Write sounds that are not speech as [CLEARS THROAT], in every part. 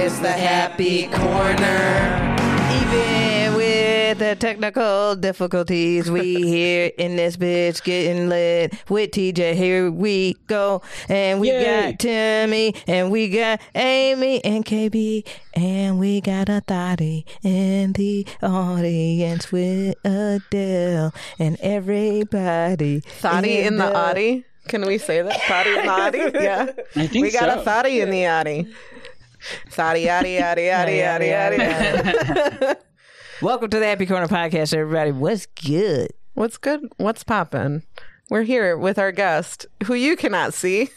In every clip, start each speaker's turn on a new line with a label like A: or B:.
A: is the happy corner.
B: Even with the technical difficulties, we here in this bitch getting lit with TJ. Here we go. And we
C: Yay.
B: got Timmy, and we got Amy and KB, and we got a thotty in the audience with Adele and everybody.
A: Thotty in
B: uh,
A: the Audi. Can we say that? Thotty in the Audi? Yeah.
C: I think
A: We got
C: so.
A: a thotty in the Audi. Thotty, yaddy, yaddy, yaddy, yaddy, yaddy, yaddy.
B: Welcome to the Happy Corner Podcast, everybody. What's good?
A: What's good? What's poppin'? We're here with our guest, who you cannot see.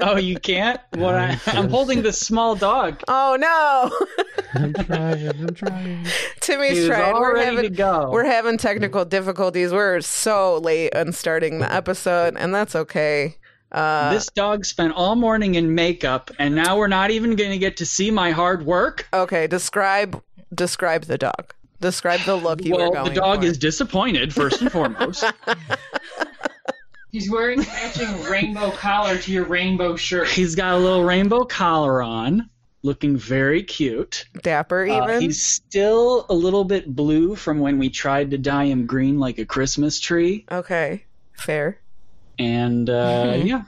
C: Oh, you can't? What I, I'm holding this small dog.
A: Oh
C: [LAUGHS]
A: no,
D: I'm trying. I'm trying.
A: Timmy's
C: He's
A: trying.
C: all
A: We're
C: ready to
A: having
C: go.
A: we're having technical difficulties. We're so late on starting the episode, and that's okay. Uh,
C: this dog spent all morning in makeup, and now we're not even going to get to see my hard work.
A: Okay, describe describe the dog. Describe the look you were
C: well,
A: going
C: the dog
A: for.
C: is disappointed,
A: [LAUGHS]
C: first and foremost.
E: He's wearing a matching rainbow collar to your rainbow shirt.
C: He's got a little rainbow collar on, looking very cute.
A: dapper.
C: Uh,
A: Even
C: he's still a little bit blue from when we tried to dye him green like a Christmas tree.
A: okay, fair.
C: And
A: [LAUGHS]
C: uh, yeah,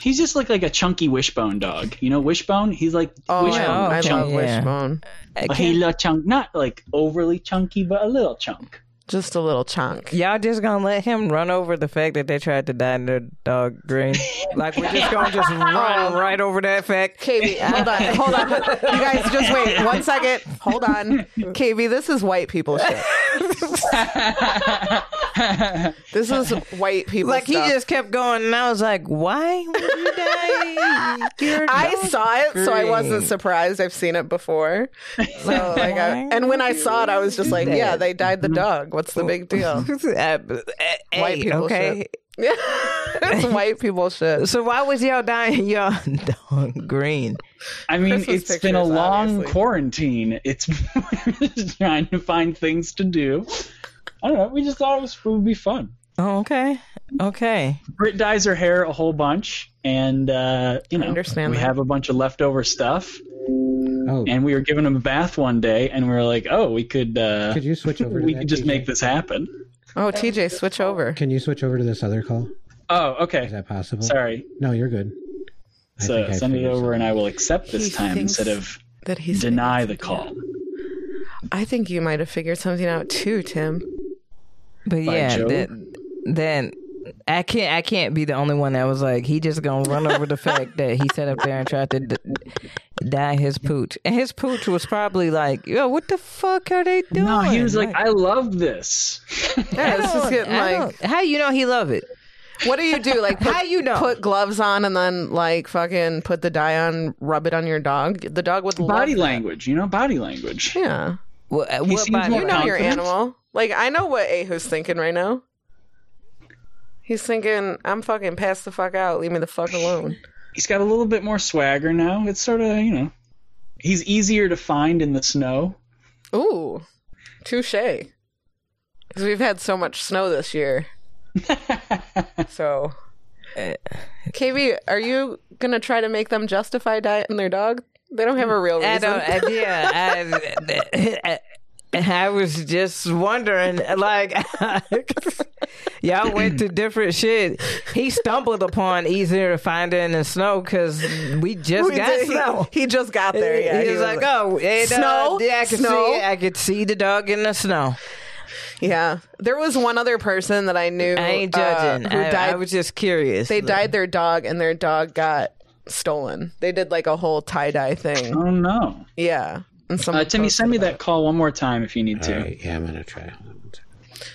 C: he's just like like a chunky wishbone dog. You know, wishbone. He's like
A: Oh,
C: wishbone,
A: I, I love
C: chunk.
B: Yeah.
A: wishbone.
C: A little chunk, not like overly chunky, but a little chunk.
A: Just a little chunk.
B: Y'all just gonna let him run over the fact that they tried to dye their dog green? Like we're just gonna just
A: [LAUGHS]
B: run right over that fact.
C: [LAUGHS]
A: KB, hold on, hold on. You guys, just wait one second. Hold on, KB. This is white people
C: [LAUGHS]
A: shit. This is white people.
B: Like he
A: stuff.
B: just kept going, and I was like, "Why would you dye your
A: [LAUGHS] I
B: dog
A: saw it, so I wasn't
B: green? [LAUGHS]
A: surprised. I've seen it before. [LAUGHS] So like, I, and when I saw it, I was just like, "Yeah, they died the dog. What's the big [LAUGHS] deal?"
B: Uh, hey,
A: White people
B: okay.
A: Yeah, it's white people shit.
B: So why was y'all dyeing [LAUGHS] y'all dog green?
C: I mean,
A: Christmas
C: it's been a
A: pictures,
C: long
A: obviously.
C: quarantine. It's [LAUGHS] just trying to find things to do. I don't know. We just thought it, was, it would be fun.
B: Oh, okay, okay.
C: Brit dyes her hair a whole bunch, and uh, you know,
A: understand
C: we
A: that.
C: have a bunch of leftover stuff.
D: Oh,
C: And we were giving him a bath one day, and we were like, "Oh, we could, uh,
D: could you switch over? To
C: we
D: that,
C: could just
D: TJ?
C: make this happen."
A: Oh, TJ, switch over.
D: Can you switch over to this other call?
C: Oh,
D: Is
C: okay.
D: that possible?
C: Sorry.
D: No, you're good. I
C: So
D: think I
C: send it
D: figured
C: over,
D: something.
C: and I will accept this time
A: thinks-
C: instead of
A: That he's.
C: deny the call.
A: I think you might have figured something out too, Tim.
B: But yeah,
C: Joe.
B: then, then I can't. I can't be the only one that was like, he just gonna run over the fact that he sat up there and tried to d- dye his pooch, and his pooch was probably like, yo, what the fuck are they doing?
C: No, he was like, "I
A: [LAUGHS]
C: love this."
A: Yeah, it's just getting
B: I
A: like.
B: don't- how you know he love it?
A: What do you do? Like, put,
B: How you know?
A: Put gloves on and then like fucking put the dye on, rub it on your dog. The dog would love
C: body
A: that.
C: language, you know, body language.
A: Yeah,
B: Well, uh, what
C: seems
B: body
C: more
A: you know your
C: Confident?
A: animal. Like, I know what Ahu's thinking right now. He's thinking, "I'm fucking passed the fuck out. Leave me the fuck alone."
C: He's got a little bit more swagger now. It's sort of, you know, he's easier to find in the snow.
A: Ooh, touche. Because we've had so much snow
B: [LAUGHS]
A: this year. so, KB, are you gonna try to make them justify diet in their dog? They don't have a real reason.
B: I don't. I, yeah, I, I, I was just wondering, like, [LAUGHS] y'all went to different shit. He stumbled upon easier to find it in the snow because we just
A: [LAUGHS] We
B: got
A: did- he-
B: snow.
A: He, just got there.
B: [LAUGHS]
A: Yeah,
B: he, was like, "Oh, it, uh,
A: Snow?
B: yeah, I could
A: Snow?"
B: see, it. I could see the dog in the snow.
A: "Oh." yeah." There was one other person that I knew.
B: I ain't
A: uh,
B: judging.
A: who
B: I,
A: died?
B: I was just curious.
A: they died their dog, and their dog got stolen. They did like a whole tie dye thing.
C: Oh no,
A: Yeah, and some
C: uh, Timmy, send me that call one more time if you need
D: All
C: to.
D: right, yeah, I'm gonna try. Hold on one second.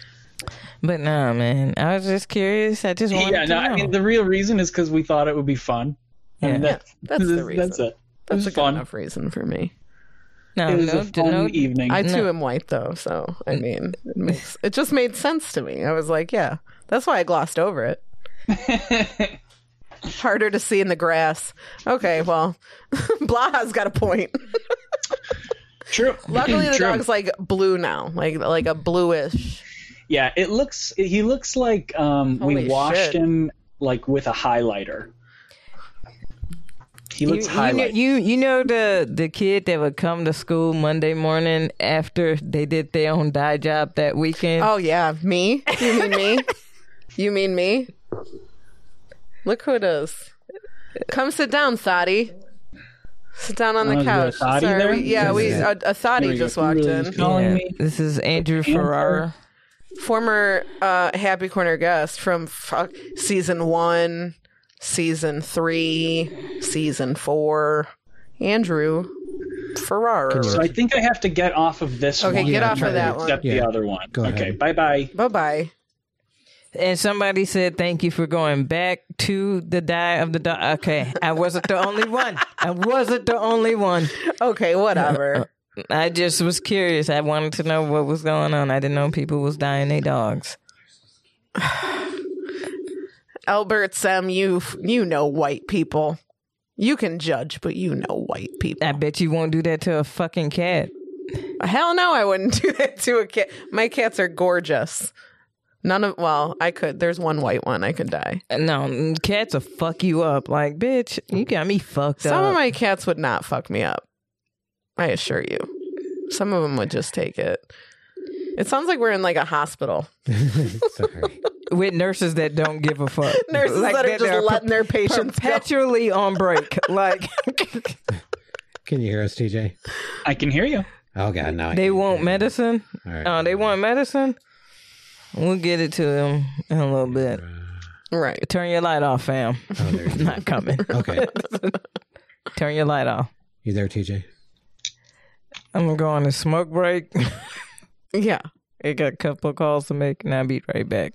B: but no, man, I was just curious. I just wanted
C: Yeah,
B: to
C: no,
B: know.
C: I mean the real reason is because we thought it would be fun. And
B: Yeah.
C: that's,
A: that's the reason.
C: [LAUGHS] That's it.
A: That's
C: it
A: a
C: was
A: good
C: fun.
A: enough reason for me.
B: no,
C: It was
B: no,
C: a fun
B: no,
C: evening.
A: I too am white though, so I mean, it, makes, it just made sense to me. I was like, yeah, that's why I glossed over it.
C: [LAUGHS]
A: Harder to see in the grass. Okay, well, [LAUGHS] Blaha's got a point.
C: [CLEARS THROAT] True.
A: Luckily, the
C: True.
A: dog's like blue now, like like a bluish.
C: Yeah, it looks. He looks like um,
A: Holy
C: we washed
A: shit.
C: him like with a highlighter. He
B: You,
C: looks
B: you, know,
C: highlight.
B: you you know the the kid that would come to school Monday morning after they did their own dye job that weekend.
A: Oh yeah, me. You mean
C: [LAUGHS]
A: me? you mean me? Look who it is. Come sit down, Sadi. Sit down on the
C: Oh, is there a
A: couch.
C: Sadi
A: Sorry,
C: there?
A: we- yeah, we
D: Yeah.
A: a, a Sadi
C: Here we go.
A: just walked
C: Who
A: in.
C: is calling
B: Yeah.
C: me?
B: This is Andrew Ferrara.
A: Former uh, Happy Corner guest from fuck, season one, season three, season four. Andrew
C: So
A: Ferrara.
C: I think I have to get off of this
A: Okay,
C: one.
A: get
D: Yeah,
A: off
D: try
A: of
D: to
A: that one.
C: Except the
D: Yeah.
C: other one.
D: Go
C: okay,
D: ahead.
C: bye bye.
A: Bye bye.
B: And somebody said thank you for going back to the dye of the dye. Okay, I wasn't the only one. I wasn't the only one.
A: Okay, whatever.
B: I just was curious. I wanted to know what was going on. I didn't know people was dying their dogs.
A: Albert Sam, you you know white people. You can judge, but you know white people.
B: I bet you won't do that to a fucking cat.
A: Hell no, I wouldn't [LAUGHS] do that to a cat. My cats are gorgeous. None of well, I could. There's one white one I could die.
B: No, cats will fuck you up. Like, bitch, you got me fucked
A: Some
B: up.
A: of my cats would not fuck me up. I assure you. Some of them would just take it. It sounds like we're in like a hospital.
D: Sorry.
B: With nurses that don't give a fuck.
A: [LAUGHS] Nurses
B: Like,
A: that are
B: they're
A: just letting their patients go.
B: [LAUGHS] perpetually on break. Like [LAUGHS]
D: Can you hear us, TJ?
C: I can hear you.
D: Oh God, no. I
B: they
D: can't.
B: want medicine.
D: All right.
B: Oh, they want medicine. We'll get it to them in a little bit.
A: Right.
B: Turn your light off, fam.
D: Oh, there
B: [LAUGHS]
D: you
B: Not
D: [LAUGHS]
B: coming.
D: go. Okay.
B: Turn your light off.
D: You there, TJ?
B: I'm gonna go on a smoke break. [LAUGHS]
A: Yeah.
B: I got a couple of calls to make, and I'll be right back.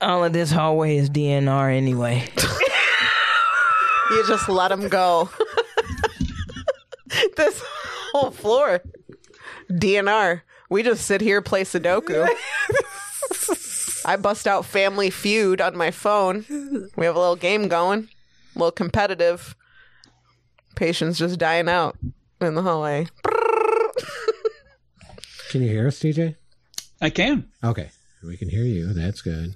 B: All of this hallway is DNR
D: [LAUGHS]
B: anyway.
A: You just let them go. [LAUGHS] this whole floor. DNR. We just sit here, play Sudoku. I bust out Family Feud on my phone. We have a little game going, a little competitive. Patients just dying out in the hallway.
D: Can you hear us, TJ?
C: I can.
D: Okay, we can hear you. That's good.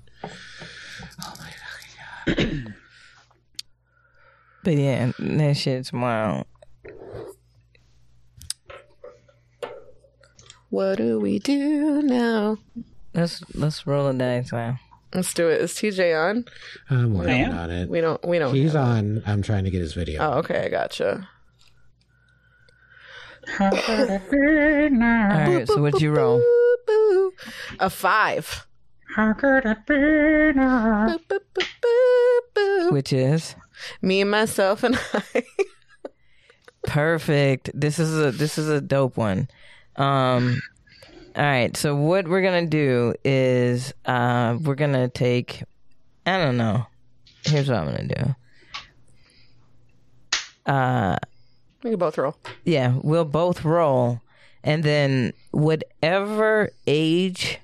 B: But yeah, that shit tomorrow.
A: What do we do now?
B: Let's let's roll a dice, man.
A: Let's do it. Is TJ on?
D: I'm working
C: am.
D: on it.
A: We don't. We don't.
D: He's
A: have-
D: on. I'm trying to get his video.
A: Oh, okay. I gotcha.
B: All right, so what'd you roll?
A: Boo, boo. A five. Boo, boo, boo, boo, boo.
B: Which is
A: Me, myself, and [LAUGHS] I.
B: perfect. This is a this is a dope one. Um, all right, so what we're gonna do is uh, we're gonna take. I don't know. Here's what I'm gonna do.
A: we can both roll.
B: Yeah, we'll both roll, and then whatever age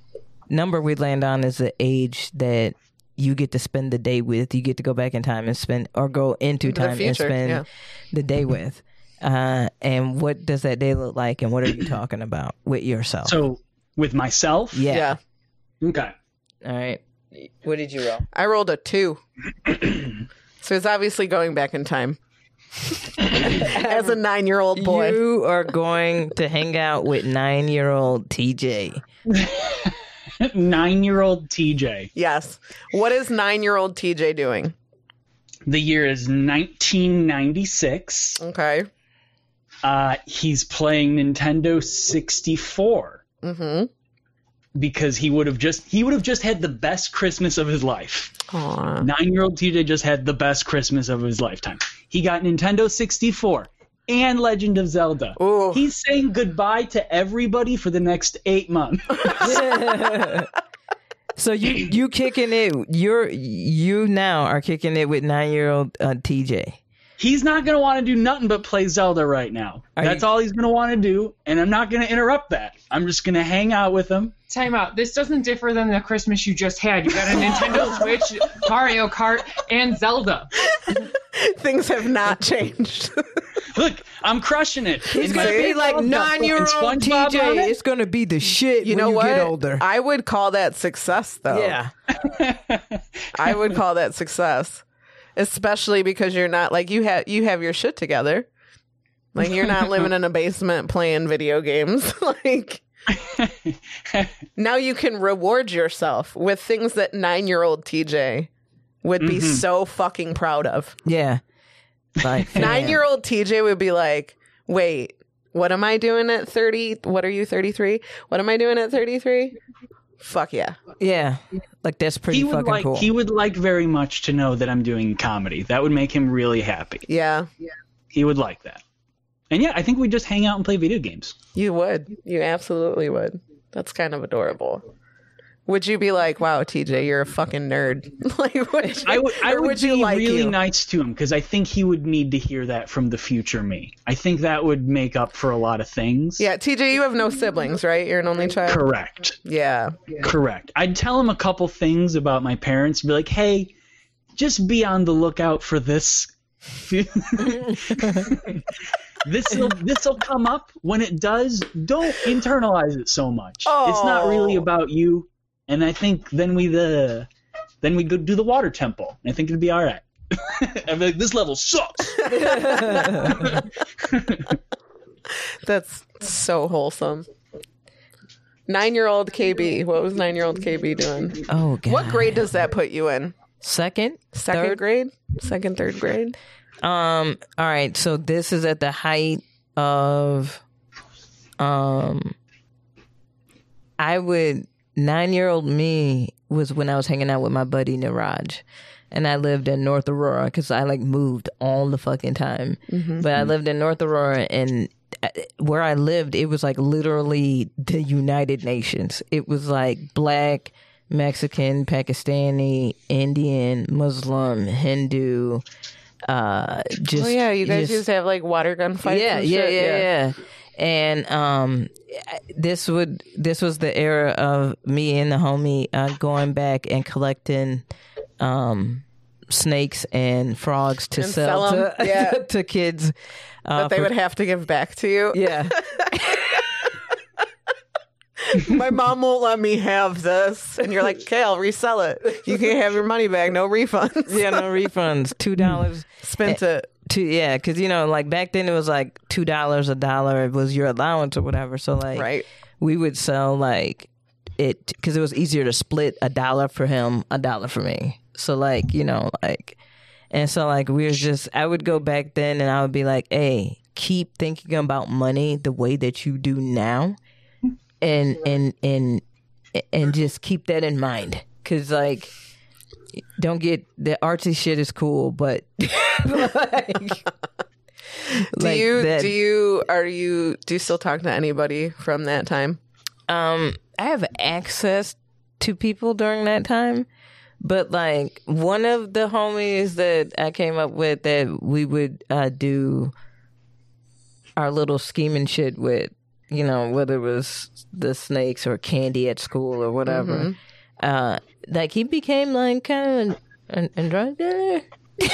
B: number we land on is the age that you get to spend the day with. You get to go back in time and spend, or go into time and
A: future,
B: spend
A: yeah.
B: the day with. Uh, and what does that day look like? And what are you talking about with
D: Oh.
B: yourself?
C: So with myself.
B: yeah.
C: Okay.
B: All right. What did you roll?
A: I rolled
B: [CLEARS THROAT]
A: a two. so it's obviously going back in
B: [LAUGHS]
A: time. As a nine year old boy.
B: You are going to hang out with nine-year-old TJ.
C: Nine year old TJ.
A: Yes. What is nine year old TJ doing?
C: The year is 1996.
A: Okay.
C: Uh, he's playing Nintendo 64
A: Mm-hmm.
C: because he would have just he would have just had the best Christmas of his life.
A: Aw.
C: Nine year old TJ just had the best Christmas of his lifetime. He got Nintendo 64 and Legend of Zelda.
A: Ooh.
C: He's saying goodbye to everybody for the next
B: [LAUGHS]
C: eight months.
B: So you you kicking it? You're you now are kicking it with nine year old uh, TJ.
C: he's not going to want to do nothing but play Zelda right now.
B: Are
C: That's
B: you-
C: all he's going to want to do, and I'm not going to interrupt that. I'm just going to hang out with him.
E: Time out. This doesn't differ than the Christmas you just had. You got a [LAUGHS] Nintendo Switch, Mario Kart, and Zelda.
A: [LAUGHS] Things have not changed.
C: Look, I'm crushing it.
B: It's
C: And
B: gonna
C: my-
B: be like
C: and
B: nine year old
C: SpongeBob on
B: TJ.
C: it?
B: It's gonna be the shit.
A: you
B: when
A: know
B: you
A: what? Oh.
B: Get older.
A: I would call that success though.
B: yeah.
A: I would call that success, especially because you're not like you have you have your shit together. Like you're not living in a basement playing video games. [LAUGHS] like now you can reward yourself with things that 9-year-old TJ would be so fucking proud of.
B: Yeah. Like
A: Nine year old TJ would be like, wait, what am I doing at 30? What are you, 33? What am I doing at 33? Fuck yeah.
B: Yeah. Like that's pretty
C: he would
B: fucking
C: like
B: cool.
C: he would like very much to know that I'm doing comedy. That would make him really happy.
A: Yeah,
C: He would like that. And yeah, I think we just hang out and play video games.
A: you would. You absolutely would. That's kind of adorable. Would you be like, wow, TJ, you're a fucking nerd? [LAUGHS] like, would you,
C: I would I
A: or
C: would,
A: you
C: be
A: like
C: really
A: you?
C: nice to him because I think he would need to hear that from the future me. I think that would make up for a lot of things.
A: Yeah, TJ, you have no siblings, right? You're an only child.
C: Correct.
A: Yeah.
C: Correct. I'd tell him a couple things about my parents. Be like, hey, just be on the lookout for this. [LAUGHS] this'll this'll come up. When it does, don't internalize it so much. It's not really
A: Oh.
C: about you. And I think then we the then we go do the water temple. I think it'd be all right. [LAUGHS] I'd be like, this level sucks. [LAUGHS]
A: That's so wholesome. Nine year old KB. What was nine year old KB doing?
B: oh god.
A: What grade does that put you in?
B: Second?
A: Second grade? Second, third grade?
B: Um. All right. So this is at the height of, um, I would nine year old me was when I was hanging out with my buddy Niraj, and I lived in North Aurora because I like moved all the fucking time.
A: Mm-hmm.
B: But I lived in North Aurora and. uh, Where I lived, it was like literally the United Nations. It was like black, Mexican, Pakistani, Indian, Muslim, Hindu, uh just
A: Oh yeah, you guys
B: just-
A: used to have like water gun fights.
B: yeah,
A: and
B: yeah,
A: shit?
B: yeah yeah and um I- this would this was the era of me and the homie uh, going back and collecting um snakes and frogs to
A: And
B: sell,
A: sell 'em,
B: to,
A: yeah.
B: [LAUGHS] to kids uh,
A: That they
B: for-
A: would have to give back to you.
B: [LAUGHS] yeah
A: My mom won't let me have this, and you're like, "Okay, I'll resell it. You can't have your money back. No refunds. [LAUGHS]
B: yeah no refunds two dollars
A: Spent it.
B: two yeah because you know like back then it was like two dollars a dollar it was your allowance or whatever so like
A: Right.
B: we would sell like it because it was easier to split a dollar for him, a dollar for me. So like you know like, and so like we were just I would go back then and I would be like, hey, keep thinking about money the way that you do now, and and and and just keep that in mind because like. Don't get the artsy shit is cool, but [LAUGHS]
A: [LAUGHS]
B: like,
A: Do
B: like
A: you?
B: that-
A: Do you? Are you? Do you still talk to anybody from that [LAUGHS] time?
B: um I have access to people during that time. But like one of the homies that I came up with that we would uh, do our little scheming shit with, you know, whether it was the snakes or candy at school or whatever. Uh, like he became like kind of an, an, a drug dealer. He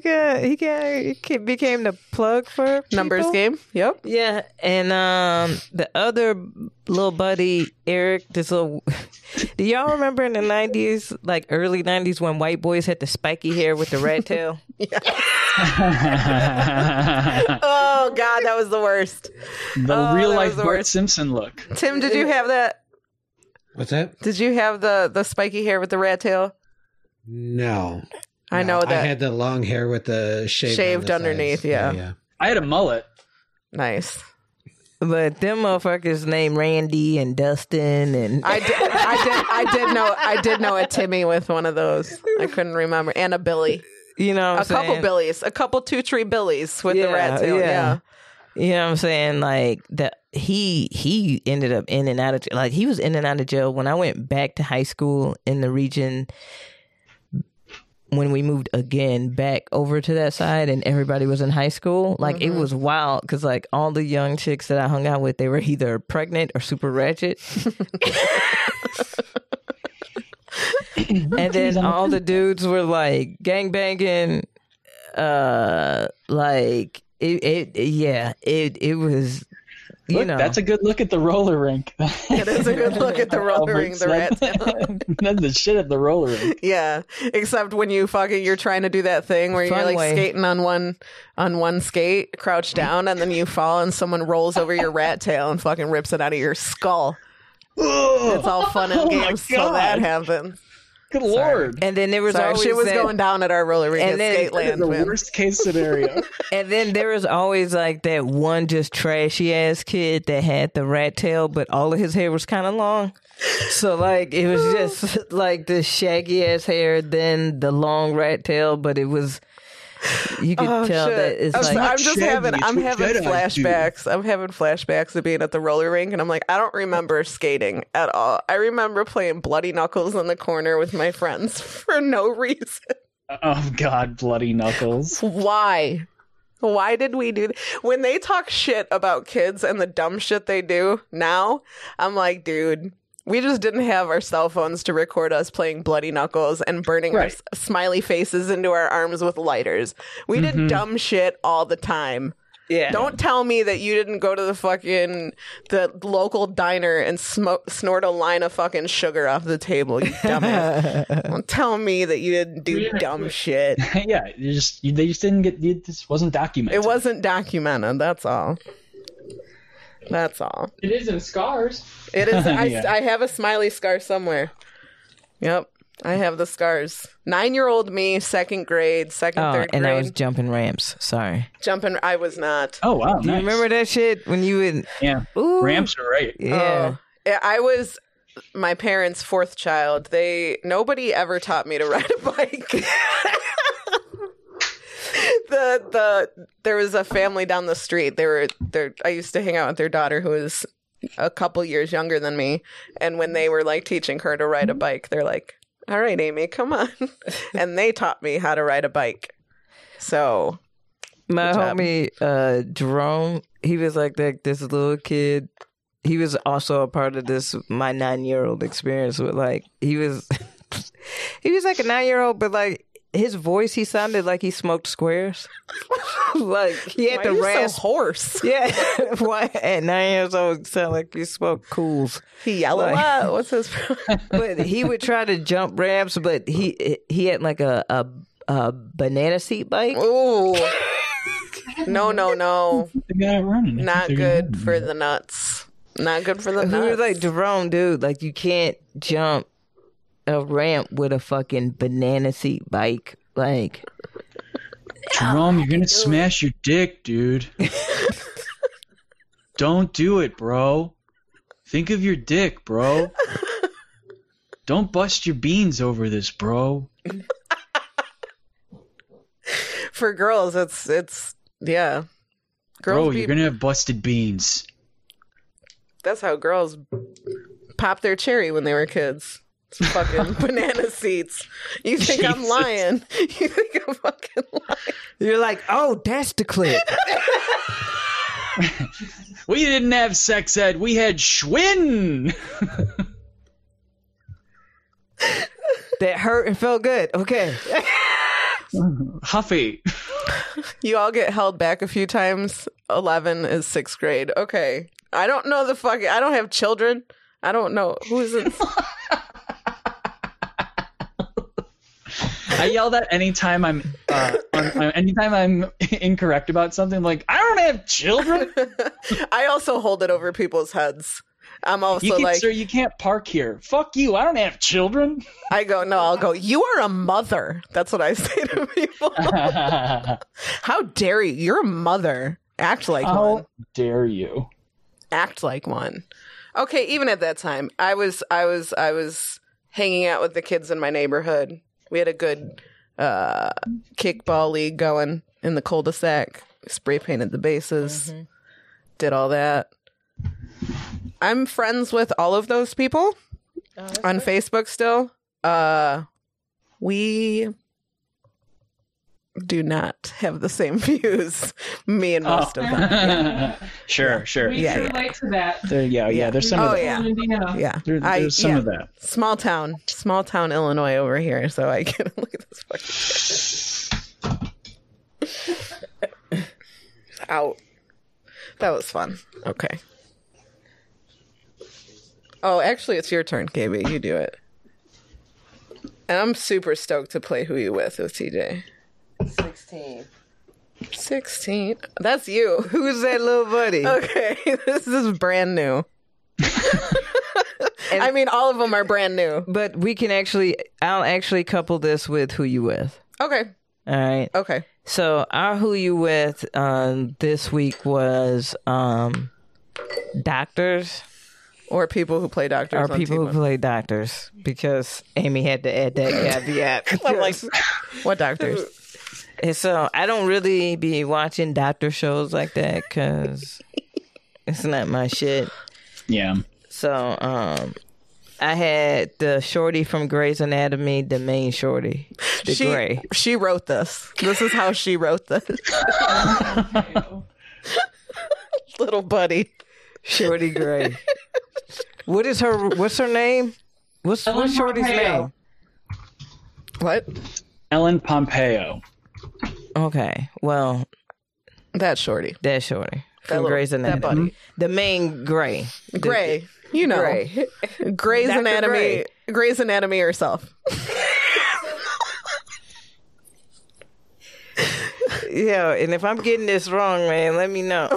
B: got he got he became the plug for
A: Numbers game. Yep.
B: yeah, and um, the other little buddy Eric, this little. [LAUGHS] Do y'all remember in the nineties, like early nineties, when white boys had the spiky hair with the rat tail?
A: [LAUGHS] Oh God, that was the worst.
C: The
A: Oh,
C: real
A: that
C: life
A: was the
C: Bart
A: worst.
C: Simpson look.
A: Tim, did you have that?
D: What's that?
A: Did you have the the spiky hair with the rat tail?
D: No.
A: I know
D: No,
A: that.
D: I had the long hair with the shaved,
A: Shaved
D: on the sides.
A: underneath, yeah.
D: yeah.
C: I had a mullet.
A: nice.
B: But them motherfuckers named Randy and Dustin and
A: I did, I did. I did know. I did know a Timmy with one of those. I couldn't remember. And a Billy.
B: you know what
A: a
B: I'm saying?
A: couple Billies. A couple two tree Billies with the
B: Yeah,
A: rat tail.
B: yeah.
A: Yeah.
B: You know what I'm saying? Like the he he ended up in and out of like he was in and out of jail when I went back to high school in the region when we moved again back over to that side and everybody was in high school like it was wild cuz like all the young chicks that I hung out with they were either pregnant or super ratchet [LAUGHS] and then all the dudes were like gang banging uh like it, it yeah it it was you
C: Look,
B: know,
C: that's a good look at the
A: [LAUGHS]
C: roller rink.
A: [LAUGHS] It is a good look
B: [LAUGHS]
A: at [LAUGHS] the roller rink, the rat's
C: [LAUGHS] That's the shit at the roller rink.
A: [LAUGHS] Yeah, except when you fucking you're trying to do that thing where you're
B: Fun
A: like
B: way.
A: skating on one on one skate, crouched down, and then you fall and someone rolls over your rat tail and fucking rips it out of your skull. It's all
B: [LAUGHS]
A: fun and
C: Oh my
A: games till that
C: God.
A: happens.
C: Good lord.
B: and then there was
A: Sorry,
B: always
A: shit was
B: that-
A: going down at our roller rink
B: And
A: at
B: then-
A: Skateland.
C: the
A: man.
C: worst case
A: [LAUGHS]
C: scenario.
B: And then there was always like that one just trashy ass kid that had the rat tail, but all of his hair was kind of long. So like it
A: [LAUGHS]
B: was just like the shaggy ass hair, then the long rat tail, but it was you could
A: Oh,
B: tell
A: shit.
B: that it's
A: I'm,
B: like
A: I'm just
C: Shaggy,
A: having
C: it's
A: I'm
C: what
A: having
C: Jedi do.
A: flashbacks. I'm having flashbacks of being at the roller rink, and I'm like, I don't remember skating at all. I remember playing bloody knuckles in the corner with my friends [LAUGHS] for no reason.
C: oh god, bloody knuckles. [LAUGHS]
A: Why? Why did we do th- when they talk shit about kids and the dumb shit they do now? I'm like, dude, we just didn't have our cell phones to record us playing bloody knuckles and burning our
C: Right.
A: s- smiley faces into our arms with lighters. We did
C: Mhm.
A: dumb shit all the time.
B: yeah.
A: Don't tell me that you didn't go to the fucking the local diner and smoke snort a line of fucking sugar off the table. You dumbass. Don't tell me that you didn't do
E: Yeah.
A: dumb shit.
C: yeah, you just you, they just didn't get it just wasn't documented.
A: It wasn't documented. That's all. That's all.
E: It is in scars.
A: It
B: [LAUGHS]
A: is. I,
C: Yeah.
A: I have a smiley scar somewhere. Yep, I have the scars. Nine-year-old me, second grade, second,
B: Oh,
A: third
B: and I
A: grade,
B: was jumping ramps. Sorry.
A: jumping. I was not.
C: Oh wow,
B: Do you
C: nice.
B: remember that shit when you would?
C: Yeah,
B: Ooh,
C: ramps are right.
B: Yeah.
A: Oh, I was my parents' fourth child. They nobody ever taught me to [LAUGHS] ride a bike. the the there was a family down the street. They were there. I used to hang out with their daughter, who was a couple years younger than me. And when they were like teaching her to ride a bike, they're like, "All right, Amy, come on," [LAUGHS] and they taught me how to ride a bike. So
B: My
A: Good job.
B: homie uh, Jerome, he was like that. This little kid, he was also a part of this my nine year old experience with like he was, [LAUGHS] he was like a nine year old, but like his voice, he sounded like he smoked squares. [LAUGHS] like he had
A: why
B: the
A: are you
B: rasp.
A: so hoarse.
B: yeah, [LAUGHS] why at nine years old it sounded like he smoked cools?
A: He yell a
B: Like-
A: lot. What's his? [LAUGHS]
B: But he would try to jump ramps, but he he had like a a, a banana seat bike.
A: [LAUGHS] Ooh. No, no, no.
C: They got it running. I
A: Not
C: think they're
A: good
C: running.
A: for the nuts. Not good for the
B: Who was
A: nuts.
B: like Jerome, dude? Like you can't jump a ramp with a fucking banana seat bike. Like
C: Jerome,
A: [LAUGHS]
C: you're gonna smash your dick, dude. Don't do it, bro. Think of your
A: [LAUGHS]
C: dick, bro. Don't bust your beans over this, bro.
A: for girls, it's it's yeah. Girls
C: Bro,
A: be,
C: you're gonna have busted beans.
A: that's how girls pop their cherry when they were kids. It's [LAUGHS] fucking banana seats. You think I'm
C: Jesus.
A: lying. [LAUGHS] You think I'm fucking lying.
B: you're like, oh, that's the
A: [LAUGHS]
B: clip.
C: We didn't have sex ed, we had Schwinn.
B: that hurt and felt good. Okay,
C: Huffy.
A: You all get held back a few times. Eleven is sixth grade. Okay. I don't know the fucking I don't have children. I don't know. Who is it?
C: I yell that anytime I'm uh, on- on- anytime I'm [LAUGHS] incorrect about something. Like I don't
A: [LAUGHS]
C: have children.
A: I also hold it over people's heads. I'm also
C: You can,
A: like,
C: sir, you can't park here. Fuck you. I don't have children.
A: I go, no, I'll go, you are a mother. That's what I [LAUGHS] say to people. [LAUGHS] How dare you? You're a mother. Act like one.
C: How dare you?
A: Act like one. Okay, even at that time, I was, I was, I was hanging out with the kids in my neighborhood. We had a good uh, kickball league going in the cul-de-sac. Spray painted the bases, did all that. I'm friends with all of those people on Facebook still. Uh we do not have the same [LAUGHS] views. Me and most
C: Oh.
A: of them.
C: [LAUGHS] sure, sure. Yeah,
E: We
A: Yeah,
E: can
A: yeah.
E: relate to that.
C: there, yeah, yeah. There's some
A: Oh,
C: of that.
A: yeah.
E: Indiana.
A: Yeah.
C: There-
A: I-
C: there's some
A: yeah.
C: of that.
A: Small town. Small town Illinois over here, so I can [LAUGHS] look at this fucking shit. Out. That was fun. Okay. Oh, actually, it's your turn, KB. You do it. And I'm super stoked to play Who You With with TJ.
F: 16.
A: 16. That's you.
B: Who's that little buddy?
A: [LAUGHS] Okay, this is brand new. I mean, all of them are brand new.
B: But we can actually, I'll actually couple this with who you with.
A: Okay,
B: All right.
A: okay.
B: So our who you with um, this week was um, doctors
A: Or people who play
B: or
A: doctors. on
B: people who
A: T-Bone.
B: play doctors because Amy had to add
A: [COUGHS]
B: that caveat. because-
A: What doctors? [LAUGHS]
B: And so I don't really be watching doctor shows like that because it's not my shit.
C: Yeah.
B: So um, I had the shorty from Grey's Anatomy, the main shorty, the
A: she,
B: Grey.
A: she wrote this. This is how she wrote this. [LAUGHS] Little buddy.
B: Shorty
A: [LAUGHS]
B: Gray. what is her? What's her name? What's,
E: Ellen
B: what's Shorty's
E: Pompeo.
B: name?
A: What?
C: Ellen Pompeo.
B: Okay, well,
A: That shorty.
B: that's Shorty
A: That
B: from
A: little-
B: Grey's
A: that
B: Anatomy.
A: buddy.
B: The main Gray.
A: Gray. You know.
B: Gray.
A: Grey's
B: Dr.
A: Anatomy.
B: Grey.
A: Grey's Anatomy herself.
B: Yeah, and if I'm getting this wrong, man, let me
A: [LAUGHS]
B: know.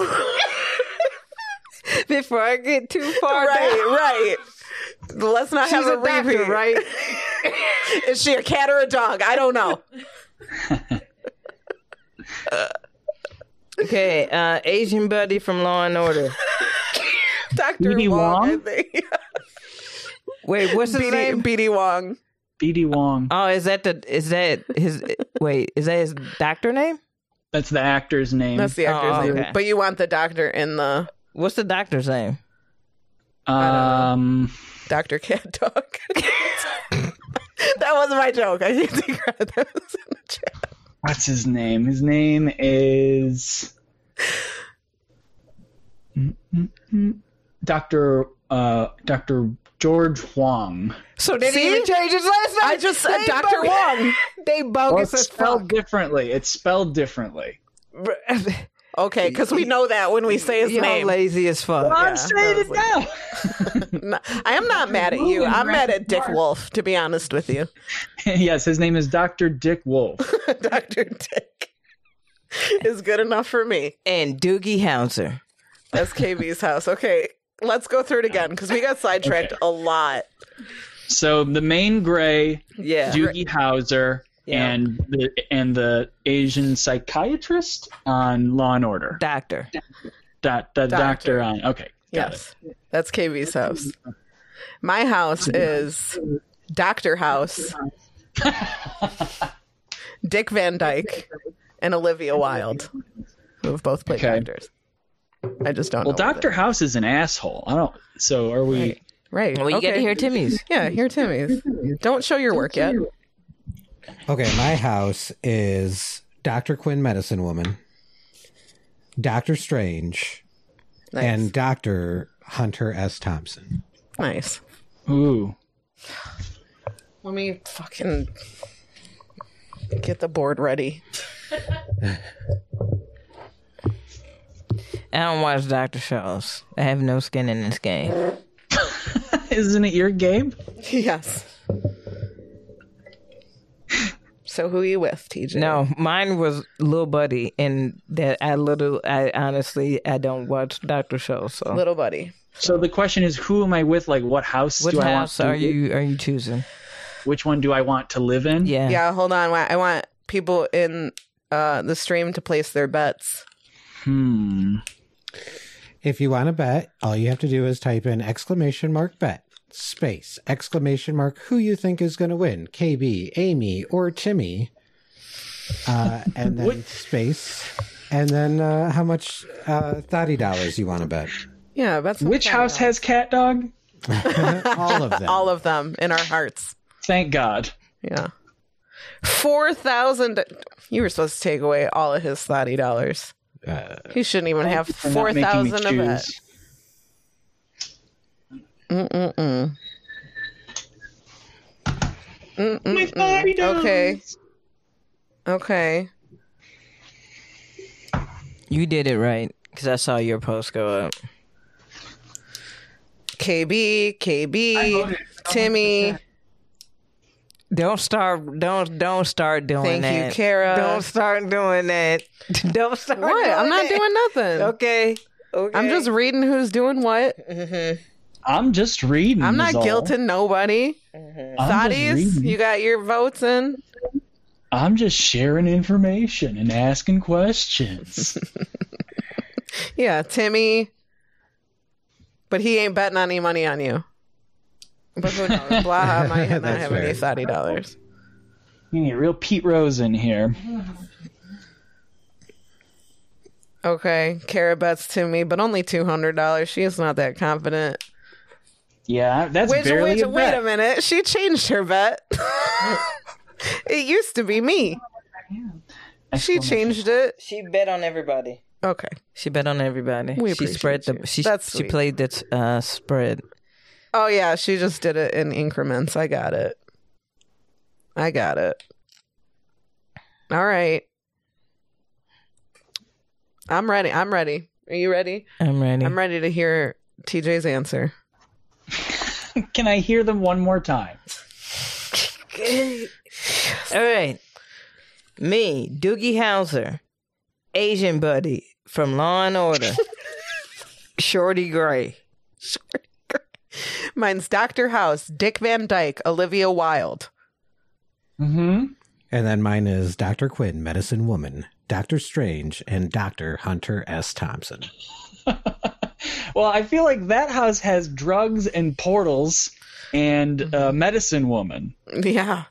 B: [LAUGHS] Before I get too far down.
A: Right, right. Let's not
B: She's
A: have a,
B: a doctor,
A: repeat.
B: right?
A: [LAUGHS] Is she a cat or a dog? I
B: [LAUGHS]
A: don't know.
B: Okay, uh, Asian buddy from Law and Order.
A: Doctor
C: BD
A: Wong. I
C: Wong?
A: think.
B: Wait, what's his
A: BD,
B: name?
A: BD Wong.
C: BD Wong.
B: oh, is that the is that his? Wait, is that his doctor name?
C: That's the actor's name.
A: That's the actor's
B: Oh,
A: name.
B: okay.
A: But you want the doctor in the
B: What's the doctor's name?
C: um,
A: Doctor Cat Dog. [LAUGHS] that was my joke. I need to grab that was in the chat.
C: what's his name? His name is Doctor uh Doctor George Huang.
B: So they
A: See?
B: didn't even change his last name.
A: I just uh,
B: They
A: Doctor
B: bogus-
A: Wong.
B: They
C: Well,
B: bogus
C: it's
B: as fuck.
C: spelled differently. It's spelled differently.
A: Okay, because we know that when we say his
B: Y'all
A: name.
B: lazy as fuck.
C: Oh, I'm saying it now.
A: No, I am not mad at you. I'm mad at Dick Wolf, to be honest with you. [LAUGHS]
C: [LAUGHS] yes, his name is Doctor Dick [LAUGHS] Wolf.
A: Dr. Dick is good enough for me.
B: And Doogie Howser.
A: That's KB's house. Okay, let's go through it again because we got sidetracked
C: Okay.
A: a lot.
C: So the main gray,
B: Yeah.
C: Doogie Howser,
B: Yeah.
C: and the and the Asian psychiatrist on Law and Order.
B: Doctor.
C: That the doctor on. Okay, got it.
A: Yes, that's KB's house. My house is Dr. House, Dick Van Dyke, and Olivia Wilde, who have both played
C: Okay.
A: doctors. I just don't
C: Well,
A: know. what
C: Doctor House is an asshole. I don't. So are we?
A: it- Right.
B: Well, you
A: okay.
B: got to hear Timmy's.
A: Yeah, hear Timmy's. Don't show your work yet.
D: Okay, my house is Dr. Quinn Medicine Woman, Dr. Strange,
A: Nice.
D: and Dr. Hunter S. Thompson.
A: nice.
C: Ooh,
A: Let me fucking get the board ready. [LAUGHS]
B: I don't watch Doctor shows. I have no skin in this game.
C: isn't it your game?
A: Yes. So who you with, TJ?
B: No, mine was Lil Buddy, and that I little, I honestly, I don't watch Doctor shows. So,
A: Little buddy.
C: So the question is, who am I with? Like, what house
B: what
C: do I want?
B: house
C: to
B: are
C: live-
B: you are you choosing?
C: Which one do I want to live in?
B: Yeah.
A: Yeah, hold on. Wa- I want people in uh, the stream to place their bets.
C: Hmm.
D: If you want to bet, all you have to do is type in exclamation mark bet, space, exclamation mark who you think is going to win, KB, Amy, or Timmy, uh, and then space, and then uh, how much uh, $30 you want to bet.
A: Yeah, that's
C: Which house has cat dog?
D: all of them.
A: all of them in our hearts.
C: Thank God.
A: Yeah. Four thousand. You were supposed to take away all of his thirty dollars.
D: Uh,
A: He shouldn't even have
C: for not
A: four
C: making me
A: thousand of it.
C: choose.
A: Mm-mm-mm.
C: My body does.
A: Mm, Okay. Okay.
B: You did it right because I saw your post go up.
A: KB,
E: I
A: KB,
E: voted.
A: Timmy.
B: Don't start. Don't don't start doing
A: Thank
B: that.
A: you, Kara.
B: Don't start doing that. [LAUGHS] don't start.
A: What?
B: Doing
A: I'm not
B: that.
A: doing nothing.
B: Okay. Okay.
A: I'm just reading who's doing what.
C: I'm just reading.
A: I'm
C: is
A: not
C: all.
A: guilting nobody.
C: I'm just,
A: Thaddeus,
C: reading.
A: you got your votes in.
C: I'm just sharing information and asking
A: [LAUGHS]
C: questions.
A: Yeah, Timmy. But he ain't betting any money on you. But who knows?
C: [LAUGHS]
A: Blaha might not
D: That's
A: have
D: fair.
A: any Saudi dollars.
C: you need a real Pete Rose in here.
A: Okay, Kara bets Timmy, but only two hundred dollars. She is not that confident.
C: Yeah, that's
A: Wait,
C: barely
A: wait,
C: a
A: wait
C: bet.
A: a minute. She changed her
C: [LAUGHS]
A: bet. it used to be me. She changed it.
B: She bet on everybody.
A: Okay.
B: She bet on everybody.
A: We
B: she
A: appreciate
B: spread the.
A: you.
B: She
A: That's
B: she
A: sweet.
B: played the uh, spread.
A: Oh yeah, she just did it in increments. I got it. I got it. All right. I'm ready. I'm ready. Are you ready?
B: I'm ready.
A: I'm ready to hear TJ's answer.
C: [LAUGHS] Can I hear them one more time?
B: All right. Me, Doogie Howser, Asian Buddy from Law and
A: [LAUGHS]
B: Order, Shorty Gray.
A: Mine's Dr. House, Dick Van Dyke, Olivia Wilde.
C: Mm-hmm.
D: And then mine is Dr. Quinn, Medicine Woman, Dr. Strange, and Dr. Hunter S. Thompson.
C: Well, I feel like that house has drugs and portals and
D: Mm-hmm.
C: uh, medicine woman.
A: Yeah.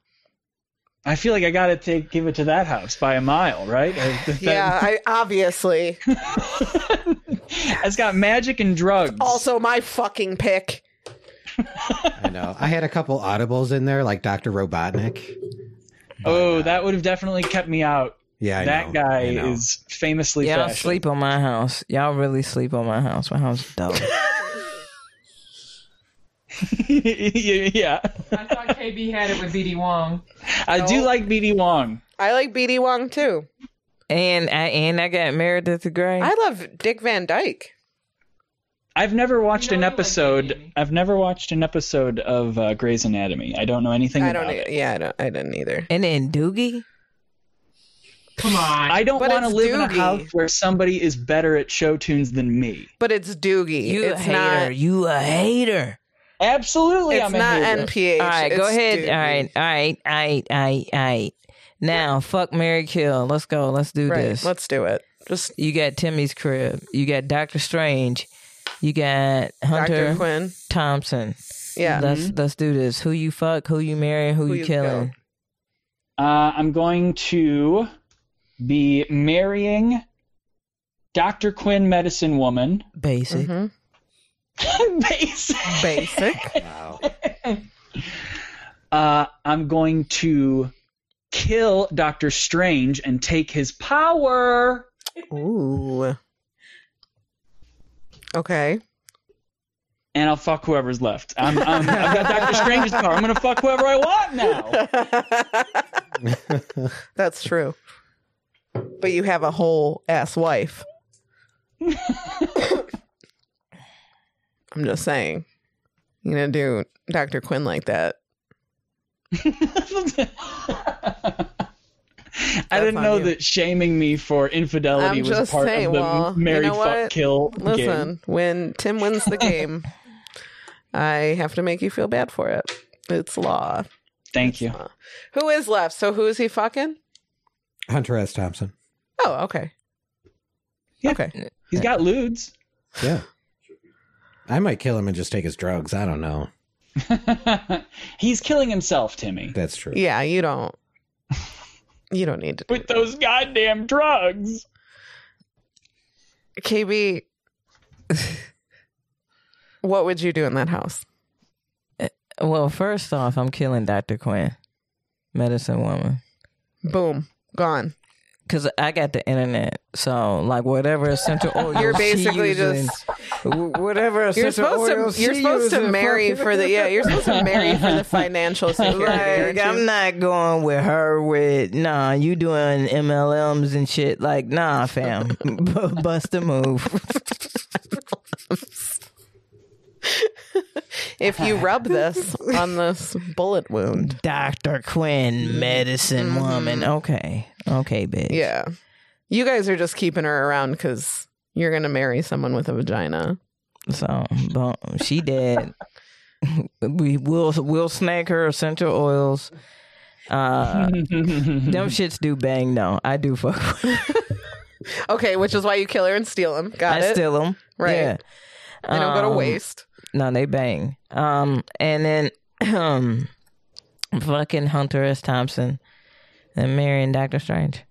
C: I feel like I gotta take give it to that house by a mile, right? I- that-
A: Yeah,
C: [LAUGHS]
A: I obviously.
C: it's got magic and drugs.
A: Also my fucking pick.
D: I know. I had a couple audibles in there, like Dr. Robotnik.
C: oh, that would have definitely kept me out.
D: Yeah, I
C: that
D: know,
C: guy
D: I know.
C: is famously
B: Y'all
C: fashion.
B: sleep on my house. Y'all really sleep on my house. My house is
A: [LAUGHS]
B: dope.
C: [LAUGHS] yeah,
E: I thought KB had it with BD Wong.
C: I do like BD Wong.
A: I like BD Wong too.
B: and I and I got Meredith Gray.
A: I love Dick Van Dyke.
C: I've never watched
E: know
C: an
E: you like
C: episode.
E: BD.
C: I've never watched an episode of uh, Grey's Anatomy. I don't know anything
A: I
C: about
A: don't e-,
C: it.
A: yeah, I don't I didn't either.
B: and then Doogie.
E: Come on.
C: I don't
A: But
C: want to
A: it's
C: live in a
A: Doogie.
C: house where somebody is better at show tunes than me.
A: But it's Doogie.
B: You a
A: it's
B: hater.
A: not
B: You a hater.
C: Absolutely,
A: It's
C: I'm
A: not
C: a hater.
A: NPH.
B: All right, go
A: it's
B: ahead.
A: Doogie.
B: All right, all right, all right, all right, all right. Now, fuck Mary Kill. Let's go. Let's do
A: Right,
B: this.
A: Let's do it. Just
B: You got Timmy's crib. You got Doctor Strange. You got
A: Dr.
B: Hunter
A: Quinn.
B: Thompson.
A: Yeah. Mm-hmm.
B: Let's let's do this. Who you fuck? Who you marry? Who,
A: Who
B: you,
A: you
B: killing?
C: Uh, I'm going to be marrying Dr. Quinn, medicine [LAUGHS] woman.
B: Basic.
A: Mhm.
C: Basic.
A: Basic.
B: [LAUGHS]
D: Wow.
C: Uh, I'm going to kill Doctor Strange and take his power.
A: Ooh. Okay.
C: And I'll fuck whoever's left. I'm, I'm, I've got Doctor Strange's power. I'm gonna fuck whoever I want
A: [LAUGHS]
C: now. [LAUGHS]
A: That's true. But you have a whole
B: [LAUGHS]
A: ass wife. I'm just saying. You know, do Dr. Quinn like that.
C: I didn't
A: on
C: know
A: you.
C: that shaming me for infidelity
A: I'm
C: was
A: just
C: part
A: saying,
C: of the
A: well, you
C: marry,
A: know
C: fuck,
A: what?
C: kill
A: Listen,
C: game.
A: when Tim wins
B: [LAUGHS]
A: the game, I have to make you feel bad for it. It's law.
C: Thank you.
A: Who is left? So who is he fucking?
D: Hunter S. Thompson.
A: Oh, okay.
C: Yeah.
A: Okay.
C: He's got lewds.
D: Yeah. I might kill him and just take his drugs. I don't know.
C: [LAUGHS] He's killing himself, Timmy.
D: That's true.
A: Yeah,
B: [LAUGHS]
A: you don't. You don't need to.
C: With those goddamn drugs.
A: KB, what would you do in that house?
B: Well, first off, I'm killing Doctor Quinn, medicine woman,
A: Boom, gone.
B: because I got the internet. So like whatever essential
A: [LAUGHS]
B: oil
A: You're basically just.
B: using, wh- whatever
A: You're
B: essential
A: supposed
B: oils
A: to. You're
B: she
A: supposed to
B: using,
A: marry
B: fuck-
A: for the. Yeah, you're supposed to marry for
B: [LAUGHS]
A: the financial security.
B: Like, [LAUGHS]
A: aren't you?
B: I'm not going with her with nah. You doing MLMs and shit like nah,
A: [LAUGHS]
B: fam. B- Bust a move.
A: [LAUGHS] if you rub this on this bullet wound.
B: Dr. Quinn, medicine woman. Okay. Okay, bitch.
A: Mm-hmm. Yeah. You guys are just keeping her around because you're going to marry someone with a vagina.
B: So, but she dead. [LAUGHS] we will will snag her essential oils. Uh,
A: [LAUGHS]
B: them shits do bang though. I do fuck. With
A: Okay, which is why you kill her and steal him. Got
B: I
A: it?
B: steal them.
A: Right.
B: Yeah.
A: they don't go to
B: Um,
A: waste.
B: No, they bang. Um, and then [CLEARS THROAT] um, fucking Hunter S. Thompson and marrying Doctor Strange.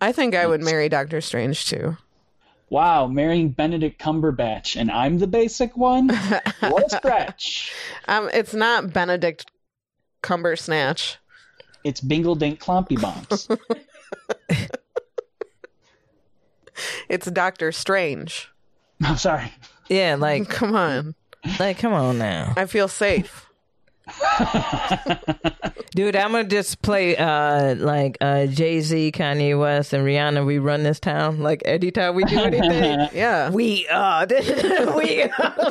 A: I think I would marry Doctor Strange too.
C: [LAUGHS] wow, marrying Benedict Cumberbatch, and I'm the basic one. what a stretch!
A: Um, it's not Benedict Cumbersnatch.
C: It's Bingle Dink Clompy Bombs.
A: It's Doctor Strange.
C: I'm sorry.
B: Yeah,
A: [LAUGHS]
B: like,
A: Come on.
B: like, come on now,
A: I feel safe.
B: dude. I'm gonna just play uh, like uh, Jay Z, Kanye West, and Rihanna. We run this town. Like every time we do
A: [LAUGHS]
B: anything,
A: Yeah.
B: [LAUGHS] we uh, we. [LAUGHS] Uh,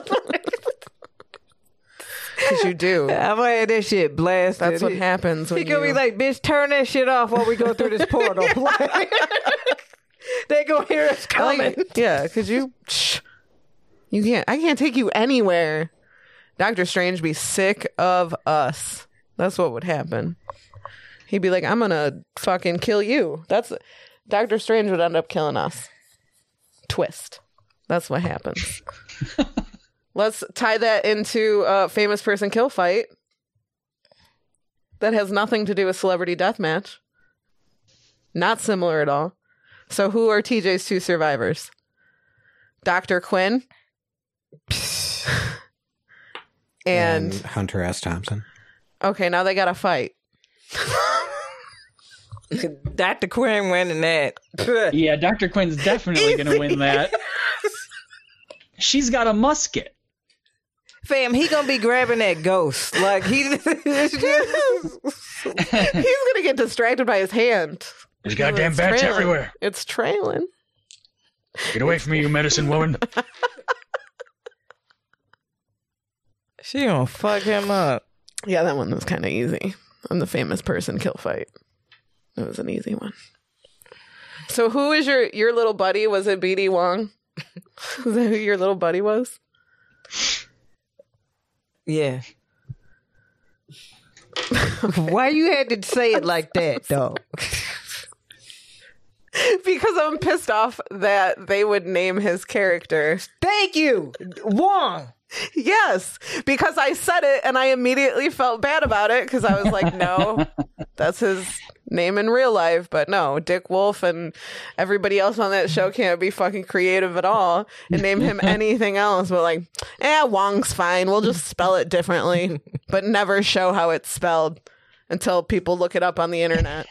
A: Because
B: [LAUGHS]
A: you do.
B: I'm gonna have this shit blasted.
A: That's what happens when
B: He gonna
A: you...
B: be like, bitch, turn that shit off while we go through [LAUGHS] this portal. Like, they gonna hear us coming.
A: Like, yeah,
B: [LAUGHS]
A: could you? Shh. You can't. I can't take you anywhere. Doctor Strange be sick of us. That's what would happen. He'd be like, "I'm gonna fucking kill you." That's Doctor Strange would end up killing us. Twist. That's what happens. Let's tie that into uh, famous person kill fight. That has nothing to do with celebrity death match. Not similar at all. So who are TJ's two survivors? Dr. Quinn and,
D: Hunter S. Thompson.
A: okay, now they got to fight.
B: Dr. Quinn winning that. [LAUGHS]
C: Yeah, Dr. Quinn's definitely going to win that. She's got a musket.
B: Fam, he gonna be grabbing that ghost. Like he [LAUGHS] it's just
A: He's going to get distracted by his hand.
F: There's goddamn
A: It's
F: bats
A: trailing.
F: everywhere.
A: It's trailing.
F: Get away from me, you medicine woman.
B: She gonna fuck him up.
A: Yeah, that one was kind of easy. I'm the famous person kill fight. It was an easy one. So who is your your little buddy? Was it BD Wong? [LAUGHS] is that who your little buddy was?
B: Yeah. Why you had to say it like [LAUGHS] that though?
A: Because I'm pissed off that they would name his character
B: Thank you. Wong.
A: Yes, because I said it and I immediately felt bad about it because I was like, no, that's his name in real life. But no, Dick Wolf and everybody else on that show can't be fucking creative at all and name him anything else. But like, eh, Wong's fine. We'll just spell it differently, but never show how it's spelled until people look it up on the internet.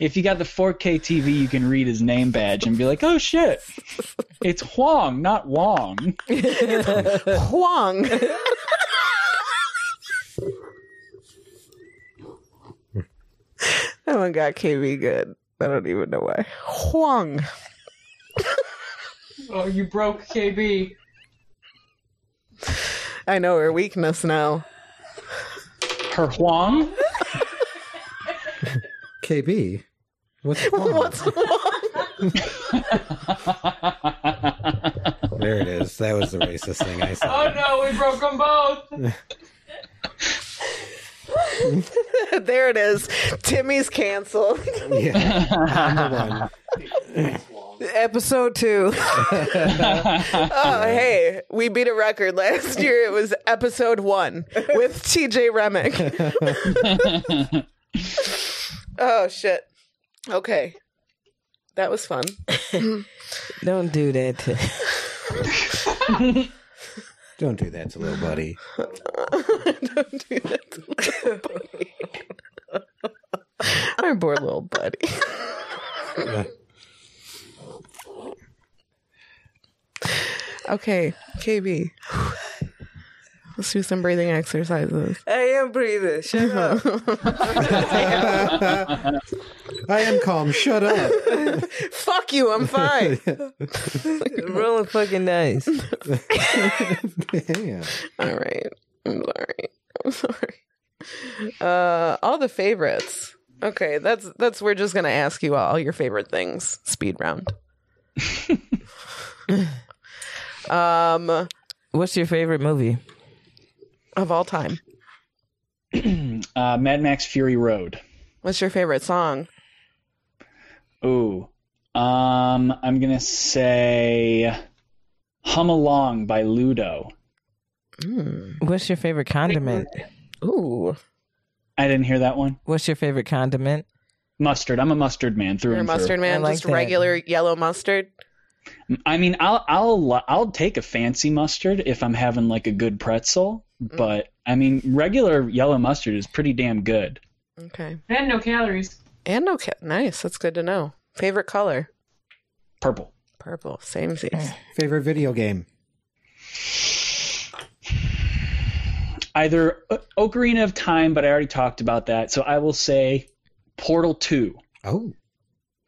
C: If you got the 4K TV, you can read his name badge and be like, oh shit, it's Huang, not Wong.
A: Huang. that one got KB good. I don't even know why. Huang.
E: Oh, you broke KB.
A: I know her weakness now. [LAUGHS]
C: Her Huang?
D: KB.
A: [LAUGHS]
D: What's wrong?
A: What's Huang?
D: there? It is. That was the racist thing I said.
A: [LAUGHS]
E: Oh no, we broke them both.
A: there it is. Timmy's canceled. [LAUGHS]
D: Yeah, I'm the one.
A: Episode two. [LAUGHS] oh, hey. We beat a record. Last year it was episode one with TJ Remick. [LAUGHS] oh, shit. Okay. That was fun.
B: Don't do that to [LAUGHS]
D: Don't do that to little [LAUGHS] buddy.
A: Don't do that to little buddy. Our poor little [LAUGHS] buddy.
D: Uh,
A: Okay, KB. Let's Let's do some breathing exercises.
B: I am breathing. Shut up.
D: I am calm. Shut up.
A: Fuck you, I'm [LAUGHS] fine.
B: Rolling fucking dice.
D: Yeah.
A: all right. I'm sorry. I'm sorry. Uh all the favorites. Okay, that's that's we're just gonna ask you all your favorite things. Speed round. um
B: What's your favorite movie?
A: of all time.
C: uh, Mad Max Fury Road.
A: What's your favorite song?
C: Ooh. Um, I'm gonna say Hum Along by Ludo.
B: What's your favorite condiment?
A: Ooh.
C: I didn't hear that one.
B: What's your favorite condiment?
C: Mustard. I'm a mustard man through
A: Your
C: and
A: mustard man,
B: I like
A: just
B: that.
A: regular yellow mustard.
C: through. I mean, I'll I'll I'll take a fancy mustard if I'm having like a good pretzel, but I mean, regular yellow mustard is pretty damn good.
A: Okay.
E: And no calories.
A: And okay. Nice. That's good to know. Favorite color?
C: Purple.
A: Purple. Same seas.
D: Favorite video game.
C: Either O- Ocarina of Time, but I already talked about that, so I will say Portal Two.
D: Oh,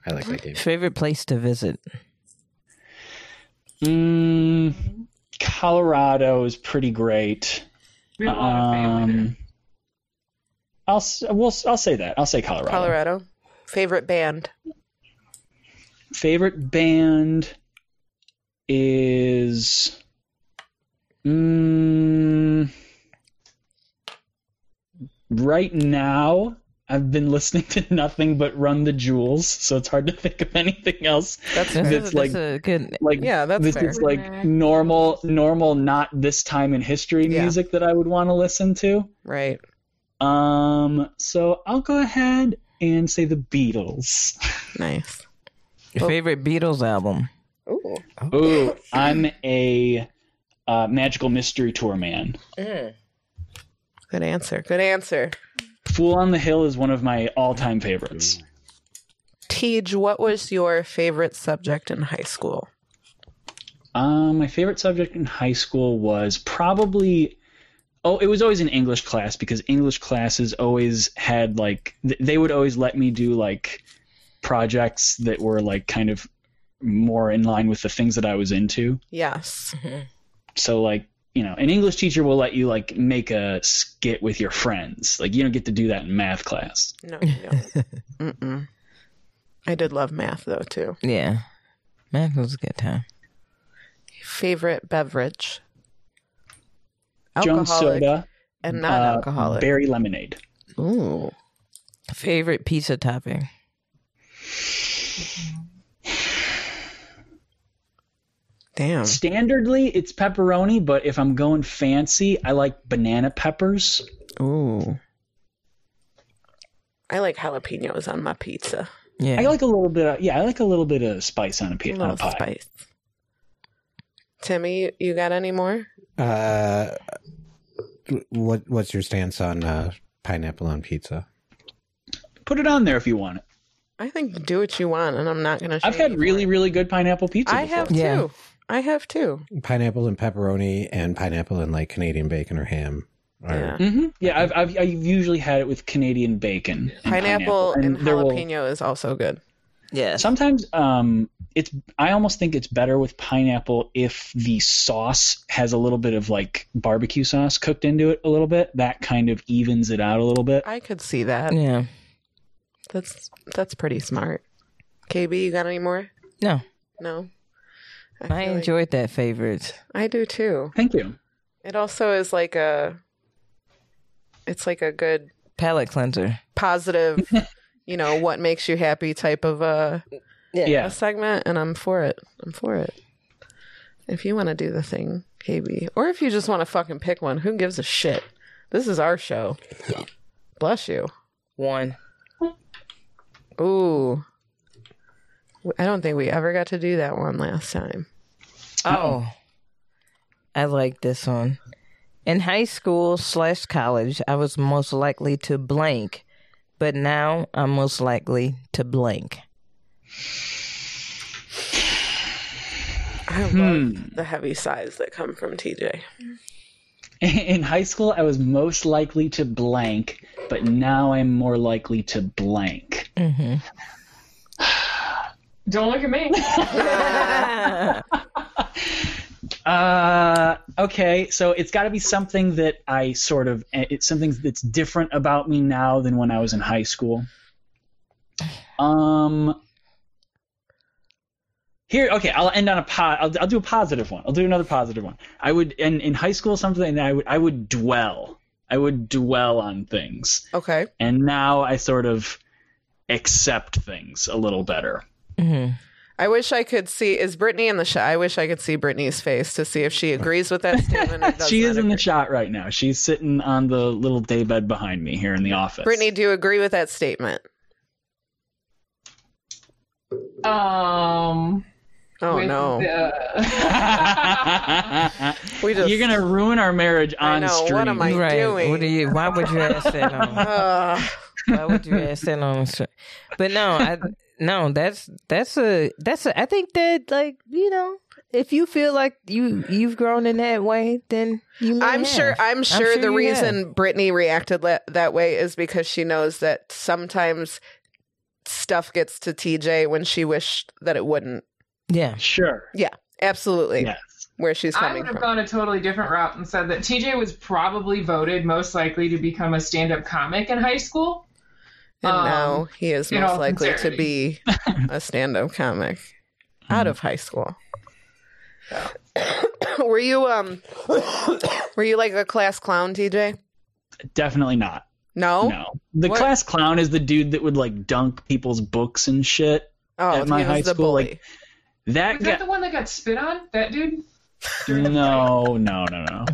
D: I like
A: [GASPS]
D: that game.
B: Favorite place to visit?
C: Mm, Colorado is pretty great.
E: We have a lot of family there.
C: Um, I'll s- we'll s- I'll say that. I'll say Colorado.
A: Colorado. Favorite band?
C: Favorite band is mm, right now. I've been listening [LAUGHS] to nothing but Run the Jewels, so it's hard to think of anything else
A: That's
B: That's, a-
C: It's
B: that's
C: like-
B: a good.
C: like
A: Yeah, that's
C: this
A: fair.
C: is like normal normal not this time in history
A: Yeah.
C: music that I would want to listen to.
A: Right.
C: Um, so I'll go ahead and say the Beatles.
A: Nice.
B: Favorite Beatles album?
A: Ooh.
C: Ooh, I'm a uh, magical mystery tour man.
A: Good answer. Good answer.
C: Fool on the Hill is one of my all-time favorites.
A: Tej, what was your favorite subject in high school?
C: Um, my favorite subject in high school was probably oh, it was always an English class because English classes always had like th- they would always let me do like projects that were like kind of more in line with the things that I was into.
A: Yes.
C: So like, you know, an English teacher will let you like make a skit with your friends. Like you don't get to do that in math class.
A: No. you don't. [LAUGHS] Mm-mm. I did love math though too.
B: Yeah, man, it was a good time.
A: Favorite beverage?
C: Jones soda,
A: and
C: uh,
A: non-alcoholic.
C: berry lemonade.
A: Ooh.
B: Favorite pizza topping?
A: Damn.
C: Standardly, it's pepperoni, but if I'm going fancy, I like banana peppers.
A: Ooh. I like jalapenos on my pizza.
B: Yeah,
C: I like a little bit. Of, yeah, I like a little bit of spice on a, pi-
A: A
C: on a
A: little
C: pie.
A: spice. Timmy, you, you got any more?
D: Uh, what what's your stance on uh, pineapple on pizza?
C: Put it on there if you want it.
A: I think do what you want, and I'm not gonna. shame
C: I've
A: you
C: had
A: for
C: really,
A: it.
C: really good pineapple pizza.
A: I
C: before.
A: have
B: Yeah.
A: too. I have too.
D: Pineapple and pepperoni, and pineapple and like Canadian bacon or ham. Or,
A: Yeah.
C: Mhm. Yeah, I've, I've I've usually had it with Canadian bacon, and
A: Pineapple and,
C: there will-
A: jalapeno is also good.
B: yeah.
C: Sometimes um, it's I almost think it's better with pineapple if the sauce has a little bit of like barbecue sauce cooked into it a little bit. That kind of evens it out a little bit.
A: I could see that.
B: yeah.
A: That's that's pretty smart. KB, you got any more?
B: No,
A: No.
B: I
A: feel like-
B: enjoyed that favorite.
A: I do too.
C: Thank you.
A: It also is like a. It's like a good
B: Palette cleanser. [LAUGHS]
A: positive, you know, what makes you happy type of uh,
C: Yeah. [LAUGHS]
A: a segment, and I'm for it. I'm for it. If you want to do the thing, KB, or if you just want to fucking pick one, who gives a shit? This is our show. Bless you.
B: One.
A: Ooh. I don't think we ever got to do that one last time.
B: Oh, I like this one. In high school slash college, I was most likely to blank, but now I'm most likely to blank.
C: Hmm.
A: I love the heavy sighs that come from TJ.
C: In high school, I was most likely to blank, but now I'm more likely to blank.
B: Mm-hmm.
E: Don't look at me.
B: Mm-hmm.
C: Uh, okay, so it's got to be something that I sort of eh, it's something that's different about me now than when I was in high school. Um, here, okay, I'll end on a po- I'll, I'll do a positive one. I'll do another positive one. I would in in high school something that I would I would dwell. I would dwell on things,
A: Okay.
C: and now I sort of accept things a little better.
A: I wish I could see. Is Brittany in the shot? I wish I could see Brittany's face to see if she agrees with that statement. Or does
C: [LAUGHS] she
A: not
C: is in the
A: agree.
C: shot right now. She's sitting on the little daybed behind me here in the office.
A: Brittany, do you agree with that statement?
E: Um.
A: Oh
E: with
A: no.
C: [LAUGHS]
E: the-
A: [LAUGHS] We just-
C: You're gonna ruin our marriage
A: I
C: on
A: know, what
C: stream.
A: am I-
B: right.
A: doing?
B: What do you? Why would you ask that [LAUGHS] on?
A: Ugh.
B: why would you ask that on? str- But no, I no. That's that's a that's a. I think that like you know, if you feel like you you've grown in that way, then you. may
A: I'm
B: have.
A: sure. I'm sure,
B: sure
A: the
B: you have.
A: reason Brittany reacted la- that way is because she knows that sometimes stuff gets to TJ when she wished that it wouldn't.
B: Yeah.
C: Sure.
A: Absolutely,
C: Yes.
A: where she's
E: I
A: coming
E: would have
A: from.
E: gone a totally different route and said that TJ was probably voted most likely to become a stand-up comic in high school.
A: and
E: um,
A: now he is
E: in
A: most
E: all
A: likely to be
E: sincerity. [LAUGHS]
A: a stand-up comic out of high school. [COUGHS] were you um? were you like a class clown, TJ?
C: Definitely not.
A: No.
C: No. The
A: Oh, What?
C: class clown is the dude that would like dunk people's books and shit.
A: Oh,
C: At my
A: he was
C: high
A: the
C: school,
A: bully.
C: like, That
A: Uh,
E: Is that the
C: guy.
E: one that got spit on? That dude?
C: [LAUGHS] No, no, no, no.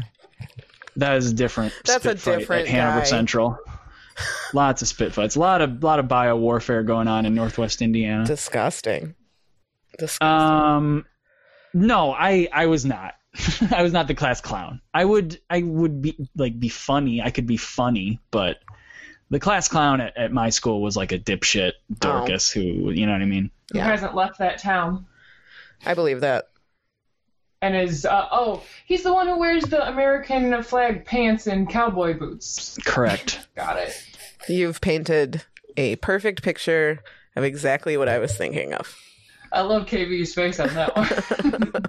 C: That is a different.
A: That's a
C: spit fight
A: different
C: at Hanover
A: guy.
C: Central. Lots of spit fights. A lot of lot of bio warfare going on in Northwest Indiana.
A: disgusting. Disgusting.
C: Um, no, I I was not. [LAUGHS] I was not the class clown. I would I would be like be funny. I could be funny, but the class clown at, at my school was like a dipshit Dorcas who you know what I mean.
A: Yeah.
E: Who hasn't left that town?
A: I believe that.
E: And is uh, oh, he's the one who wears the American flag pants and cowboy boots.
C: Correct.
E: Got it.
A: You've painted a perfect picture of exactly what I was thinking of.
E: I love KV's face on that
A: [LAUGHS]
E: one.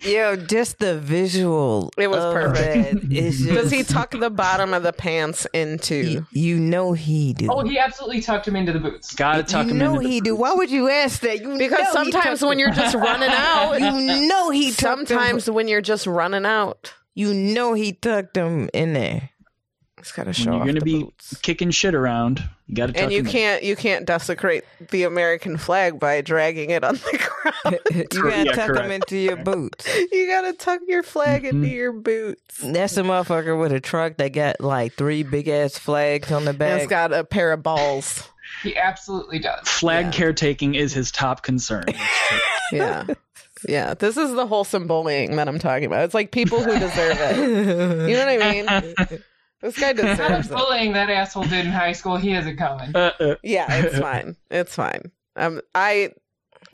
B: Yo, just the visual.
A: It was
B: of
A: perfect.
B: that is
A: [LAUGHS] Does
B: just-
A: he tuck the bottom of the pants into?
B: You, you know he do.
E: oh, he absolutely tucked him into the boots.
C: Gotta tuck
B: you
C: him
B: know
C: into the-
B: he do. Why would you ask that? You
A: Because
B: know he
A: sometimes
B: tucked [LAUGHS]
A: when you're just [LAUGHS] running out,
B: them- you know he tucked them-
A: sometimes when you're just running out,
B: you know he tucked them in there.
A: it's gotta
C: when
A: show
C: [LAUGHS] you're
A: off
C: gonna
A: the
C: be
A: boots.
C: kicking shit around. You gotta tuck
A: And you
C: him in.
A: can't you can't desecrate the American flag by dragging it on [LAUGHS] the ground.
B: [LAUGHS] you gotta
C: yeah,
B: tuck them
C: correct.
B: into your boots.
A: you gotta tuck your flag into your boots.
B: That's a motherfucker with a truck that got like three big ass flags on the
A: And
B: back.
A: it's
B: [LAUGHS]
A: got a pair of balls.
E: He absolutely does.
C: Flag caretaking is his top concern.
A: [LAUGHS] Yeah. Yeah. This is the wholesome bullying that I'm talking about. It's like people who deserve it. [LAUGHS] You know what I mean? this guy
E: How much
A: deserves it.
E: bullying that asshole did in high school, he isn't coming.
C: uh, uh,
A: Yeah, it's fine. It's fine. Um I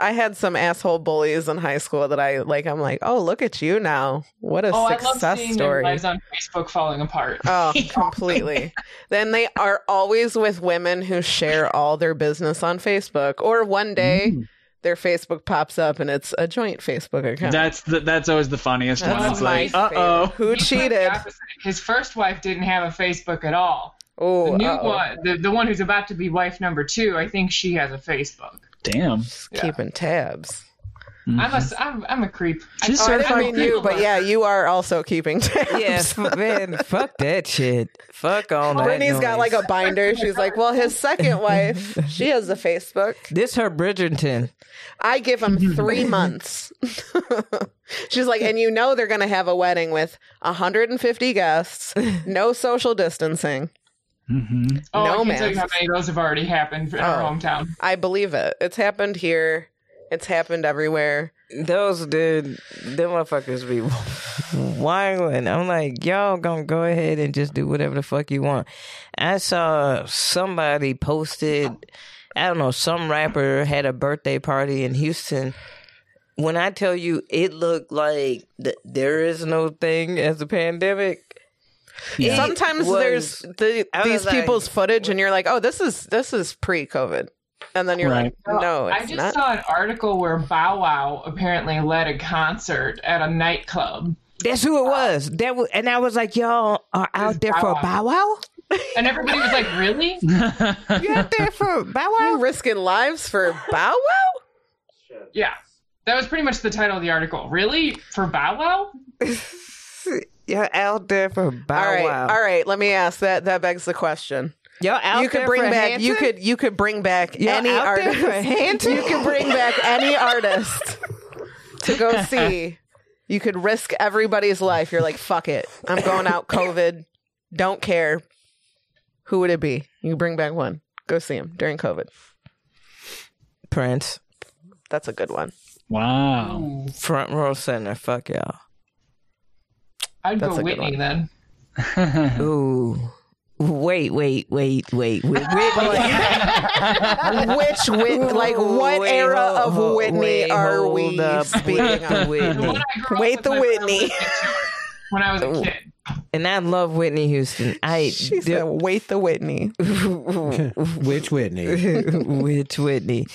A: I had some asshole bullies in high school that I like I'm like, "Oh, look at you now. What a
E: Oh, I love
A: success
E: seeing their
A: story."
E: lives on Facebook falling apart. [LAUGHS]
A: Oh, completely. then they are always with women who share all their business on Facebook or one day
E: Mm.
C: mm.
A: their Facebook pops up and it's a joint Facebook account.
C: that's the, that's always the funniest
A: That's
C: one. It's
E: my
C: like, uh
A: favorite.
C: oh.
E: [LAUGHS]
A: Who
E: He's quite the
A: cheated?
E: opposite. His first wife didn't have a Facebook at all.
A: Oh,
E: The new one, the, the one who's about to be wife number two, I think she has a Facebook.
C: Damn.
E: Yeah.
A: keeping tabs.
E: I'm a, s- I'm, I'm a creep.
C: She's
A: Oh, I
C: certified
A: didn't mean you, but yeah, you are also keeping tabs.
B: yeah,
C: [LAUGHS]
B: f- man, fuck that shit. Fuck all that.
A: Brittany's
B: noise.
A: got like a binder. She's like, well, his
C: [LAUGHS]
A: second wife, she has a Facebook.
B: this her Bridgerton.
A: I give
C: [LAUGHS]
A: him three months. [LAUGHS] She's like, and you know they're going to have a wedding with 150 guests,
C: [LAUGHS]
A: no social distancing.
C: Mm-hmm.
E: Oh, I
A: No Oh.
E: can tell you how
A: masks.
E: many of those have already happened in our hometown.
A: I believe it. It's happened here. It's happened everywhere.
B: Those dude, them motherfuckers be [LAUGHS] wilding. I'm like, y'all gonna go ahead and just do whatever the fuck you want. I saw somebody posted, I don't know, some rapper had a birthday party in Houston. When I tell you, it looked like th- there is no thing as a pandemic.
C: Yeah.
A: Sometimes
B: was-
A: there's the,
B: I was
A: these
B: like-
A: people's footage, and you're like, "Oh, this is this is pre-COVID," and then you're
C: Right.
A: like, "No, Oh,
E: I
A: it's
E: just
A: not."
E: saw an article where Bow Wow apparently led a concert at a nightclub,
B: That's who it was. That was, and I was like, y'all are out there for
E: Bow Wow.
B: Bow Wow?
E: and everybody was like, "Really?"
B: You out there for Bow
A: [LAUGHS]
B: Wow?
A: You risking lives for Bow Wow?
E: yeah, that was pretty much the title of the article. Really for Bow Wow?
B: You're out there for [LAUGHS] Bow
A: all right,
B: Wow.
A: all right. Let me ask that. That begs the question.
B: You're out
A: you could
B: there
A: bring
B: for
A: back. You
B: Hanson?
A: could you could bring back
B: You're
A: any
B: out there
A: artist.
B: for Hanson?
A: You could bring back any artist to
B: [LAUGHS]
A: go see. You could risk everybody's life. You're like, fuck it. I'm going out. COVID. Don't care. Who would it be? You bring back one. Go see him during COVID.
B: Prince
A: That's a good
B: [LAUGHS]
A: one.
C: wow.
B: front row center. Fuck y'all.
E: I'd
A: That's a
E: go
A: good
E: Whitney
A: one.
E: then.
B: Ooh. Wait, wait, wait, wait, wait, wait.
A: Which Whitney? Like what
B: Wait,
A: era
B: hold-
A: of
B: hold-
A: Whitney
B: wait,
A: are
B: hold
A: we
B: up.
A: speaking [LAUGHS] of?
E: The one
B: Whitney.
E: I grew up
A: Wait
E: with
A: the
E: my brother
A: Whitney. [LAUGHS] Oh.
E: listening to When I was a kid,
B: And I love Whitney Houston. I
A: She said,
B: do-
A: "Wait the Whitney." [LAUGHS]
D: [LAUGHS] Which Whitney?
B: [LAUGHS] which Whitney?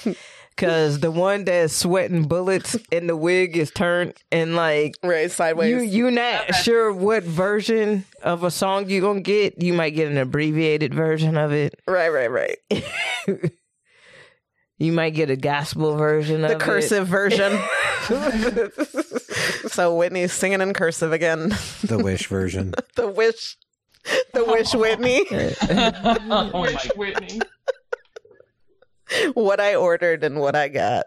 B: Because the one that's sweating bullets and the wig is turned and like
A: Right sideways.
B: you you not sure what version of a song you gonna get. You might get an abbreviated version of it.
A: right, right, right.
B: You might get a gospel version
A: the
B: of it. [LAUGHS]
A: cursive version. so Whitney's singing in cursive again. [LAUGHS]
D: the Wish version.
A: The wish, the
B: [LAUGHS]
A: wish Whitney.
C: oh my
E: Which Whitney?
A: what I ordered and what I got.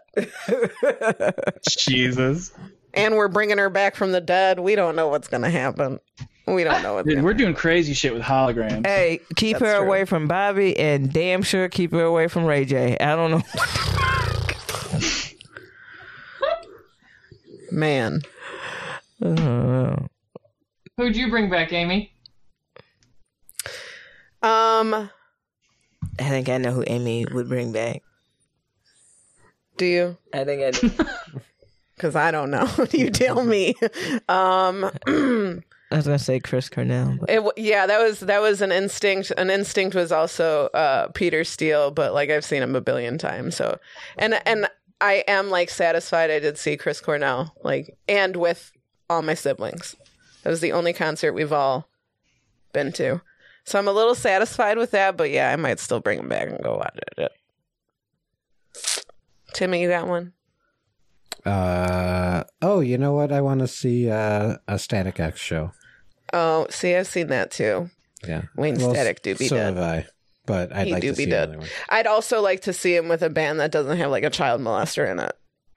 C: Jesus.
A: And we're bringing her back from the dead. We don't know what's going to happen. We don't know what's
C: Dude,
A: going
C: we're doing crazy shit with holograms.
B: Hey, keep
A: That's
B: her
A: true.
B: away from Bobby, and damn sure keep her away from Ray J. [LAUGHS] I don't know.
A: to Man.
B: I don't know.
E: Who'd you bring back, Amy?
A: Um,
B: I think I know who Amy would bring back.
A: do you?
B: I think [LAUGHS] I. Do.
A: Because I don't know. [LAUGHS] you
B: [LAUGHS]
A: tell me. Um, [CLEARS THROAT]
B: I was gonna say Chris Cornell. But
A: It, w- yeah, that was that was an instinct. An instinct was also uh, Peter Steele, but like I've seen him a billion times. So, and and I am like satisfied I did see Chris Cornell, like and with all my siblings. That was the only concert we've all been to. So I'm a little satisfied with that, but yeah, I might still bring him back and go watch it. Timmy, you got one?
D: Uh, oh, you know what? I want to see uh, a Static X show.
A: Oh, see, I've seen that too.
D: Yeah.
A: Wayne Static do be
D: so
A: dead.
D: have I. But I'd
A: He
D: like
A: do
D: to
A: be
D: see
A: dead.
D: another one.
A: I'd also like to see him with a band that doesn't have like a child molester in it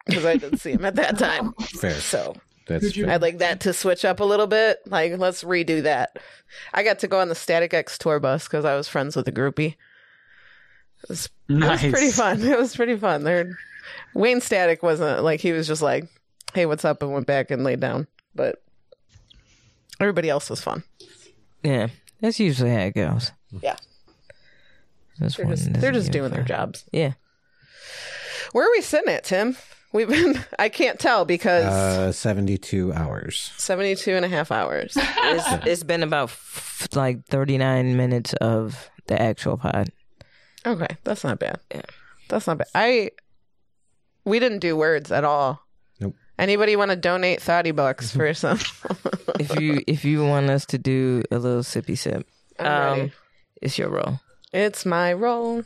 A: because I did see him at that time.
D: Fair.
A: So
D: That's fair.
A: I'd like that to switch up a little bit. Like, let's redo that. I got to go on the Static X tour bus because I was friends with a groupie.
C: Nice.
A: It was pretty fun. It was pretty fun. They're, Wayne Static wasn't like he was just like, "Hey, what's up?" and went back and laid down. But everybody else was fun.
B: yeah, that's usually how it goes.
A: Yeah.
B: That's
A: They're just, they're just doing their jobs.
B: Yeah.
A: Where are we sitting at, Tim? We've been. [LAUGHS] I can't tell because.
D: Uh, 72 hours.
A: 72 and a half hours.
B: It's, it's been about f- like 39 minutes of the actual pod.
A: Okay, that's not bad. That's not bad. I we didn't do words at all.
D: Nope.
A: Anybody want to donate 30 bucks for some?
B: If you if you want us to do a little sippy sip,
A: I'm ready.
B: it's your role.
A: It's my role.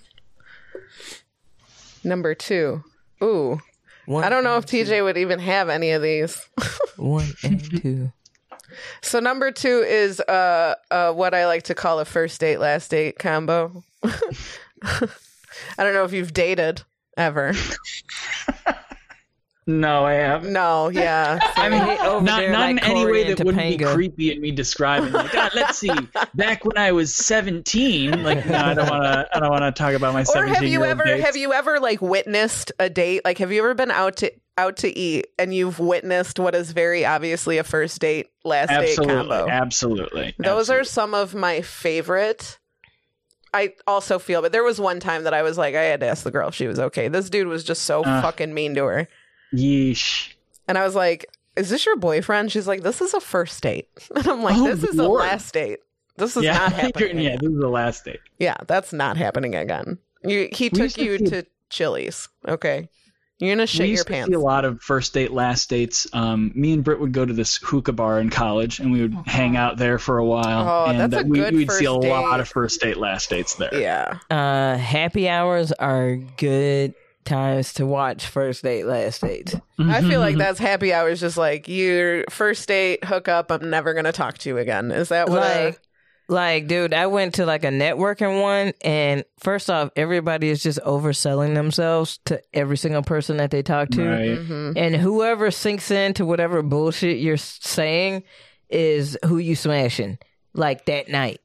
A: Number 2. Ooh.
B: One,
A: I don't know if TJ would even have any of these.
B: One and two.
A: So number 2 is uh uh what I like to call a first date last date combo. [LAUGHS] I don't know if you've dated ever.
C: No, I have.
A: No, yeah. [LAUGHS]
C: I mean,
B: over
C: not,
B: there
C: not
B: like
C: in any
B: Cory
C: way
B: and
C: that wouldn't be
B: Topanga.
C: creepy at me describing. Like, God,
B: [LAUGHS]
C: let's see. Back when I was seventeen, like, no, I don't want to. I don't want to talk about my
A: or
C: seventeen
A: have you
C: year
A: ever
C: old dates.
A: have you ever like witnessed a date like have you ever been out to out to eat and you've witnessed what is very obviously a first date last
C: absolutely,
A: date combo
C: absolutely.
A: those are some of my favorite i also feel but there was one time that i was like i had to ask the girl if she was okay this dude was just so
C: Ah.
A: fucking mean to her
C: are yeesh.
A: and i was like is this your boyfriend she's like this is a first date [LAUGHS] and i'm like
C: Oh,
A: this is a
C: Lord.
A: last date This is
C: yeah, [LAUGHS]
A: not happening.
C: yeah,
A: again.
C: this is the last day.
A: Yeah, that's not happening again. You, he took
C: used to
A: you
C: see-
A: to Chili's. Okay. You're going to
C: we
A: shit
C: used
A: your
C: to see
A: pants.
C: a lot of first date, last dates. Um, me and Britt would go to this hookah bar in college, and we would hang out there for a while.
A: Uh-huh. Oh,
C: and
A: that's a
C: uh, we,
A: good
C: we'd see a
A: first
C: lot
A: date.
C: of first date, last dates there.
A: Yeah.
B: Uh, happy hours are good times to watch first date, last date.
A: I
C: Mm-hmm.
A: feel like that's happy hours just like your first date hookup, I'm never going to talk to you again. Is that what uh, I-
B: Like, like, dude, I went to like a networking one, and first off, everybody is just overselling themselves to every single person that they talk to.
C: Right.
A: Mhm.
B: And whoever sinks into whatever bullshit you're saying is who you smashing, like that night.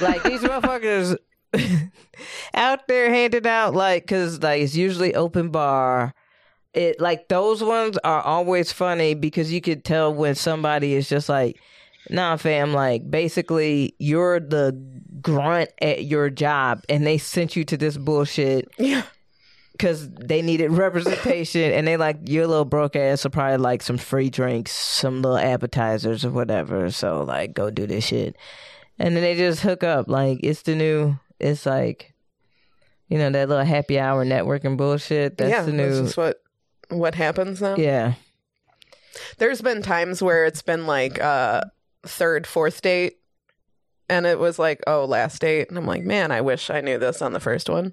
B: Like these motherfuckers [LAUGHS] out there handing out like, cause like it's usually open bar. It like those ones are always funny because you could tell when somebody is just like, nah, fam. Like basically, you're the grunt at your job, and they sent you to this bullshit
A: Yeah.
B: because they needed representation and they like your little broke ass will probably like some free drinks some little appetizers or whatever so like go do this shit and then they just hook up like it's the new it's like you know that little happy hour networking bullshit that's
A: yeah.
B: the new
A: That's just what, what happens now.
B: yeah
A: There's been times where it's been like uh third, fourth date and it was like, oh, last date. And I'm like, man, I wish I knew this on the first one.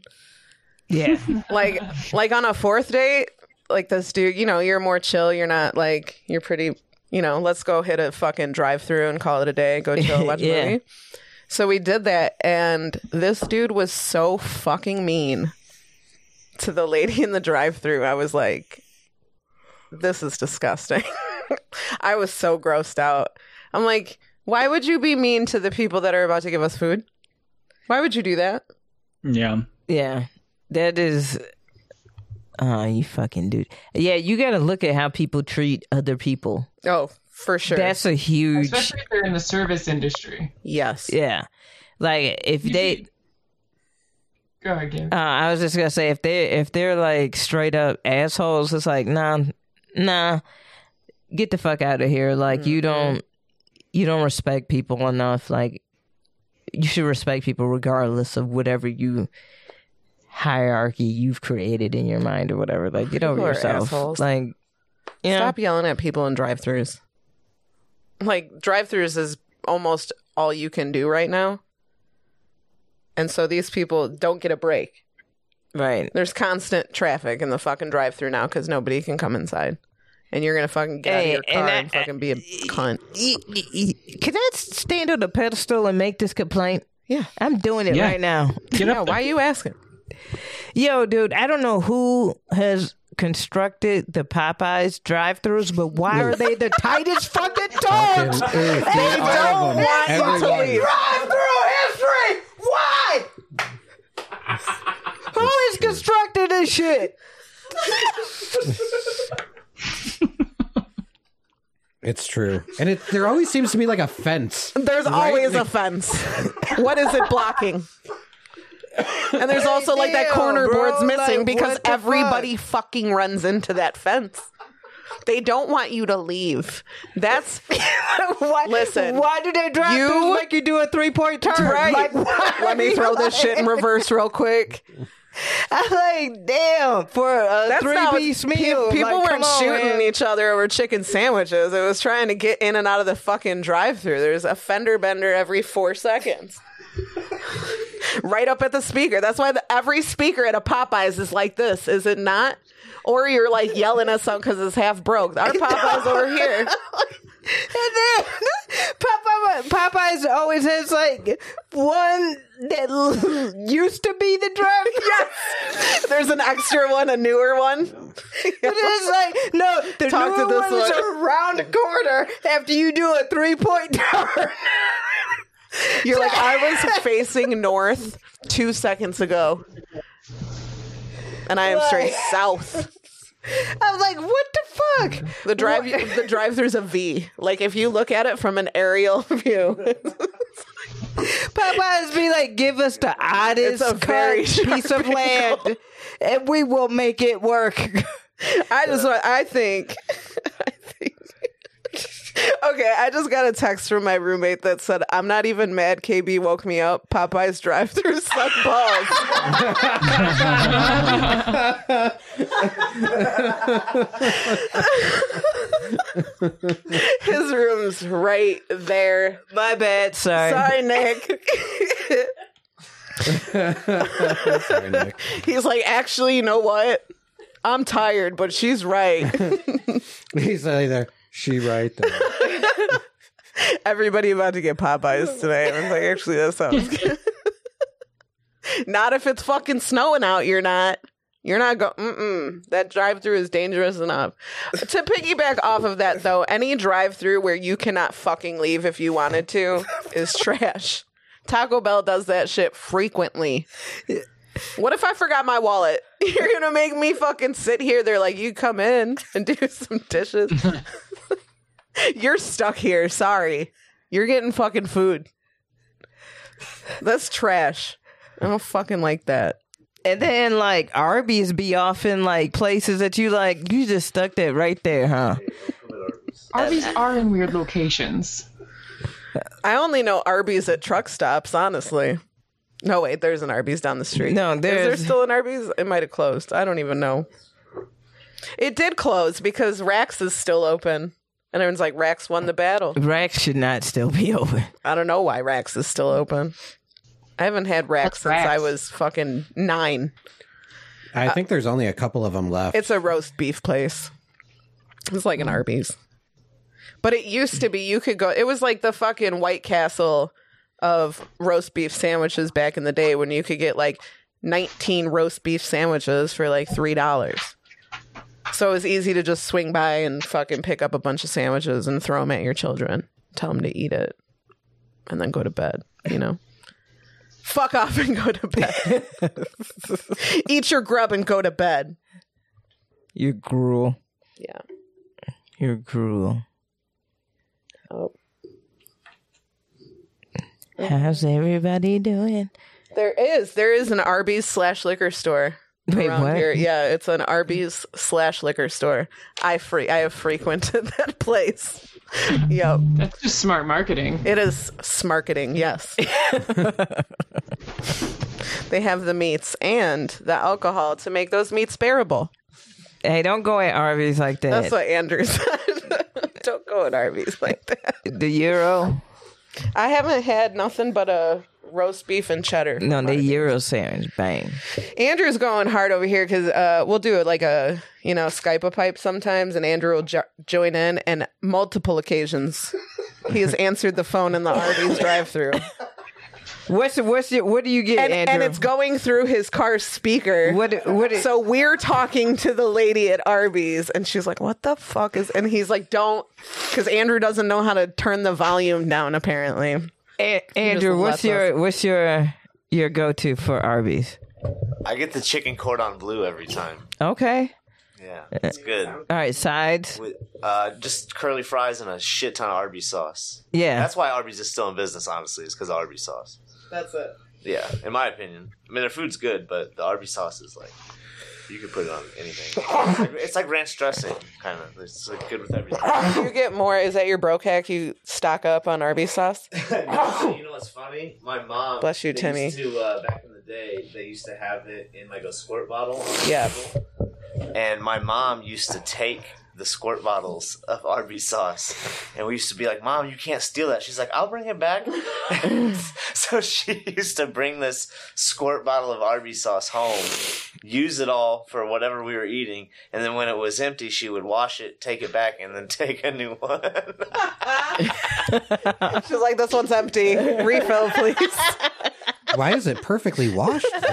B: yeah
A: Like like on a fourth date, like this dude, you know, you're more chill, you're not like you're pretty you know, let's go hit a fucking drive through and call it a day, go
B: [LAUGHS]
A: chill, watch
B: Yeah.
A: a movie. So we did that and this dude was so fucking mean to the lady in the drive through. I was like, this is disgusting. [LAUGHS] I was so grossed out. I'm like, why would you be mean to the people that are about to give us food? Why would you do that? Mm-hmm.
C: Yeah.
B: [LAUGHS] yeah that is oh you fucking dude yeah you gotta look at how people treat other people
A: Oh, for sure.
B: that's a huge
E: Especially if they're in the service industry.
A: yes.
B: yeah like if they
E: Go ahead, Gabe.
B: Uh, I was just gonna say if they if they're like straight up assholes, it's like nah, nah, get the fuck out of here. Like you don't you don't respect people enough. Like you should respect people regardless of whatever you hierarchy you've created in your mind or whatever. Like [LAUGHS] get over
A: People are
B: yourself.
A: assholes.
B: Like you know,
A: Stop yelling at people in drive throughs. Like, drive throughs is almost all you can do right now. And so these people don't get a break.
B: right.
A: There's constant traffic in the fucking drive through now because nobody can come inside. And you're going to fucking get
B: Hey,
A: out of your
B: and
A: car and,
B: I-
A: fucking be a cunt.
B: Can I stand on a pedestal and make this complaint?
A: Yeah.
B: I'm doing it
C: Yeah.
B: right now.
C: Get
A: Yeah,
C: up there.
A: why are you asking?
B: Yo, dude, I don't know who has constructed the Popeyes drive-throughs, but why are they the tightest fucking dogs?
D: Fucking ew, dude, all of them. Everyone.
B: drive-through history. Why? who has constructed this shit?
A: [LAUGHS]
D: It's true, and it there always seems to be like a fence. [LAUGHS]
A: There's always a fence. what is it blocking? And there's also like that
B: damn,
A: corner
B: bro,
A: board's missing
B: like,
A: because
B: what the
A: everybody fucking runs into that fence. They don't want you to leave.
B: [LAUGHS]
A: That's
B: Why,
A: Listen,
B: why do they drive-throughs
A: you-
B: make you do a three-point turn?
A: right.
B: Like,
A: [LAUGHS]
B: why?
A: Let me throw this shit in reverse real quick.
B: I'm like, damn, for a
A: That's not what-
B: three-piece
A: pe-
B: meal.
A: People
B: like, come
A: weren't
B: on,
A: shooting
B: man.
A: each other over chicken sandwiches. It was trying to get in and out of the fucking drive-through. There's a fender bender every four seconds. [LAUGHS] right up at the speaker. That's why the, every speaker at a Popeyes is like this, is it not? Or you're like yelling at something because it's half
B: [LAUGHS]
A: broke. Our Popeyes over here.
B: And then [LAUGHS] Popeye, Popeyes always has like one that l- used to be the drive. [LAUGHS]
A: Yes. There's an extra one, a newer one.
B: [LAUGHS] But it's like no, the
A: Talk
B: newer
A: to this
B: ones
A: one.
B: are around the corner after you do a three point turn. [LAUGHS]
A: You're like, I was facing north two seconds ago. And I am straight south.
B: I'm like, what the fuck?
A: The drive the drive through's a V. Like if you look at it from an aerial [LAUGHS] view.
B: Popeyes be like, give us the oddest
A: It's a very
B: cut
A: sharp
B: piece of land, and we will make it work. [LAUGHS]
A: [LAUGHS] I just want I think I think Okay, I just got a text from my roommate that said, I'm not even mad KB woke me up. Popeye's drive through suck balls. His room's right there.
B: My bad. Sorry. [LAUGHS]
A: Sorry, Nick.
D: Sorry, Nick.
A: He's like, actually, you know what? I'm tired, but she's right.
D: He's either she right there.
A: Everybody about to get Popeyes today. I was like, actually, that sounds good. [LAUGHS] not if it's fucking snowing out. You're not. You're not going. Mm-mm. That drive-through is dangerous enough. to piggyback off of that, though, any drive-through where you cannot fucking leave if you wanted to is trash. Taco Bell does that shit frequently. What if I forgot my wallet? [LAUGHS] You're gonna make me fucking sit here. They're like, you come in and do some dishes. [LAUGHS] You're stuck here. Sorry. You're getting fucking food. That's trash. I don't fucking like that.
B: And then like Arby's be off in like places that you like you just stuck that right there, huh?
E: Arby's are in weird locations.
A: I only know Arby's at truck stops, honestly. No, wait, there's an Arby's down the street.
B: No,
A: Is there
B: there's-
A: still an Arby's? It might have closed. I don't even know. It did close because Rax is still open. And everyone's like, Rax won the battle.
B: Racks should not still be [LAUGHS] open.
A: I don't know why Rax is still open. I haven't had Rax
E: What's
A: since
E: Rax?
A: I was fucking nine.
D: I think there's only a couple of them left.
A: It's a roast beef place. It's like an Arby's. But it used to be you could go it was like the fucking White Castle of roast beef sandwiches back in the day when you could get like 19 roast beef sandwiches for like $3. So it was easy to just swing by and fucking pick up a bunch of sandwiches and throw them at your children. Tell them to eat it and then go to bed, you know. Fuck off and go to bed. eat your grub and go to bed.
B: You're cruel.
A: Yeah.
B: You're cruel.
A: Oh.
B: How's everybody doing?
A: There is. There is an Arby's slash liquor store
B: [LAUGHS] Wait,
A: around
B: what?
A: here. Yeah, it's an Arby's slash liquor store. I free I have frequented [LAUGHS] that place. yep.
E: That's just smart marketing.
A: It is
B: [LAUGHS]
A: smarketing, yes. they have the meats and the alcohol to make those meats bearable.
B: Hey, don't go at Arby's like that.
A: That's what Andrew [LAUGHS] said. Don't go at Arby's like that.
B: the Euro.
A: I haven't had nothing but a roast beef and cheddar.
B: No, the Euro sandwich. Bang.
A: Andrew's going hard over here because uh, we'll do like a you know Skype a pipe sometimes, and Andrew will jo- join in. And multiple occasions, he has answered the phone in the [LAUGHS] Arby's drive-through,
B: What's what's your, what do you get,
A: and,
B: Andrew?
A: and it's going through his car speaker.
B: What- what it-
A: so we're talking to the lady at Arby's, and she's like, "What the fuck is?" And he's like, "Don't," because Andrew doesn't know how to turn the volume down. Apparently,
B: A- Andrew,
A: just
B: what's
A: lets
B: your what's your your go to for Arby's?
G: I get the chicken cordon bleu every time.
B: Okay.
G: Yeah, it's good.
B: All right, sides.
G: With uh, just curly fries and a shit ton of Arby's sauce.
B: Yeah.
G: That's why Arby's is still in business, honestly, is because of Arby's sauce.
A: that's it.
G: Yeah, in my opinion. I mean, their food's good, but the Arby's sauce is like, you could put it on anything. It's like, it's like ranch dressing, kind of. It's like good with everything.
A: [LAUGHS] You get more. Is that your bro hack? You stock up on Arby's sauce?
G: you know what's funny? My mom.
A: Oh! Bless you,
G: they
A: Timmy.
G: Used to, uh, back in the day, they used to have it in like a squirt bottle.
A: Yeah.
G: And my mom used to take the squirt bottles of Arby's sauce, and we used to be like, "Mom, you can't steal that." She's like, "I'll bring it back." [LAUGHS] so she used to bring this squirt bottle of Arby's sauce home, use it all for whatever we were eating, and then when it was empty, she would wash it, take it back, and then [LAUGHS] take a new one. [LAUGHS]
A: She's like, this one's empty. Refill, please. [LAUGHS]
D: Why is it perfectly washed? Though?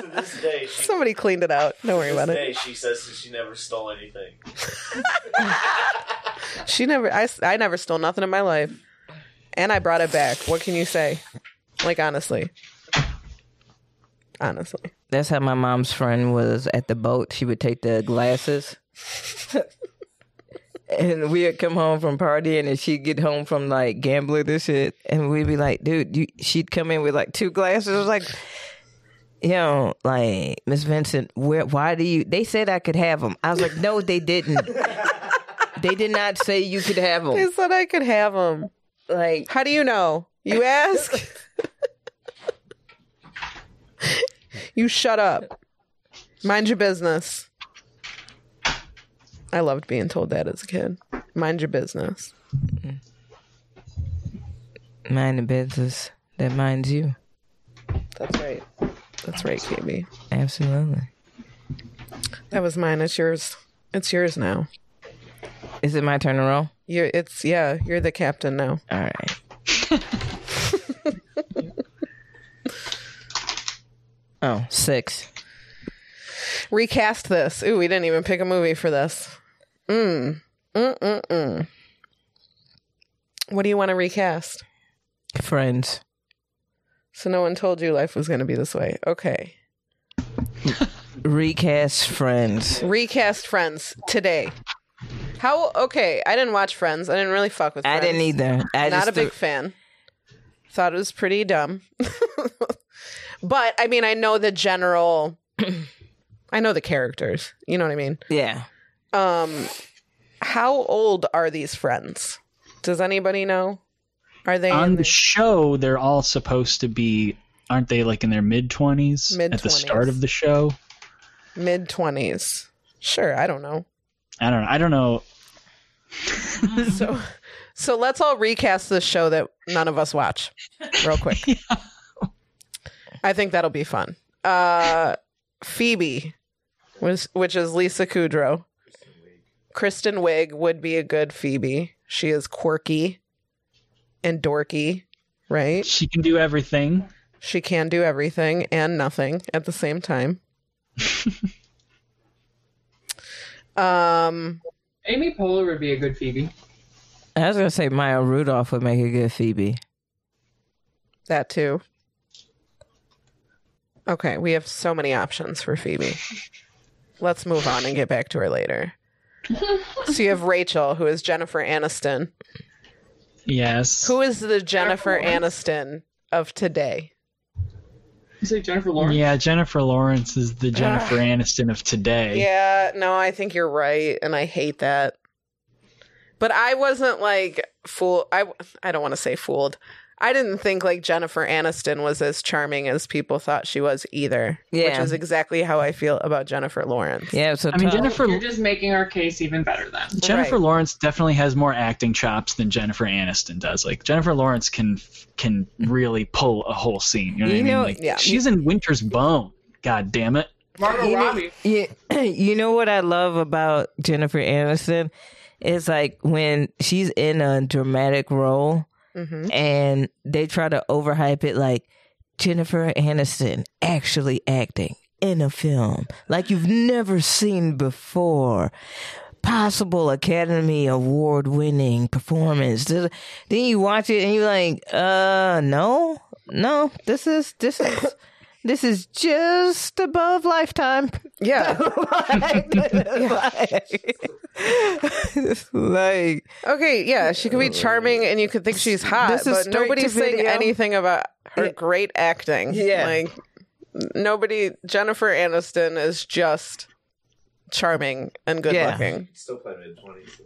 G: to this day, she
A: Somebody cleaned it out. Don't worry about
G: this
A: it.
G: day she says that she never stole anything.
A: She never, I, s- I never stole nothing in my life. And I brought it back. What can you say? Like, honestly. Honestly.
B: That's how my mom's friend was at the boat. She would take the glasses. [LAUGHS] and we would come home from partying and she'd get home from like gambling and shit. And we'd be like, dude, you, she'd come in with like two glasses. I was like, you know, like, Miss Vincent, where, why do you, they said I could have them. I was like, no, they didn't. They did not say you could have
A: They
B: them.
A: said I could have them.
B: Like
A: How do you know? You ask. you shut up. Mind your business. I loved being told that as a kid. Mind your business.
B: mind the business that minds you.
A: That's right. That's right, KB.
B: Absolutely.
A: That was mine. It's yours. It's yours now.
B: Is it my turn to roll?
A: You're. It's yeah. You're the captain now.
B: All right. [LAUGHS] oh, six.
A: Recast this. Ooh, we didn't even pick a movie for this. Mm. Mm. Mm. Mm. What do you want to recast?
B: Friends.
A: So no one told you life was going to be this way. Okay.
B: Recast friends.
A: Recast Friends today. How okay, I didn't watch Friends. I didn't really fuck with
B: I
A: Friends.
B: didn't either. I
A: Not
B: just
A: a big fan. Thought it was pretty dumb. [LAUGHS] but I mean, I know the general [CLEARS THROAT] I know the characters. You know what I mean?
B: yeah.
A: Um how old are these friends? Does anybody know? Are they
C: on
A: in
C: the
A: their
C: show they're all supposed to be aren't they like in their mid 20s at the
A: Mid-twenties.
C: start of the show
A: mid 20s? Sure, I don't know.
C: i don't know i don't know
A: [LAUGHS] So so let's all recast this show that none of us watch real quick. I think that'll be fun. Uh Phoebe, which, which is Lisa Kudrow. Kristen Wiig would be a good Phoebe. She is quirky and dorky, right?
C: she can do everything
A: She can do everything and nothing at the same time. um
E: Amy Poehler would be a good Phoebe.
B: I was gonna say Maya Rudolph would make a good Phoebe.
A: That too. Okay, we have so many options for Phoebe. Let's move on and get back to her later. so you have Rachel, who is Jennifer Aniston.
C: yes
A: Who is the Jennifer Aniston of today?
E: You say Jennifer Lawrence?
C: yeah jennifer lawrence is the jennifer aniston of today
A: Ah. Yeah, no, I think you're right, and I hate that. But I wasn't like fool. I I don't want to say fooled. I didn't think like Jennifer Aniston was as charming as people thought she was either. Which
B: Yeah.
A: is exactly how I feel about Jennifer Lawrence.
B: Yeah, so
C: i mean
B: tough.
C: jennifer
E: You're just making our case even better then.
C: Jennifer
A: Right.
C: Lawrence definitely has more acting chops than Jennifer Aniston does. Like Jennifer Lawrence can can really pull a whole scene. You know,
B: You know-
C: what I mean? Like,
A: yeah.
C: she's in Winter's Bone. God damn it!
E: Margot
B: You know-
E: Robbie.
B: you, [CLEARS THROAT] you know what I love about Jennifer Aniston is like when she's in a dramatic role
A: Mm-hmm.
B: and they try to overhype it like Jennifer Aniston actually acting in a film like you've never seen before. Possible Academy Award winning performance. Then then you watch it and you're like, uh, no, no, this is, this is, this is just above lifetime. [LAUGHS]
A: Yeah.
B: like, [LAUGHS] like, [LAUGHS]
A: Okay. Yeah. She could be charming, and you could think she's hot,
B: This is
A: but
B: straight to
A: nobody's saying
B: video.
A: anything about her great acting.
B: Yeah.
A: Like nobody. Jennifer Aniston is just charming and good
B: Yeah.
A: looking.
G: Still play mid twenties.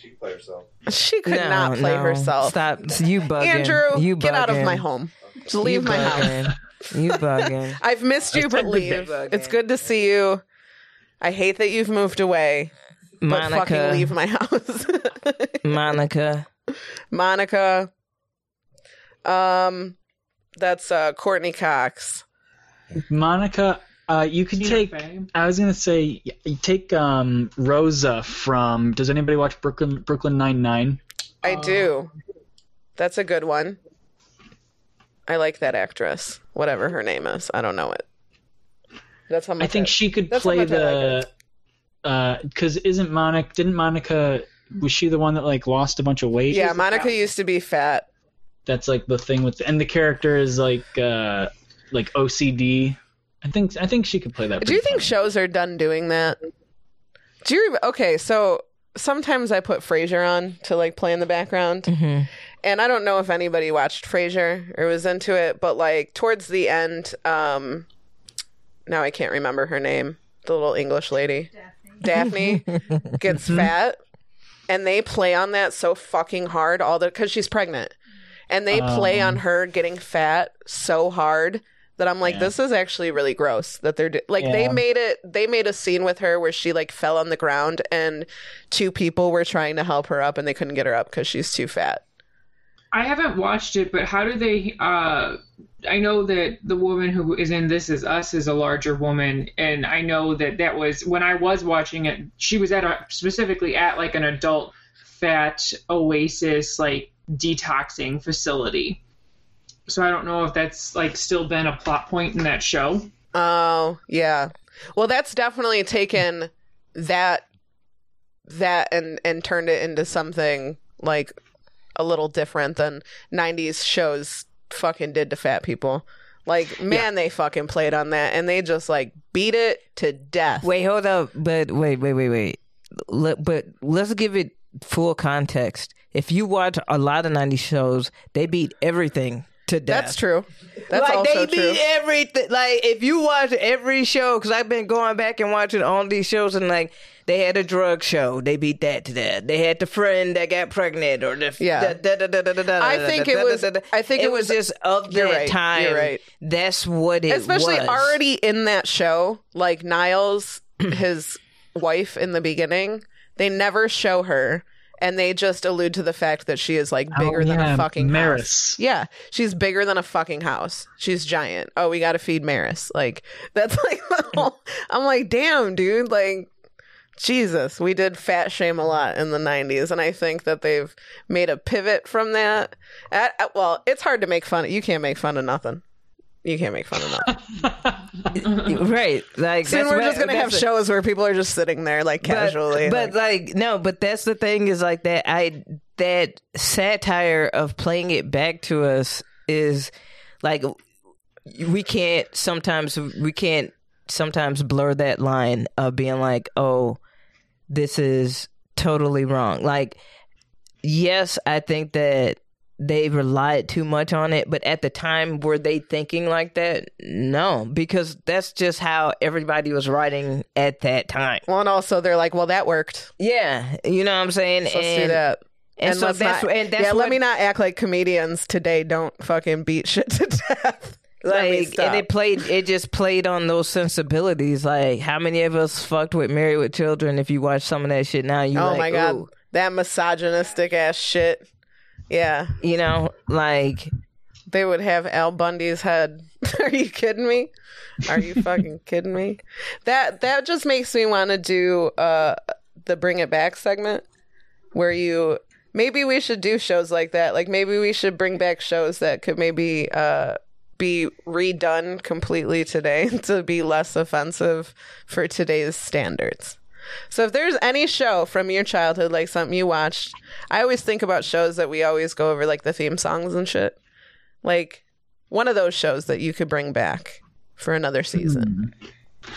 G: She can play herself.
A: She could
B: no,
A: not play
B: no.
A: herself.
B: Stop. You bugging.
A: Andrew,
B: you
A: get out of
B: bugging.
A: my home. Just
B: You
A: leave my house.
B: bugging.
A: [LAUGHS]
B: You bugging.
A: I've
B: [LAUGHS]
A: missed you, but leave. It's good to see you. I hate that you've moved away, but
B: Monica.
A: fucking leave my [LAUGHS] house.
B: Monica.
A: Monica. Um, that's uh, Courtney Cox.
C: Monica, uh, you could
E: Tina
C: take.
E: Fey.
C: I was gonna say y- you take um, Rosa from. Does anybody watch Brooklyn Brooklyn Nine Nine?
A: I do.
C: Oh.
A: That's a good one. I like that actress, whatever her name is. I don't know it. That's how much
C: I think she could
A: That's how
C: play
A: much I
C: the. Because isn't Monica? Didn't Monica? Was she the one that like lost a bunch of weight?
A: yeah, Monica used to be fat.
C: that's like the thing with and the character is like uh like OCD. I think I think she could play that.
A: Do you
C: pretty
A: think
C: fine.
A: shows are done doing that? Do you rem- okay? So sometimes I put Frasier on to like play in the background,
B: hmm
A: and I don't know if anybody watched Frasier or was into it, but like towards the end, um, now I can't remember her name, the little English lady, Daphne. Daphne gets fat, and they play on that so fucking hard all the because she's pregnant, and they play on her getting fat so hard that I'm like,
C: Yeah.
A: this is actually really gross that they're do- like they
C: Yeah.
A: made it they made a scene with her where she like fell on the ground and two people were trying to help her up and they couldn't get her up because she's too fat.
E: I haven't watched it, but how do they? Uh, I know that the woman who is in This Is Us is a larger woman, and I know that that was when I was watching it. She was at a specifically at like an adult fat oasis like detoxing facility. So I don't know if that's like still been a plot point in that show.
A: Oh, yeah. Well, that's definitely taken that that and and turned it into something like a little different than 90s shows fucking did to fat people. Like, man, they fucking played on that and they just like beat it to death.
B: Wait, hold up. But wait, wait, wait, wait. Le- but let's give it full context. If you watch a lot of 90s shows, they beat everything to death.
A: that's true. That's
B: like
A: also
B: they
A: true.
B: beat everything. Like if you watch every show, because I've been going back and watching all these shows, and like they had a drug show, they beat that to death. They had the friend that got pregnant, or the
A: Yeah.
B: Da, da, da, da, da, da,
A: I
B: da,
A: think
B: da,
A: it
B: da,
A: was-
B: da, da.
A: I think it
B: was
A: was-
B: just of
A: you're
B: their
A: right, you're
B: time.
A: right.
B: That's what it
A: especially
B: was.
A: already in that show like niles [CLEARS THROAT] his wife in the beginning they never show her and they just allude to the fact that she is like
B: Oh,
A: bigger than a
C: yeah,
A: fucking house.
C: Maris.
A: yeah she's bigger than a fucking house she's giant oh we gotta feed maris like [LAUGHS] that's like the
B: [LAUGHS]
A: whole, i'm like damn dude like jesus we did fat shame a lot in the 90s and i think that they've made a pivot from that At- at- well it's hard to make fun you can't make fun of nothing you can't make fun of
B: [LAUGHS]
A: nothing
B: [LAUGHS] right. Like
A: Soon
B: that's
A: we're
B: what-
A: just gonna have
B: that's-
A: shows where people are just sitting there like
B: but-
A: casually.
B: But,
A: like,
B: like, no, but that's the thing is like that I that satire of playing it back to us is like we can't sometimes we can't sometimes blur that line of being like, oh, this is totally wrong. Like yes, I think that they relied too much on it, but at the time were they thinking like that? No, because that's just how everybody was writing at that time.
A: well, and also they're like, well, that worked.
B: Yeah, you know what I'm saying.
A: So Let's
B: and,
A: do that.
B: And, so
A: let's
B: that's
A: not-
B: and that's
A: yeah.
B: what,
A: Let me not act like comedians today. Don't fucking beat [LAUGHS] shit to death. Let me
B: like
A: stop.
B: and it played it just played on those sensibilities. Like how many of us fucked with Married with Children? If you watch some of that shit now, you
A: oh
B: like,
A: my god,
B: ooh,
A: that misogynistic ass shit. Yeah,
B: you know, like
A: they would have Al Bundy's head. [LAUGHS] Are you kidding me? Are you fucking kidding me? That that just makes me want to do uh the bring it back segment where you maybe we should do shows like that. Like maybe we should bring back shows that could maybe uh be redone completely today [LAUGHS] to be less offensive for today's standards. So if there's any show from your childhood like something you watched, I always think about shows that we always go over like the theme songs and shit like one of those shows that you could bring back for another season.
C: Mm-hmm.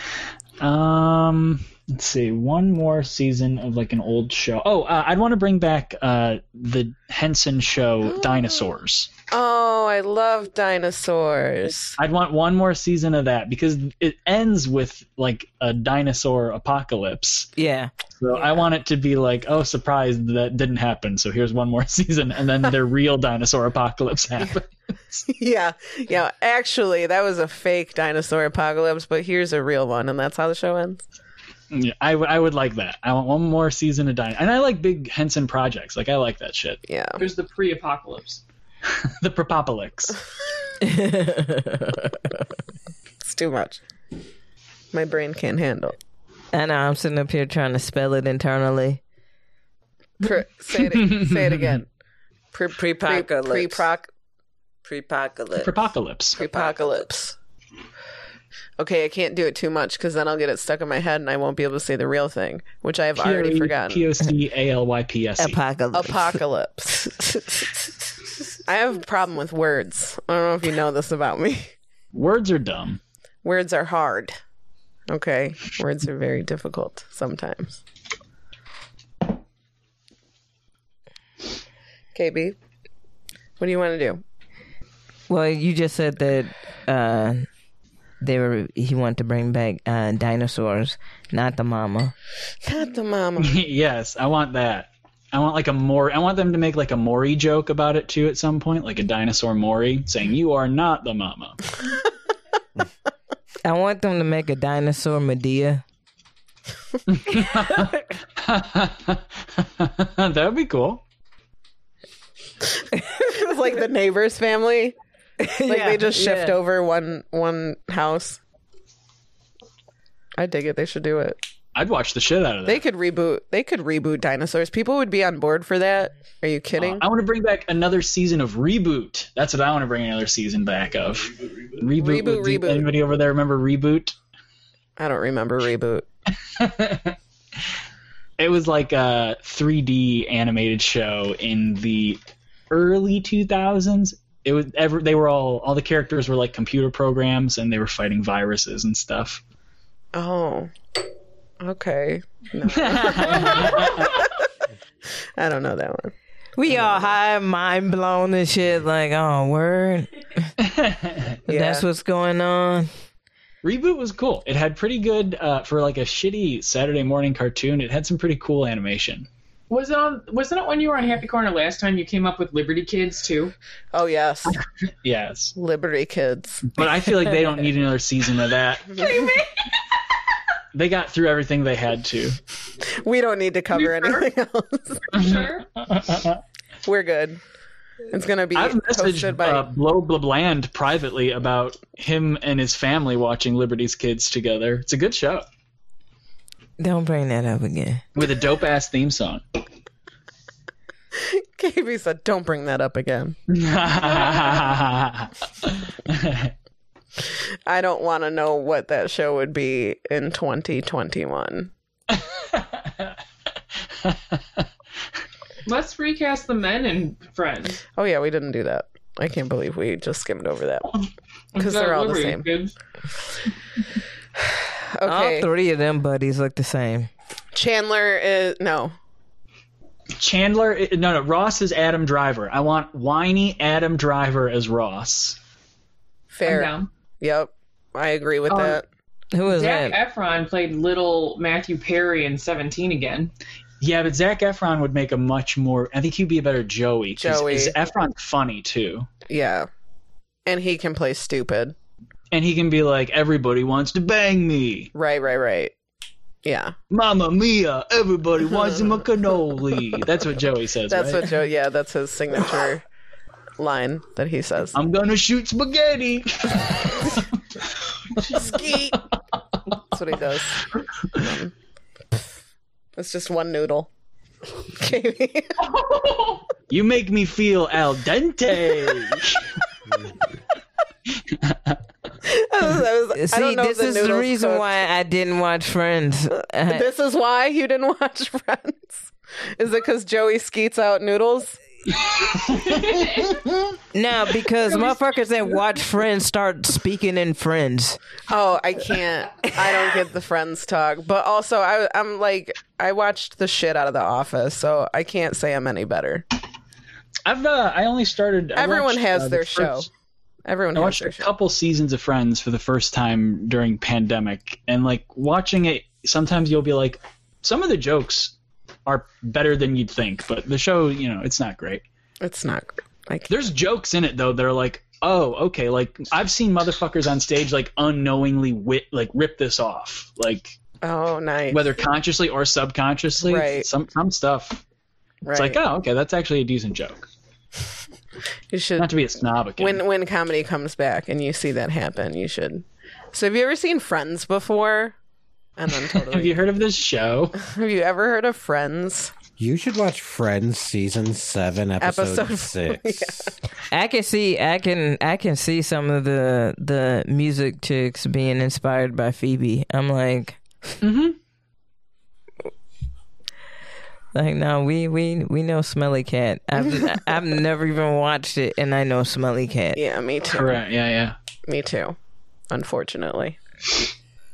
C: Um, let's see, one more season of like an old show. Oh, uh, I'd want to bring back uh the Henson show Dinosaurs.
A: Oh, I love dinosaurs.
C: I'd want one more season of that because it ends with like a dinosaur apocalypse.
B: yeah,
C: So I want it to be like, oh, surprise, that didn't happen. So here's one more [LAUGHS] season, and then the real dinosaur apocalypse happens.
A: [LAUGHS] yeah. Yeah. Actually, that was a fake dinosaur apocalypse, but here's a real one, and that's how the show ends.
C: Yeah, I would- I would like that. I want one more season of dino, and I like big Henson projects. Like I like that shit.
A: Yeah.
E: There's the pre-apocalypse.
A: [LAUGHS]
C: The Propopolis.
A: It's too much. My brain can't handle. it.
B: I know. I'm sitting up here trying to spell it internally.
A: Pre- say, it, say it again. [LAUGHS] Pre- Pre-
B: Pre-apocalypse.
A: proc-
B: Pre-apocalypse.
C: Propopolis.
A: Apocalypse. Okay, I can't do it too much because then I'll get it stuck in my head and I won't be able to say the real thing, which I have already forgotten.
C: P O C A L Y P S E.
B: Apocalypse. [LAUGHS]
A: Apocalypse. I have a problem with words. I don't know if you know this about me.
C: Words are dumb. [LAUGHS]
A: Words are hard. Okay, words are very difficult sometimes. KB, what do you want to do?
B: well, you just said that uh, they were he wanted to bring back uh, dinosaurs, not the mama.
A: Not the mama. [LAUGHS]
C: yes, I want that. I want like a more. I want them to make like a Maury joke about it too at some point, like a dinosaur Maury saying, "You are not the mama." [LAUGHS]
B: I want them to make a dinosaur Medea.
C: that would be cool.
A: It's like the neighbor's family. Like they just shift
B: yeah.
A: over one one house. I dig it. They should do it.
C: I'd watch the shit out of
A: They
C: that.
A: could reboot. They could reboot dinosaurs. People would be on board for that. Are you kidding?
C: Uh, I want to bring back another season of reboot. That's what I want to bring another season back of. Reboot, reboot.
A: Reboot,
C: Does
A: reboot.
C: Anybody over there remember reboot?
A: I don't remember reboot.
C: It was like a 3D animated show in the early 2000s. It was ever they were all all the characters were like computer programs and they were fighting viruses and stuff.
A: Oh, okay.
C: [LAUGHS]
A: No. I don't know that one.
B: We all high, mind blown and shit. Like, oh word, that's what's going on.
C: Reboot was cool. It had pretty good uh, for like a shitty Saturday morning cartoon. It had some pretty cool animation.
E: Was it on? Wasn't it when you were on Happy Corner last time? You came up with Liberty Kids too.
A: Oh yes,
C: Yes,
A: Liberty Kids.
C: but I feel like they don't need another season of that. they got through everything they had to.
A: We don't need to cover anything else. [LAUGHS]
E: Sure.
A: We're good. It's gonna be
C: I've
A: hosted
C: messaged
A: by [LAUGHS]
C: uh, Blow Blabland privately about him and his family watching Liberty's Kids together. It's a good show
B: Don't bring that up again.
C: with a dope ass theme song.
A: KB said. Don't bring that up again. I don't want to know what that show would be in 2021.
E: Let's recast the men and friends.
A: Oh yeah, we didn't do that. I can't believe we just skimmed over that because they're all the
E: Liberty
A: same.
E: Kids.
A: Okay,
B: All three of them buddies look the same.
A: Chandler is no.
C: Chandler, no, no, Ross is Adam Driver. I want whiny Adam Driver as Ross.
E: I'm
A: Fair.
E: down.
A: Yep, I agree with
E: Um,
A: that.
B: Who is
E: Zac
B: that?
E: Efron played little Matthew Perry in Seventeen again.
C: Yeah, but Zach Efron would make a much more. I think he'd be a better Joey. 'cause-
A: Joey.
C: 'cause Efron's funny too,
A: Yeah, and he can play stupid.
C: and he can be like, "Everybody wants to bang me,
A: Right, right, right. Yeah,
C: Mamma Mia! Everybody wants
A: [LAUGHS]
C: a cannoli." That's what Joey says.
A: that's
C: right?
A: what Joe. Yeah, that's his
B: [LAUGHS]
A: signature line that he says.
C: I'm gonna shoot spaghetti.
A: Skeet. That's what he does. Um, it's just one noodle. [LAUGHS] KB.
C: You make me feel
A: [LAUGHS]
C: al dente.
A: I was- I
B: See,
A: don't know if
B: this is the
A: noodles
B: reason
A: cooked.
B: why I didn't watch
A: [LAUGHS]
B: Friends. Uh, I-
A: This is why you didn't [LAUGHS] watch Friends. Is it because Joey skeets out noodles?
B: No,
A: [LAUGHS]
B: because motherfuckers that watch Friends start speaking in Friends.
A: Oh, I can't. I don't get the Friends talk. But also, I, I'm like, I watched the shit out of The Office, so I can't say I'm any better.
C: I've uh, I only started. I
A: Everyone
C: watched,
A: has
C: uh,
A: their
C: the
A: show.
C: first-
A: Everyone
C: I
A: has
C: watched
A: their
C: a
A: show.
C: couple seasons of Friends for the first time during pandemic, and like watching it, sometimes you'll be like, some of the jokes are better than you'd think, but the show, you know, it's not great.
A: It's not like
C: There's jokes in it though that are like, oh, okay, like I've seen motherfuckers on stage like unknowingly wit like rip this off, like
A: oh nice
C: whether consciously or subconsciously,
A: Right.
C: some some stuff.
A: right.
C: It's like, oh, okay, that's actually a decent joke.
A: you
C: Not
A: should
C: to be a snob again.
A: when when comedy comes back and you see that happen you should. So have you ever seen Friends before? And
C: [LAUGHS]
A: then totally.
C: Have you heard of
A: [LAUGHS]
C: this show?
A: have you ever heard of Friends?
D: You should watch Friends season seven, episode,
A: Episode-
D: six.
B: I can see, I can, I can see some of the the music chicks being inspired by Phoebe. I'm like, like no, we we we know Smelly Cat. I've I've never even watched it, and I know Smelly Cat.
A: Yeah, me too.
C: Correct. Yeah, yeah.
A: Me too. Unfortunately.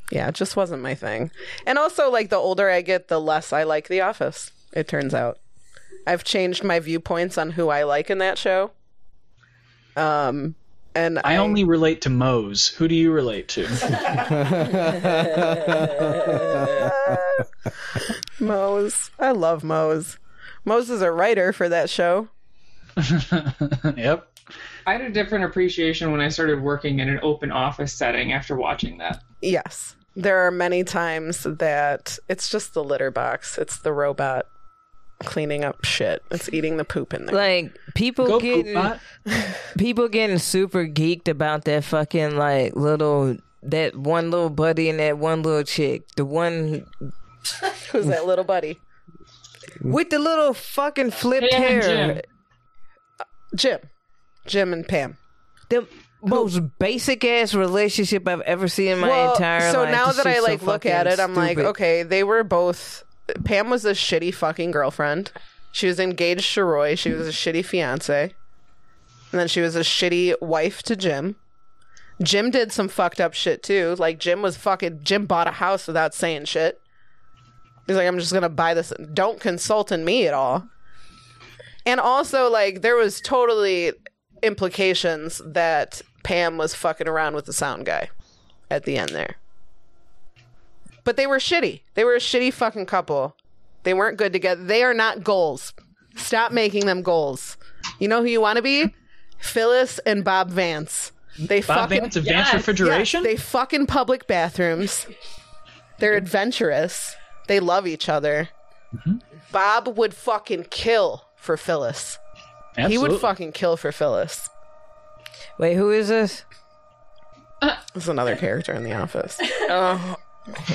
A: Yeah, it just wasn't my thing. And also like the older I get, the less I like The Office, it turns out. I've changed my viewpoints on who I like in that show. Um and
C: I only relate to Moe's. Who do you
A: [LAUGHS]
C: relate to? [LAUGHS]
A: Mose. I love Mose. Mose is a writer for that show.
C: yep.
E: I had a different appreciation when I started working in an open office setting after watching that.
A: Yes. There are many times that it's just the litter box. It's the robot cleaning up shit. It's eating the poop in there.
B: Like people
C: Go
B: getting
C: Poopbot.
B: [LAUGHS] people getting super geeked about that fucking like little that one little buddy and that one little chick, the one
A: Who's that little buddy?
B: with the little fucking flipped
E: Pam and
B: hair,
E: Jim.
A: Jim. Jim and Pam.
B: the most basic ass relationship I've ever seen in my
A: well,
B: entire
A: so
B: life.
A: now
B: This
A: that I
B: shit's so
A: like look at it,
B: fucking
A: I'm like,
B: stupid.
A: okay, they were both Pam was a shitty fucking girlfriend. She was engaged to Roy, she was a shitty fiance. And then she was a shitty wife to Jim. Jim did some fucked up shit too. Like Jim was fucking Jim bought a house without saying shit. He's like, I'm just gonna buy this. Don't consult in me at all. And also, like, there was totally implications that Pam was fucking around with the sound guy at the end there. But they were shitty. They were a shitty fucking couple. They weren't good together. They are not goals. Stop making them goals. You know who you want to be? Phyllis and Bob Vance. They
C: Bob
A: fucking
C: Vance, Advanced
E: Yes.
C: Refrigeration.
A: they fuck in public bathrooms. They're adventurous. They love each other.
C: Mm-hmm.
A: Bob would fucking kill for Phyllis. He
C: Absolutely.
A: would fucking kill for Phyllis.
B: wait, who is this?
A: That's another character in The Office.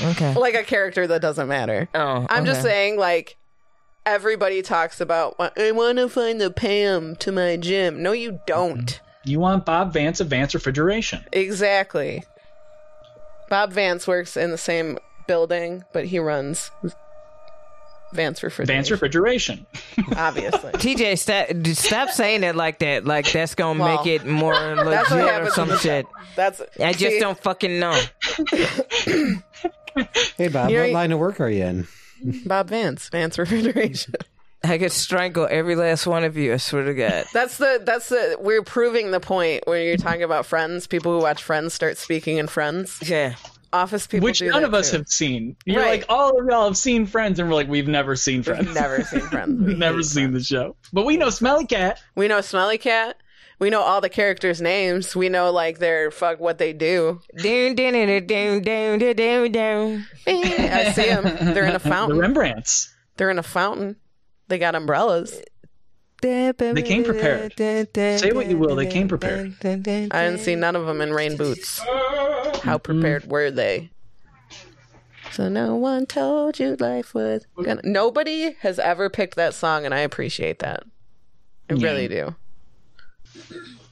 B: Okay.
A: [LAUGHS] like a character that doesn't matter.
B: Oh,
A: Oh, I'm just
B: okay.
A: saying, like, everybody talks about, I want to find the Pam to my gym. No, you don't.
C: You want Bob Vance Advanced Refrigeration.
A: Exactly. Bob Vance works in the same building, but he runs Vance Refrigeration.
C: Advanced Refrigeration. [LAUGHS]
A: obviously.
B: TJ, stop, d- stop saying it like that. Like that's gonna
A: Well,
B: make it more
A: [LAUGHS] That's
B: legit
A: what
B: or
A: happens. in
B: some
A: the
B: shit.
A: show. That's
B: I just
A: see,
B: don't fucking know.
D: Hey, Bob,
A: You're-
D: what line of work are you in?
A: Bob Vance, Vance Refrigeration. [LAUGHS]
B: I could strangle every last one of you. I swear to God.
A: that's the that's the we're proving the point where you're talking about friends. People who watch Friends start speaking in Friends.
B: [LAUGHS] Yeah.
A: Office people,
C: [LAUGHS] which
A: do
C: none
A: that
C: of us
A: too.
C: have seen. You're
A: Right.
C: like, all of y'all have seen Friends, and we're like, we've never seen Friends.
A: We've never seen Friends. We
C: [LAUGHS] We've never
A: hate
C: seen the show. But we know Smelly Cat.
A: We know Smelly Cat. We know all the characters' names. We know like their fuck what they
C: [LAUGHS]
A: do.
B: Down, down, down, down, down, down, down, down.
A: I see them. They're in a
C: The
A: fountain.
C: Rembrandts.
A: They're in a fountain. They got umbrellas.
B: They
C: came prepared.
B: Say
C: what you will, they came prepared.
B: I didn't
A: I didn't see none of them in rain boots.
C: Mm-hmm.
A: How prepared were they? So no one told you life was. Gonna... Nobody has ever picked that song, and I appreciate that. I really do.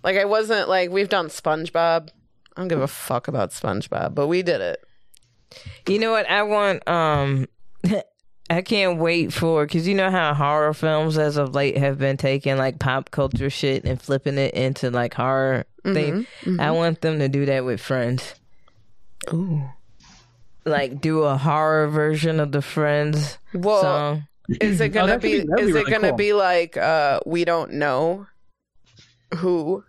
A: Like I wasn't like we've done SpongeBob. I don't give a fuck about SpongeBob, but we did it.
B: You know what? I want. Um, [LAUGHS] I can't wait for because you know how horror films as of late have been taking like pop culture shit and flipping it into like horror thing.
A: Mm-hmm,
B: I want them to do that with Friends. Ooh. Like do a horror version of the Friends
A: Well,
B: song.
A: is it
C: [LAUGHS] Oh,
A: gonna
C: that could
A: be?
C: be- that'd
A: is
C: be
A: it
C: really
A: gonna
C: cool.
A: be like uh we don't know who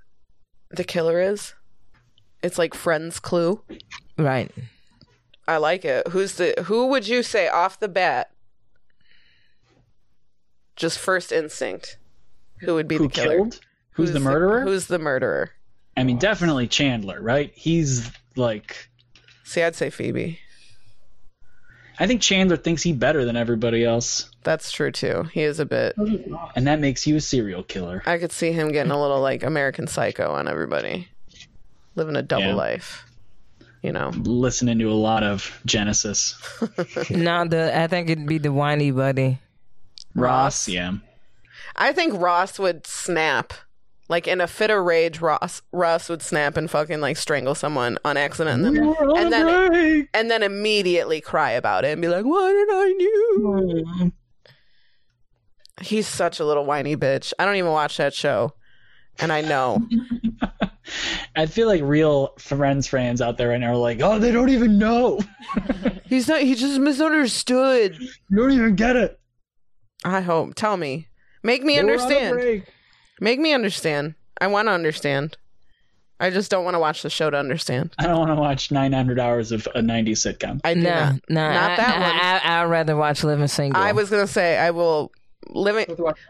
A: the killer is? It's like Friends Clue.
B: Right.
A: I like it. Who's the who would you say off the bat? Just first instinct. Who would be
C: Who
A: the killer?
C: killed? Who's, the murderer?
A: who's the murderer?
C: I mean, definitely Chandler, right? He's like,
A: See, I'd say Phoebe.
C: I think Chandler thinks he better than everybody else,
A: That's true too. He is a bit.
C: and that makes you a serial killer.
A: I could see him getting a little like American Psycho on everybody, living a double
C: Yeah.
A: life. You know,
C: Listening to a lot of Genesis,
B: No, the I think it'd be the whiny buddy.
C: Ross, yeah,
A: I think Ross would snap. Like in a fit of rage, Ross Ross would snap and fucking like strangle someone on accident, and then, and then and then immediately cry about it and be like, "Why did I do?"
C: Hmm.
A: He's such a little whiny bitch. I don't even watch that show, and I
C: [LAUGHS]
A: know
C: I feel like real Friends fans out there right now are like, oh, they don't even know.
A: he's not. He just misunderstood.
C: You don't even get it.
A: I hope. Tell me. Make me
C: They were on a
A: understand.
C: break.
A: Make me understand. I want to understand. I just don't want to watch the show to understand.
C: I don't want to watch 900 hours of a 90s sitcom.
A: I do
B: No,
A: not.
B: no,
A: Not
B: I,
A: that
B: I,
A: one.
B: I, I, would rather watch Living Single.
A: I was gonna say I will. Living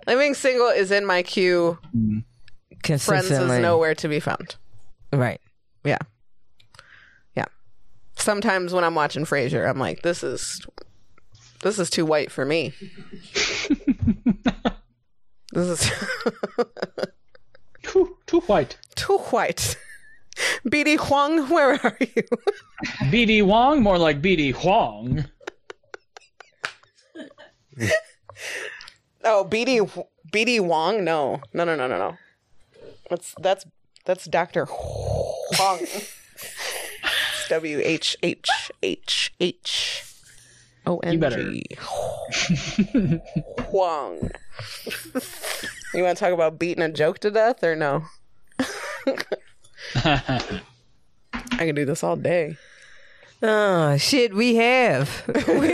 A: Living Single is in my queue. Friends
B: consistently
A: is nowhere to be found.
B: right.
A: Yeah, yeah. Sometimes when I'm watching Frasier, I'm like, this is this is too white for me. this is [LAUGHS]
C: Too, too white.
A: too white. [LAUGHS] BD Huang, where are you?
C: BD Wong, more like BD Huang.
A: Oh, BD Wh- BD Wong? No, no, no, no, no, no. That's that's that's Doctor Huang. W H H H H O
C: You
A: N
C: better.
A: G [LAUGHS] Huang. You want to talk about beating a joke to death or no? I can do this all day.
B: Oh shit, we have.
A: We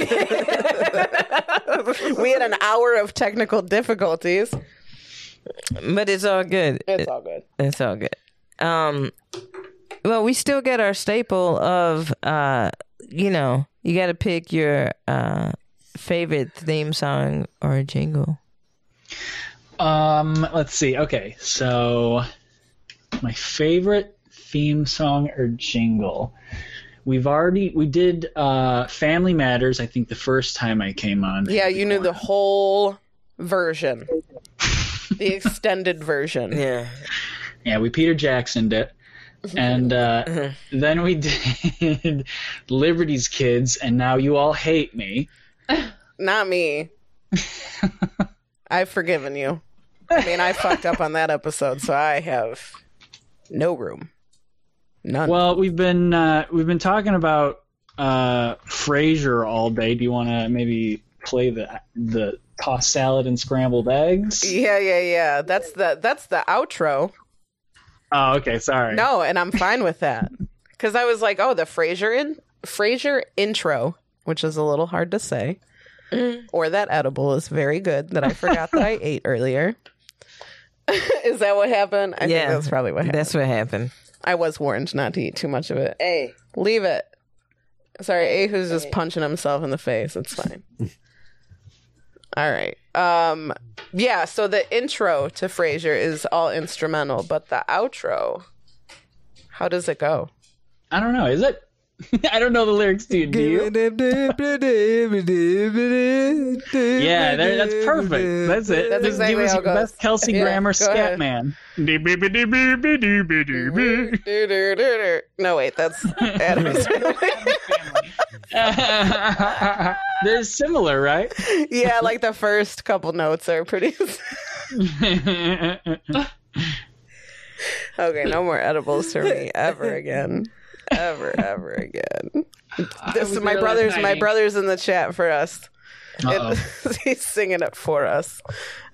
A: had an hour of technical difficulties.
B: but it's all good.
A: It's all good.
B: It's all good. Um, well, we still get our staple of, uh, you know, you got to pick your uh, favorite theme song or jingle.
C: Um, let's see. Okay, so my favorite theme song or jingle. We've already we did uh, Family Matters. I think the first time I came on.
A: Yeah, you knew the whole version, the extended version.
B: Yeah.
C: Yeah, we Peter Jacksoned it,
A: Mm-hmm.
C: and uh, then we [LAUGHS] did Liberty's Kids, and now you all hate me.
A: Not me. I've forgiven you. I mean, I fucked up on that episode, so I have no room. None.
C: Well, we've been uh, we've been talking about uh, Frasier all day. Do you want to maybe play the the tossed salad and scrambled eggs?
A: yeah, yeah, yeah. That's the that's the outro.
C: Oh, okay. Sorry.
A: No, and I'm fine with that. Cuz I was like, "Oh, the Frasier in Frasier intro, which is a little hard to say." or that edible is very good that I forgot that I ate earlier. [LAUGHS] is that what happened? I
B: Yeah.
A: think that's probably what happened.
B: That's what happened.
A: I was warned not to eat too much of it. Hey, leave it. Sorry, Ahu's just punching himself in the face. It's fine. all right. Um, yeah. So the intro to Frasier is all instrumental, but the outro, how does it go?
C: I don't know. Is it? [LAUGHS] I don't know the lyrics, dude. Do you? Yeah, there, that's perfect. That's it.
A: That's
C: Just
A: exactly
C: give us
A: how it
C: your
A: goes.
C: best Kelsey
A: Yeah,
C: Grammer
A: go ahead.
C: Scatman. [LAUGHS]
A: Doo-doo-doo-doo. No, wait, that's Adam's.
C: They're similar, right?
A: [LAUGHS] yeah, like the first couple notes are pretty. [LAUGHS]
C: [LAUGHS]
A: Okay, no more edibles for me ever again. Ever, ever again. This
E: was
A: my
E: there last
A: brother's my
E: night.
A: brother's in the chat for us.
C: Uh-oh.
A: He's singing it [LAUGHS] for us.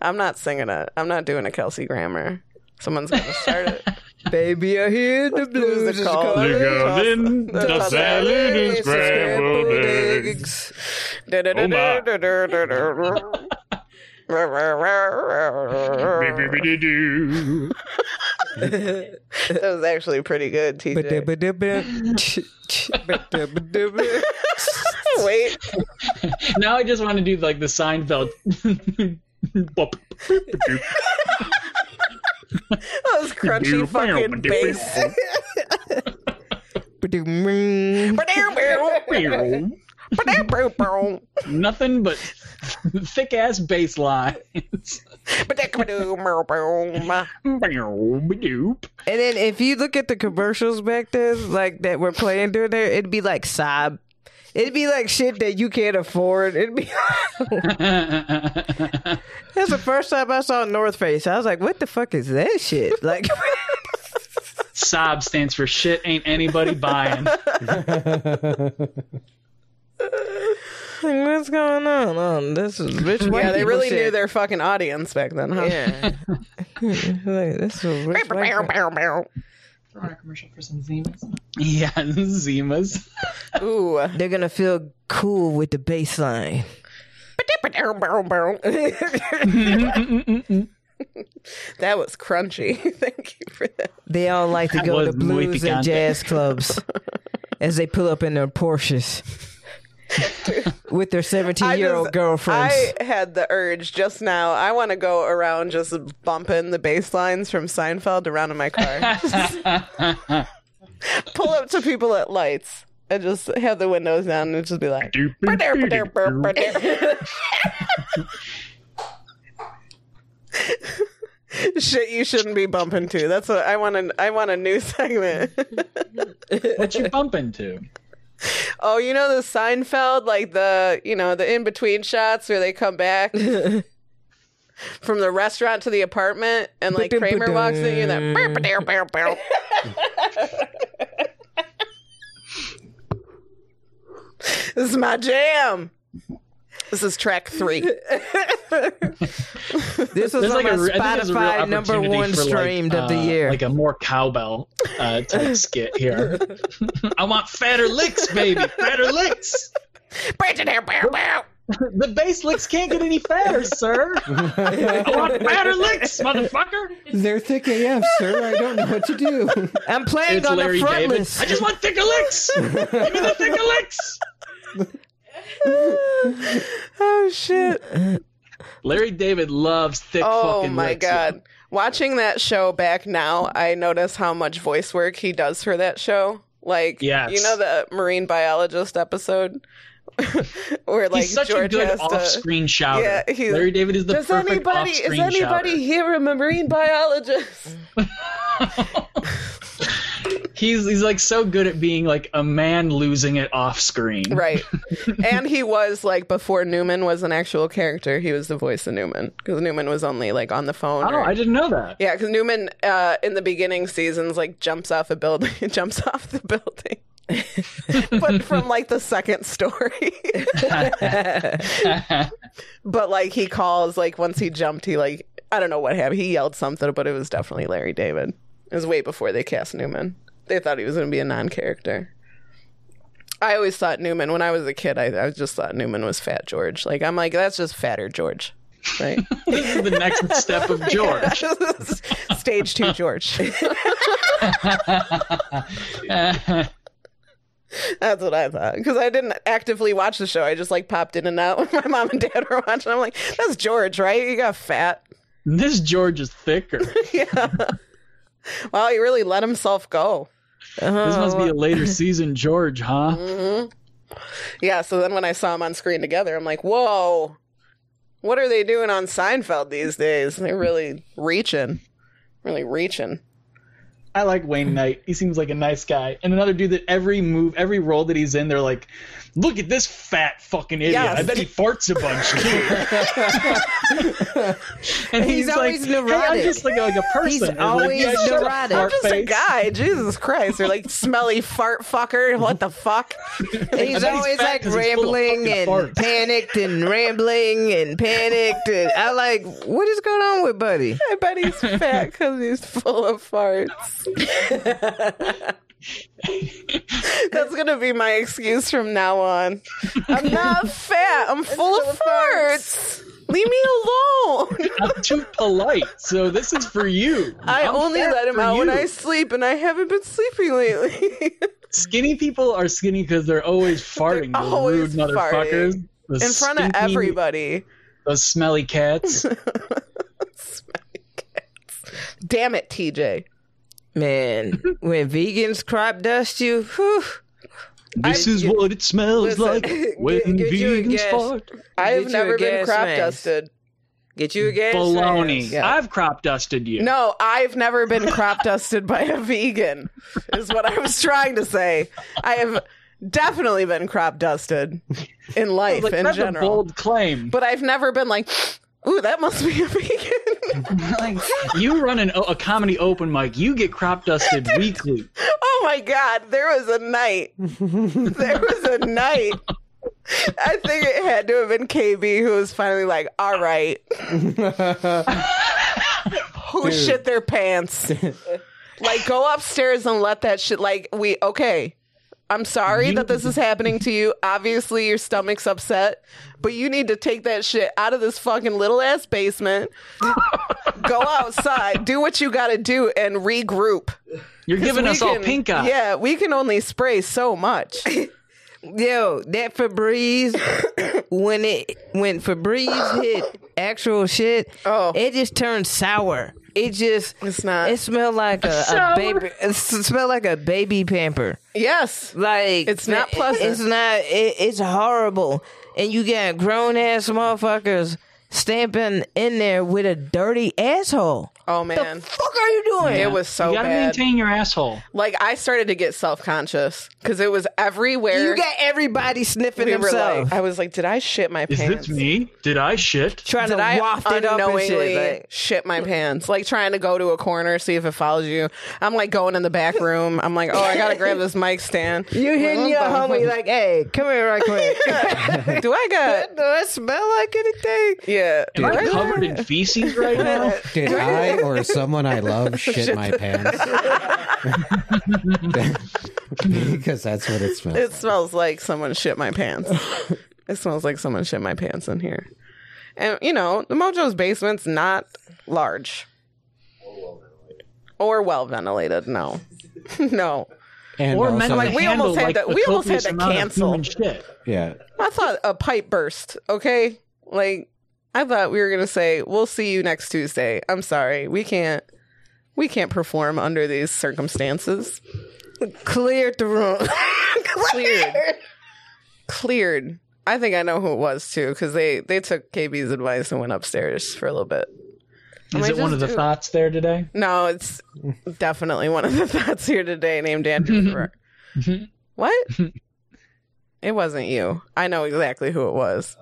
A: I'm not singing it. I'm not doing a Kelsey Grammer. Someone's gonna start it.
B: Baby, I hear the blues.
A: is calling.
F: in the salad and scrambled eggs.
A: That
F: Be-be-be-de-doo.
A: was actually pretty good, TJ. Wait,
C: now I just want to do like the Seinfeld. [LAUGHS] Bop.
A: those crunchy fucking bass.
C: Nothing but thick ass bass lines. Boop.
B: And then if you look at the commercials back then, like that were playing during there, it'd be like sob. It'd be like shit that you can't afford. It'd be. That's the first time I saw North Face. I was like, "What the fuck is that shit?" Like, [LAUGHS]
C: Sob stands for shit ain't anybody buying.
B: what's going on? Oh, this is rich white.
A: Yeah, they
B: people
A: really
B: shit.
A: knew their fucking audience back then, huh?
B: Yeah. like, this is rich white. people.
E: We're on a commercial for some Zimas.
C: Yeah, [LAUGHS] Zimas.
A: Ooh.
B: They're gonna feel cool with the
A: [LAUGHS]
B: bass line.
A: That was crunchy. [LAUGHS] Thank you for that.
B: They all like to
C: That
B: go to
C: was muy
B: blues and
C: picante.
B: jazz
C: [LAUGHS]
B: clubs as they pull up in their Porsches with their 17 year old
A: just-
B: girlfriends.
A: I had the urge just now. I want to go around just bumping the bass lines from Seinfeld around in my car. [LAUGHS] Pull up to people at lights and just have the windows down and just be like, [LAUGHS] "Shit, you shouldn't be bumping to." That's what I want. A, I want a new [LAUGHS] segment.
C: What you bumping to?
A: oh, you know the Seinfeld, like the you know the in between shots where they come [LAUGHS] back. From the restaurant to the apartment, and like Kramer walks in, you're that. [LAUGHS] This is my jam. This is track [LAUGHS] three.
B: this was
C: There's
B: on
C: like
B: my
C: a, re- I think there's a real
B: Spotify number
C: opportunity
B: one
C: for, like,
B: streamed of the
C: uh,
B: year.
C: Like a more cowbell uh, type skit
B: [LAUGHS]
C: here. I want fatter licks, baby. Fatter licks. the bass licks can't get any
A: [LAUGHS]
C: fatter, sir. I want fatter licks, motherfucker.
D: They're thick AF, sir. I don't know what to do.
B: I'm playing
C: It's
B: on
C: Larry
B: the
C: David.
B: frontless.
C: I just want thicker licks. Give me the thicker licks.
A: Oh shit.
C: Larry David loves thick
A: Oh
C: fucking
A: my
C: licks.
A: god. Watching that show back now, I notice how much voice work he does for that show. Like
C: Yes.
A: you know the marine biologist episode [LAUGHS] where like
C: He's such
A: George
C: a good
A: has to
C: off-screen shouter.
A: Yeah, he's-
C: Larry David is the
A: Does
C: perfect
A: anybody is
C: off-screen
A: anybody
C: shouter.
A: here a marine
C: [LAUGHS]
A: biologist?
C: he's he's like so good at being like a man losing it off screen.
A: right. and he was like before Newman was an actual character, he was the voice of Newman because Newman was only like on the phone.
C: Oh,
A: or-
C: I didn't know that.
A: Yeah, because Newman uh, in the beginning seasons like jumps off a building, [LAUGHS] jumps off the building, [LAUGHS] but from like the second story. [LAUGHS] but like he calls like once he jumped, he like I don't know what happened. He yelled something, but it was definitely Larry David. It was way before they cast Newman. They thought he was going to be a non-character. I always thought Newman when I was a kid. I, I just thought Newman was Fat George. Like I'm like that's just fatter George, right? [LAUGHS]
C: This is the next step of George.
A: Stage two George. That's what I thought. Because I didn't actively watch the show. I just like popped in and out [LAUGHS] when my mom and dad were watching. I'm like, that's George, right? You got fat.
C: [LAUGHS] This George is thicker. This
A: Wow, he really let himself go.
C: must
A: Oh.
C: be a later season
A: Mm.
C: George, huh?
A: Yeah, so then when I saw him on screen together, I'm like, whoa, what are they doing on Seinfeld these days? They're really reaching. Really reaching.
C: I like [LAUGHS] Wayne Knight. He seems like a nice guy. And another dude that every move, every role that he's in, they're like, "Look at this fat fucking idiot.
A: Yes.
C: I bet he farts a
A: [LAUGHS]
C: bunch." Too. and
B: He's always
C: like, "Hey, I'm
B: neurotic.
C: just like, a- like a person.
B: He's
C: It's like,
B: always
C: yeah, shut up,
B: neurotic.
C: fart
A: I'm just a
C: face.
A: guy. Jesus Christ. They're like, smelly fart fucker. What the
C: [LAUGHS]
A: fuck?
C: I
B: He's
C: bet he's
B: always
C: fat
B: like
C: 'cause he's full of
B: rambling and
C: fucking [LAUGHS] farts.
B: panicked and rambling and panicked. And I like, what is going on with Buddy?
A: I bet he's fat because he's full of
C: [LAUGHS]
A: farts. That's gonna be my excuse from now on. I'm not fat. I'm full of farts. Leave me
C: [LAUGHS]
A: alone.
C: I'm too polite, so this is for you.
A: I
C: I'm
A: only
C: fat
A: let him
C: for
A: out when
C: you.
A: I sleep, and I haven't been sleeping lately. [LAUGHS]
C: Skinny people are skinny because they're always farting. They're
A: always
C: rude motherfuckers.
A: farting.
C: The
A: In front of
C: stinky-
A: everybody.
C: Those smelly
A: [LAUGHS]
C: cats.
A: Damn it, TJ.
B: Man, when vegans crop dust you, whew,
C: this is what it smells
A: Listen, [LAUGHS]
C: like when
B: get you a
C: vegans
B: gas.
C: fart.
A: I have
B: Get you a
A: never
B: gas
A: been crop
B: mask.
A: dusted.
B: get you a gas.
C: Baloney.
B: mask.
C: I've crop dusted you.
A: No, I've never been crop dusted by a vegan, is what I was trying to say. I have definitely been crop dusted in life
C: like,
A: in
C: that's a
A: general.
C: bold claim. [LAUGHS]
A: But I've never been like, ooh, that must be a vegan. [LAUGHS]
C: you run an, a comedy open mic. You get
A: [LAUGHS]
C: crop dusted weekly.
A: oh my God, there was a night. There was a night. I think it had to have been KB who was finally like, all right. who shit their pants? like, go upstairs and let that shit, like, we, okay. I'm sorry that this is happening to you. Obviously, your stomach's upset, but you need to take that shit out of this fucking little ass basement. Go outside, do what you got to do, and regroup.
C: You're giving
A: We
C: us all
A: can-
C: pink eye.
A: Yeah, we can only spray so much.
B: [LAUGHS] Yo, that
A: [COUGHS]
B: Febreze when it when Febreze hit actual shit,
A: Oh.
B: it just turned sour. It just
A: It's not.
B: It smelled like a, a
E: Sour.
B: baby. It s- smelled like a baby pamper.
A: yes.
B: Like
A: It's not pleasant.
B: It's not. It, it's horrible. And you got grown ass motherfuckers stamping in there with a dirty asshole.
A: Oh man,
B: Fuck, are you doing?
A: it was so
C: you gotta
A: bad.
C: maintain your asshole.
A: like I started to get self conscious because it was everywhere.
B: You got everybody sniffing
A: we were
B: themselves,
A: like, I was like, did I shit my
C: Is
A: pants?
C: this me? Did I shit?
B: trying
A: Did
B: to
A: I
B: waft it up and
A: unknowingly
B: shit.
A: shit,
B: Like,
A: my pants? Like trying to go to a corner, see if it follows you. I'm like going in the back room. I'm like, oh, I gotta grab this mic stand.
B: you hitting your homie like, "Hey, come here right quick." [LAUGHS]
A: [LAUGHS] Do I got?
B: Do I smell like anything?
A: Yeah.
C: Am I covered in
A: [LAUGHS]
C: feces right now?
D: Did I or someone I love shit my pants? [LAUGHS] because that's what it smells.
A: It smells like someone shit my pants. it smells like someone shit my pants in here. And you know, the Mojo's basement's not large. Or well ventilated. No. [LAUGHS] no.
D: and
C: Or
D: also-
C: men like
A: we
C: handle,
A: almost had
C: like,
A: to-
C: the
A: we almost had
C: copious
A: to
C: amount of
A: cancel.
C: human shit.
D: yeah.
A: I thought a pipe burst, okay? Like I thought we were gonna say, We'll see you next Tuesday. I'm sorry. We can't we can't perform under these circumstances.
B: Cleared the room. [LAUGHS]
A: cleared. cleared. I think I know who it was too, because they they took KB's advice and went upstairs for a little bit.
C: Is
A: I
C: it one of the
A: just do-
C: thoughts there today?
A: No, it's definitely one of the [LAUGHS] thoughts here today
B: [LAUGHS]
A: named Andrew. Ferrer. what? it wasn't you. I know exactly who it was.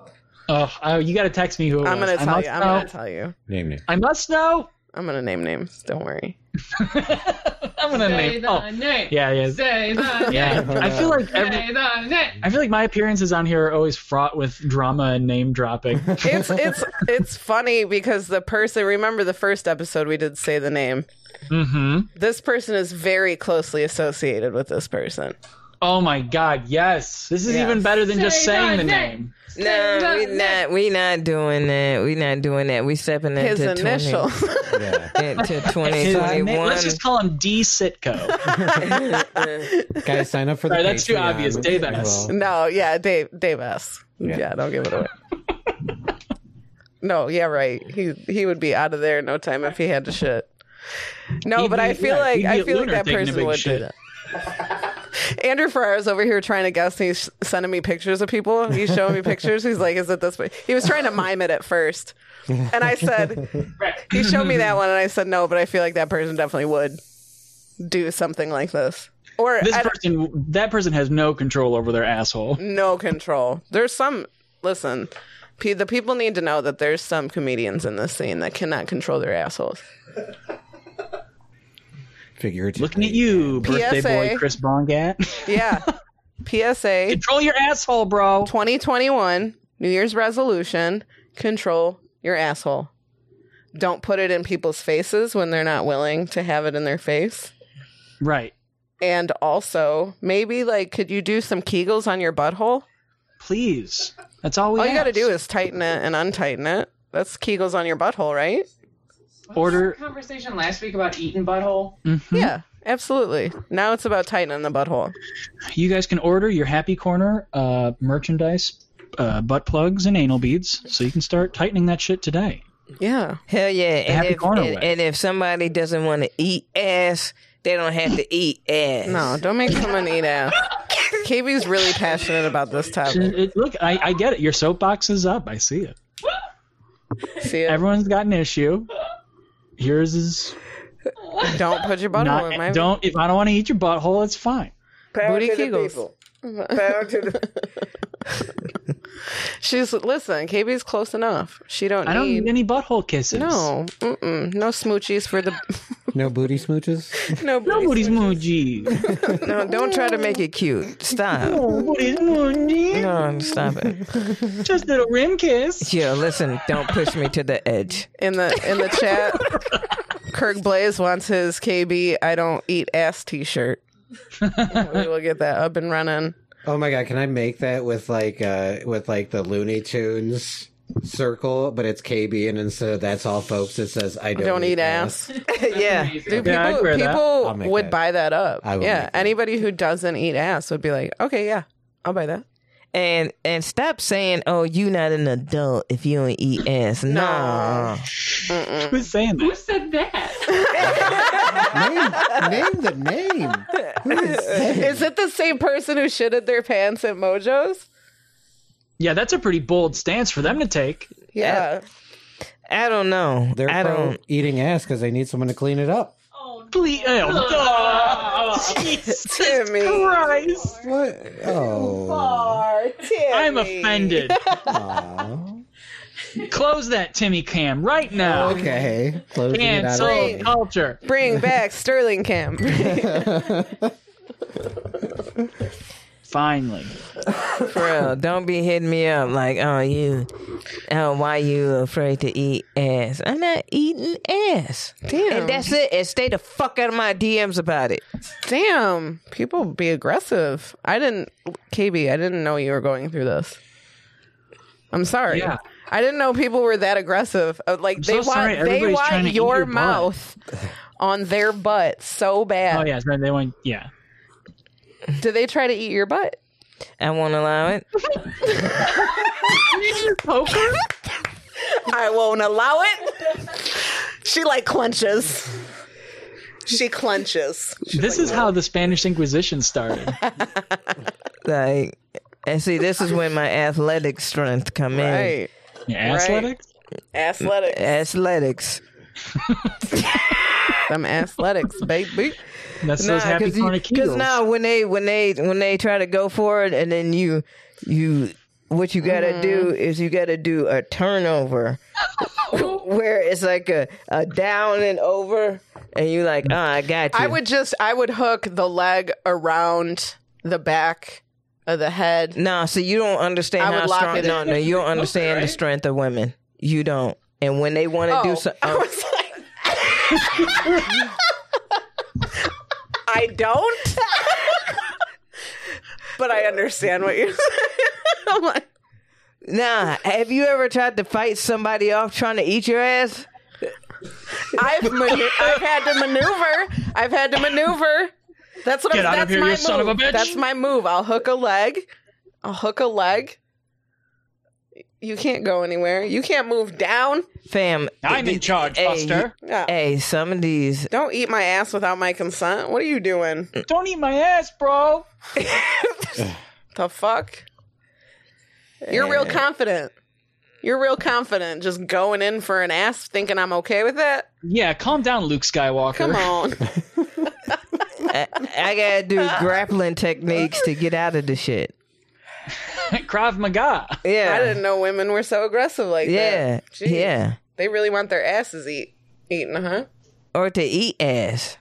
C: Oh, oh, you gotta text me who it
A: I'm
C: was.
A: gonna
C: I
A: tell
C: must
A: you. I'm
C: know.
A: gonna tell you.
D: Name name.
C: I must know. [LAUGHS]
A: I'm gonna name names. Don't worry.
C: I'm gonna
E: Say
C: name.
E: the
C: Oh,
E: name.
C: yeah, yeah,
E: Say the
C: yeah. [LAUGHS]
E: name.
C: I feel like every.
E: Say the name.
C: I feel like my appearances on here are always fraught with drama and
A: [LAUGHS]
C: name dropping.
A: It's it's it's funny because the person. Remember the first episode we did say the name.
C: mm-hmm.
A: This person is very closely associated with this person.
C: Oh my god, yes. This is
A: Yes.
C: even better than just
E: Say
C: saying
E: my
C: the
E: name.
C: name.
B: no, we not. We not doing that. We not doing that. We stepping into
A: His initial. [LAUGHS]
D: Yeah.
B: [LAUGHS] into
C: His
B: twenty twenty
C: name-
B: one.
C: Let's just call him
A: [LAUGHS]
C: D Sitco.
D: Guys, sign up for the
C: Sorry, that's too
D: Patreon.
C: obvious. Dave
D: Well,
C: S.
A: No, yeah, Dave Dave S. Yeah,
D: Yeah.
A: don't give it away. no, yeah, right. He he would be out of there in no time if he had to shit. No,
C: He'd
A: but
C: be-
A: I feel
C: yeah,
A: like
C: he'd
A: I
C: be a
A: feel like
C: lunar
A: that
C: taking a
A: person
C: big
A: would
C: shit.
A: do that. Andrew Ferrar's over here trying to guess. and He's sending me pictures of people. He's showing me pictures. He's like, "Is it this?" way?" He was trying to mime it at first, and I said, "He showed me that one," and I said, "No," but I feel like that person definitely would do something like this. Or
C: This
A: I-
C: person, that person has no control over their asshole.
A: no control. There's some. Listen, pe- the people need to know that there's some comedians in this scene that cannot control their assholes.
D: Figuratively.
C: Looking at you, birthday
A: PSA.
C: boy Chris Bongat.
A: Yeah. PSA
C: [LAUGHS] control your asshole, bro.
A: 2021 New Year's resolution: control your asshole. Don't put it in people's faces when they're not willing to have it in their face.
C: Right.
A: And also, maybe like, could you do some Kegels on your butthole?
C: Please. That's all we
A: All you got to
C: ask.
A: do is tighten it and untighten it. That's Kegels on your butthole, right?
C: Order.
E: Conversation last week about eating butthole.
A: Hmm. Yeah, absolutely. Now it's about tightening the butthole.
C: You guys can order your Happy Corner uh, merchandise, uh, butt plugs, and anal beads, so you can start tightening that shit today.
A: Yeah.
B: Hell yeah! And
C: Happy
B: if,
C: Corner
B: and,
C: Way.
B: and if somebody doesn't want to eat ass, they don't have to eat ass.
A: No, don't make someone eat ass. KB's really passionate about this topic.
C: It- look, I, I get it. Your soapbox is up. I see it.
A: See, it?
C: Everyone's got an issue. Yours is
A: don't put your butthole in my
C: not. Don't if I don't want to eat your butthole, it's fine.
A: booty kegels. [LAUGHS] She's listen. KB's close enough. She don't.
C: I don't
A: need,
C: need any butthole kisses.
A: no, mm-mm, no smoochies for the [LAUGHS]
D: No booty smooches?
A: no. booty-
C: Nobody's mooji.
B: no, don't try to make it cute. Stop.
C: [LAUGHS] Nobody's mooji.
B: No, stop it.
C: Just a little
A: [LAUGHS]
C: rim
B: [LAUGHS]
C: kiss.
B: Yo, listen, don't push me to the [LAUGHS] edge.
A: in the in the
C: [LAUGHS] [LAUGHS]
A: chat. Kirk Blaze wants his KB. I don't eat ass T-shirt. we will get that up and running.
D: Oh my god, can I make that with like uh with like the Looney Tunes circle, but it's KB and instead of that's all folks it says I don't,
A: Don't eat ass. yeah,
E: amazing.
A: Dude,
C: Yeah, I'd
A: people,
C: wear that.
D: I'll
A: people
D: make
A: would
D: that.
A: buy that up.
D: I will
A: yeah,
D: make that.
A: anybody who doesn't eat ass would be like, okay, yeah, I'll buy
D: [CLEARS THROAT]
A: that.
B: and and stop saying, "Oh, you not an adult if you don't eat ass." No,
A: No.
C: Who's saying
E: Who
C: that?
E: said that?
D: Name, name the name. Who [LAUGHS] is that?
A: Is it the same person who shitted their pants at Mojo's?
C: Yeah, that's a pretty bold stance for them to take.
A: Yeah,
B: I don't know.
D: They're
B: I
D: pro
B: don't.
D: eating ass because they need someone to clean it up.
C: Please, oh, God.
A: Timmy.
C: Christ.
D: What? Oh.
C: I'm offended. Close that Timmy cam right now.
D: Oh, Okay. Closing it out.
C: Cancel culture.
A: Bring back Sterling Camp.
D: [LAUGHS]
C: Finally.
B: For real, [LAUGHS] don't be hitting me up like, "Oh, you, oh, why you afraid to eat ass?" I'm not eating ass.
A: Damn.
B: And that's it. And stay the fuck out of my DMs about it.
A: Damn, people be aggressive. I didn't, KB, I didn't know you were going through this. I'm sorry.
C: Yeah.
A: I didn't know people were that aggressive. Uh, Like
C: so
A: they want,
C: sorry
A: they
C: everybody's trying
A: want
C: to eat
A: your,
C: your butt.
A: mouth on their butt so bad.
C: Oh, yeah. so They went, yeah.
A: Do they try to eat your butt?
B: I won't allow it.
A: I won't allow it. She like clenches. She clenches.
C: This is how the Spanish
A: [LAUGHS]
C: Inquisition started.
B: Like, and see, this is when my athletic strength come in.
A: Right.
C: Yeah, athletics?
A: Athletics.
B: Athletics.
A: Some athletics, baby.
C: That's those happy
B: you-
C: cornucopia.
B: nah, when they when they when they try to go for it, and then you you what you gotta do
A: Mm-hmm.
B: is you gotta do a
A: [LAUGHS]
B: turnover, where it's like a a down and over, and you like, oh, I got you.
A: I would just I would hook the leg around the back of the head.
B: nah. So you don't understand
A: I would
B: how
A: lock
B: strong.
A: it
B: No,
A: in.
B: no,
A: [LAUGHS]
B: you don't understand the strength of women. You don't. And when they want to
A: Oh,
B: do
A: [LAUGHS]
B: something,
A: I was like [LAUGHS] I don't but I understand what you're saying. [LAUGHS] I'm like
B: nah. Have you ever tried to fight somebody off trying to eat your ass?
A: I've manu- I've had to maneuver. I've had to maneuver. That's what
C: Get
A: I'm
C: out of
A: that's
C: here,
A: my
C: you
A: move.
C: son of a bitch.
A: That's my move. I'll hook a leg. I'll hook a leg. You can't go anywhere. You can't move down.
B: Fam,
C: I'm in charge, Buster.
A: Yeah.
B: hey, some of these
A: Don't eat my ass without my consent. What are you doing?
C: Don't eat my ass, bro.
A: The fuck? You're real
C: Eh.
A: confident. You're real confident just going in for an ass thinking I'm okay with it.
C: Yeah, calm down, Luke Skywalker.
A: Come on.
B: I, I gotta
A: [LAUGHS]
B: do grappling techniques to get out of the shit.
C: [LAUGHS] Krav Maga.
B: Yeah.
A: I didn't know women were so aggressive like
B: yeah.
A: that. Jeez.
B: Yeah.
A: They really want their asses eat eaten, huh?
B: Or to eat ass.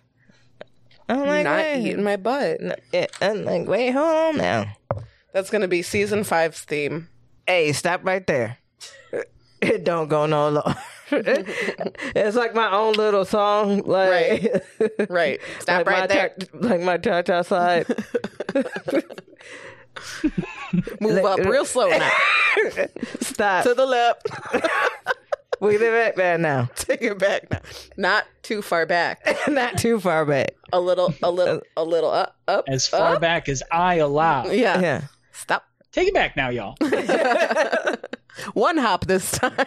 B: I'm like,
A: Not
B: wait,
A: eating my butt.
B: yeah, I'm like, wait, hold on now.
A: That's gonna be season five's theme.
B: Hey, stop right there. [LAUGHS] It don't go no long. [LAUGHS] it's like my own little song, [LAUGHS] like
A: Right. [LAUGHS]
B: like
A: Stop
B: my
A: right there.
B: cha- like my cha cha
A: [LAUGHS]
B: slide.
A: Move up real slow now.
B: Stop.
A: [LAUGHS] to the [LAUGHS] left.
B: we live back there now,
A: [LAUGHS] Take it back now. Not too far back.
B: not too far back.
A: A little a [LAUGHS] little a little up up.
C: As far
A: up.
C: back as I allow.
A: Yeah.
B: Yeah.
A: Stop.
C: Take it back now, y'all.
A: One hop this [LAUGHS] time.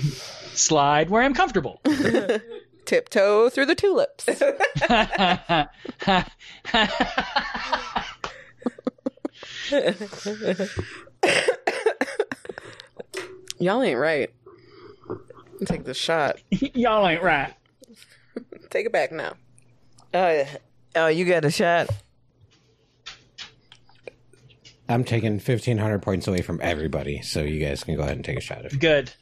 C: Slide where I'm [LAUGHS] comfortable.
A: Tiptoe through the tulips. Y'all ain't right. Take the shot.
C: y'all ain't right.
A: Take it back now.
B: Oh, yeah. oh, you got a shot.
D: I'm taking 1,500 points away from everybody, so you guys can go ahead and take a shot. If
C: Good.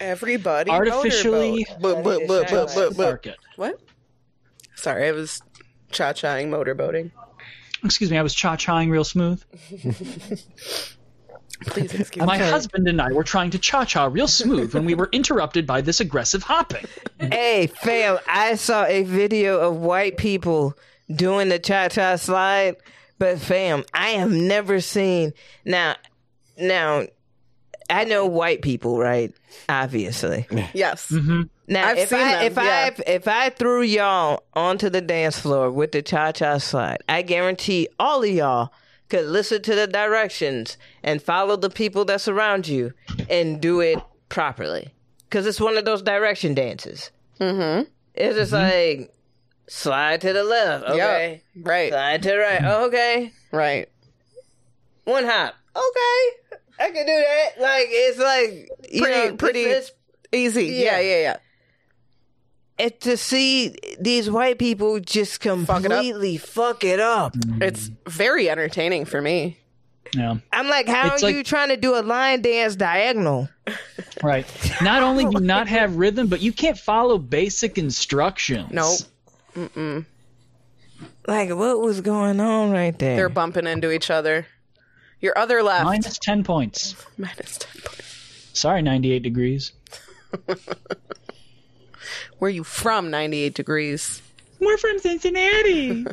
A: Everybody
C: Artificially-
A: motorboat. Boop, boop, boop, boop, boop, boop.
C: Mark it.
A: What? Sorry, I was cha chaing motorboating.
C: Excuse me, I was cha-chaing real smooth.
A: Please excuse
C: My
A: me.
C: husband and I were trying to cha cha real smooth when we [LAUGHS] were interrupted by this aggressive hopping.
B: Hey, fam, I saw a video of white people doing the cha cha slide, but fam, I have never seen. Now, now, I know white people, right? Obviously.
A: Yes.
B: Now,
A: I've
B: if
A: seen
B: I
A: them,
B: if I if I threw y'all onto the dance floor with the cha cha slide, I guarantee all of y'all could listen to the directions and follow the people that's around you and do it properly. Cause it's one of those direction dances. Mm-hmm. It's just like slide to the left, okay,
A: Yep. Right.
B: slide to the right, okay,
A: Right.
B: one hop, okay. I can do that. Like it's like you
A: Pretty-
B: know, it's-
A: pretty-
B: it's
A: Easy. Yeah.
B: Yeah.
A: Yeah. Yeah.
B: and to see these white people just
A: it up.
B: completely fuck it up.
A: It's very entertaining for me.
C: Yeah.
B: I'm like, how
C: It's
B: are
C: like-
B: you trying to do a line dance diagonal?
C: Right. Not only do you [LAUGHS] not have rhythm, but you can't follow basic instructions.
A: Nope.
B: Like, what was going on right there?
A: They're bumping into each other. Your other left.
C: Minus 10 points.
A: Minus 10 points.
C: Sorry, 98 degrees.
A: Where you from? 98 degrees.
C: We're from Cincinnati.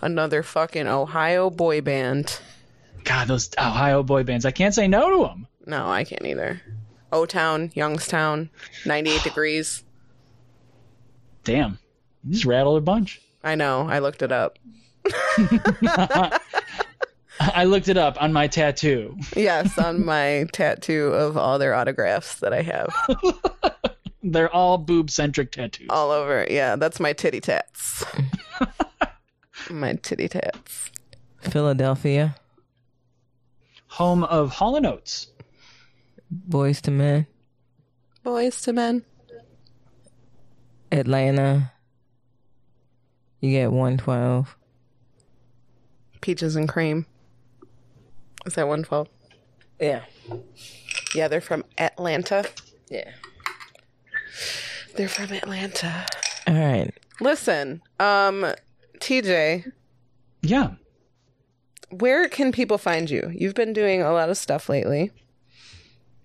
A: Another fucking Ohio boy band.
C: [LAUGHS] God, those Ohio boy bands. I can't say no to them.
A: No, I can't either. O Town, Youngstown, 98 degrees.
C: Damn. You just rattled a bunch. [LAUGHS]
A: I know. I looked it up.
C: I looked it up on my tattoo.
A: Yes, on my tattoo of all their autographs that I have
C: They're all boob centric tattoos.
A: all over. Yeah, that's my titty tats. my titty tats.
B: Philadelphia,
C: Home of Hall and Oates.
B: Boys to Men,
A: Boys to men.
B: Atlanta. You get 112.
A: Peaches and cream. Is that 112?
B: Yeah.
A: Yeah, they're from Atlanta.
B: Yeah.
A: They're from Atlanta.
B: All right.
A: Listen, um, TJ,
C: Yeah.
A: where can people find you? You've been doing a lot of stuff lately.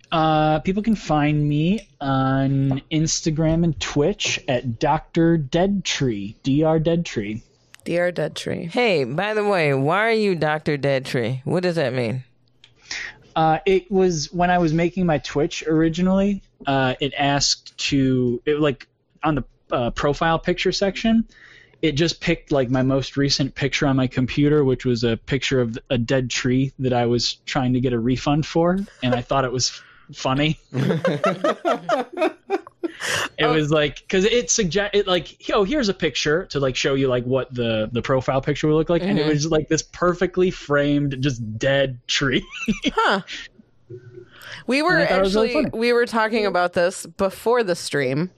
C: Uh, people can find me on Instagram and Twitch at Dr. Dead Tree. Dr. Dead Tree.
A: Dear Dead Tree.
B: Hey, by the way, why are you Dr. Deadtree? What does that mean?
C: Uh, it was when I was making my Twitch originally. Uh, it asked to it like on the uh, profile picture section. It just picked like my most recent picture on my computer, which was a picture of a dead tree that I was trying to get a refund for, and I thought it was funny. it was like because it suggest it like oh here's a picture to like show you like what the the profile picture would look like, and it was like this perfectly framed just dead tree.
A: We were
C: I thought it was really
A: actually
C: funny.
A: we were talking about this before the stream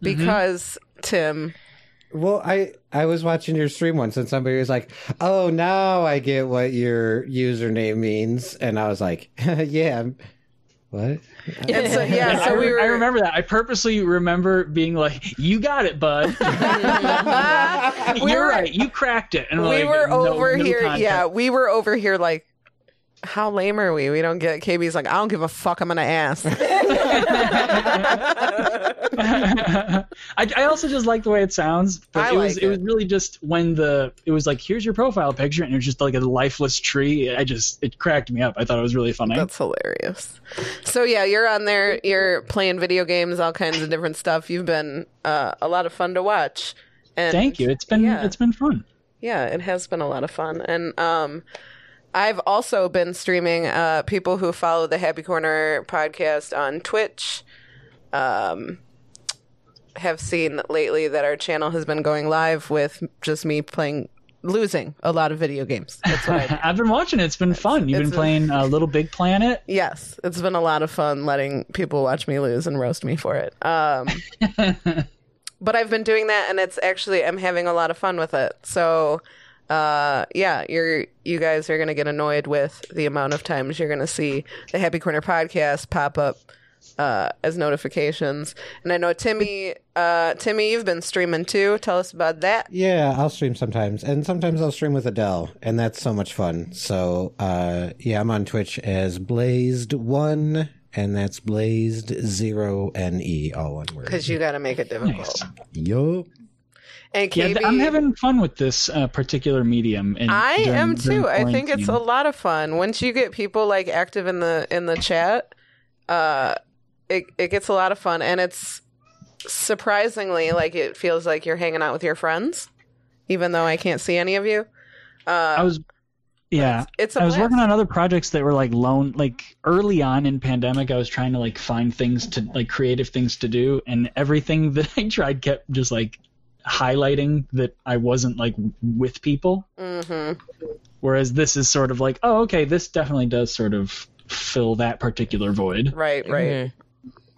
A: because Tim,
D: Well, I I was watching your stream once and somebody was like, "Oh, now I get what your username means," and I was like, [LAUGHS] "Yeah, I'm- what?"
A: and so, yeah,
C: [LAUGHS] I,
A: so we
C: re-
A: were.
C: I remember that. I purposely remember being like, "You got
A: [LAUGHS]
C: it, bud. You're
A: were-
C: right. You cracked it." And
A: We
C: like,
A: were
C: no-
A: over
C: no
A: here.
C: context.
A: Yeah, we were over here like. How lame are we? We don't get KB's like, I don't give a fuck, I'm gonna ask.
C: [LAUGHS] I, I also just like the way it sounds, but
A: I
C: it was
A: like
C: it. was really just when the it was like, "Here's your profile picture," and it was just like a lifeless tree. I just it cracked me up. I thought it was really funny.
A: That's hilarious. So yeah, you're on there, you're playing video games, all kinds of different stuff. You've been uh, a lot of fun to watch. And
C: Thank you. It's been
A: yeah.
C: it's been fun.
A: yeah it has been a lot of fun and um i've also been streaming uh people who follow the happy corner podcast on twitch um have seen lately that our channel has been going live with just me playing losing a lot of video games that's what i do.
C: [LAUGHS] I've been watching. it. It's been fun. You've
A: it's
C: been
A: a-
C: playing uh, Little Big Planet.
A: yes it's been a lot of fun letting people watch me lose and roast me for it
C: [LAUGHS]
A: um but I've been doing that, and it's actually I'm having a lot of fun with it. So, uh, yeah, you're you guys are gonna get annoyed with the amount of times you're gonna see the Happy Corner podcast pop up uh, as notifications. And I know Timmy, uh, Timmy, you've been streaming too. Tell us about that.
D: Yeah, I'll stream sometimes, and sometimes I'll stream with Adele, and that's so much fun. So, uh, yeah, I'm on Twitch as Blazed One, and that's Blazed Zero N E, all one word.
A: Because you got to make it difficult.
D: Yo,
A: And
C: Yeah,
A: KB,
C: th- I'm having fun with this uh, particular medium. And
A: I
C: during-
A: am
C: during
A: too. I think it's a
C: quarantine.
A: lot of fun. Once you get people like active in the in the chat, uh it it gets a lot of fun and it's surprisingly like it feels like you're hanging out with your friends even though I can't see any of you.
C: I
A: Uh
C: was, yeah.
A: it's a
C: Oh, I was
A: blast.
C: working on other projects that were like loan, like early on in pandemic. I was trying to like find things to like creative things to do, and everything [LAUGHS] that I tried kept just like highlighting that I wasn't like with people.
A: Mhm.
C: Whereas this is sort of like, oh, okay, this definitely does sort of fill that particular void.
A: Right, right.
B: Mm-hmm.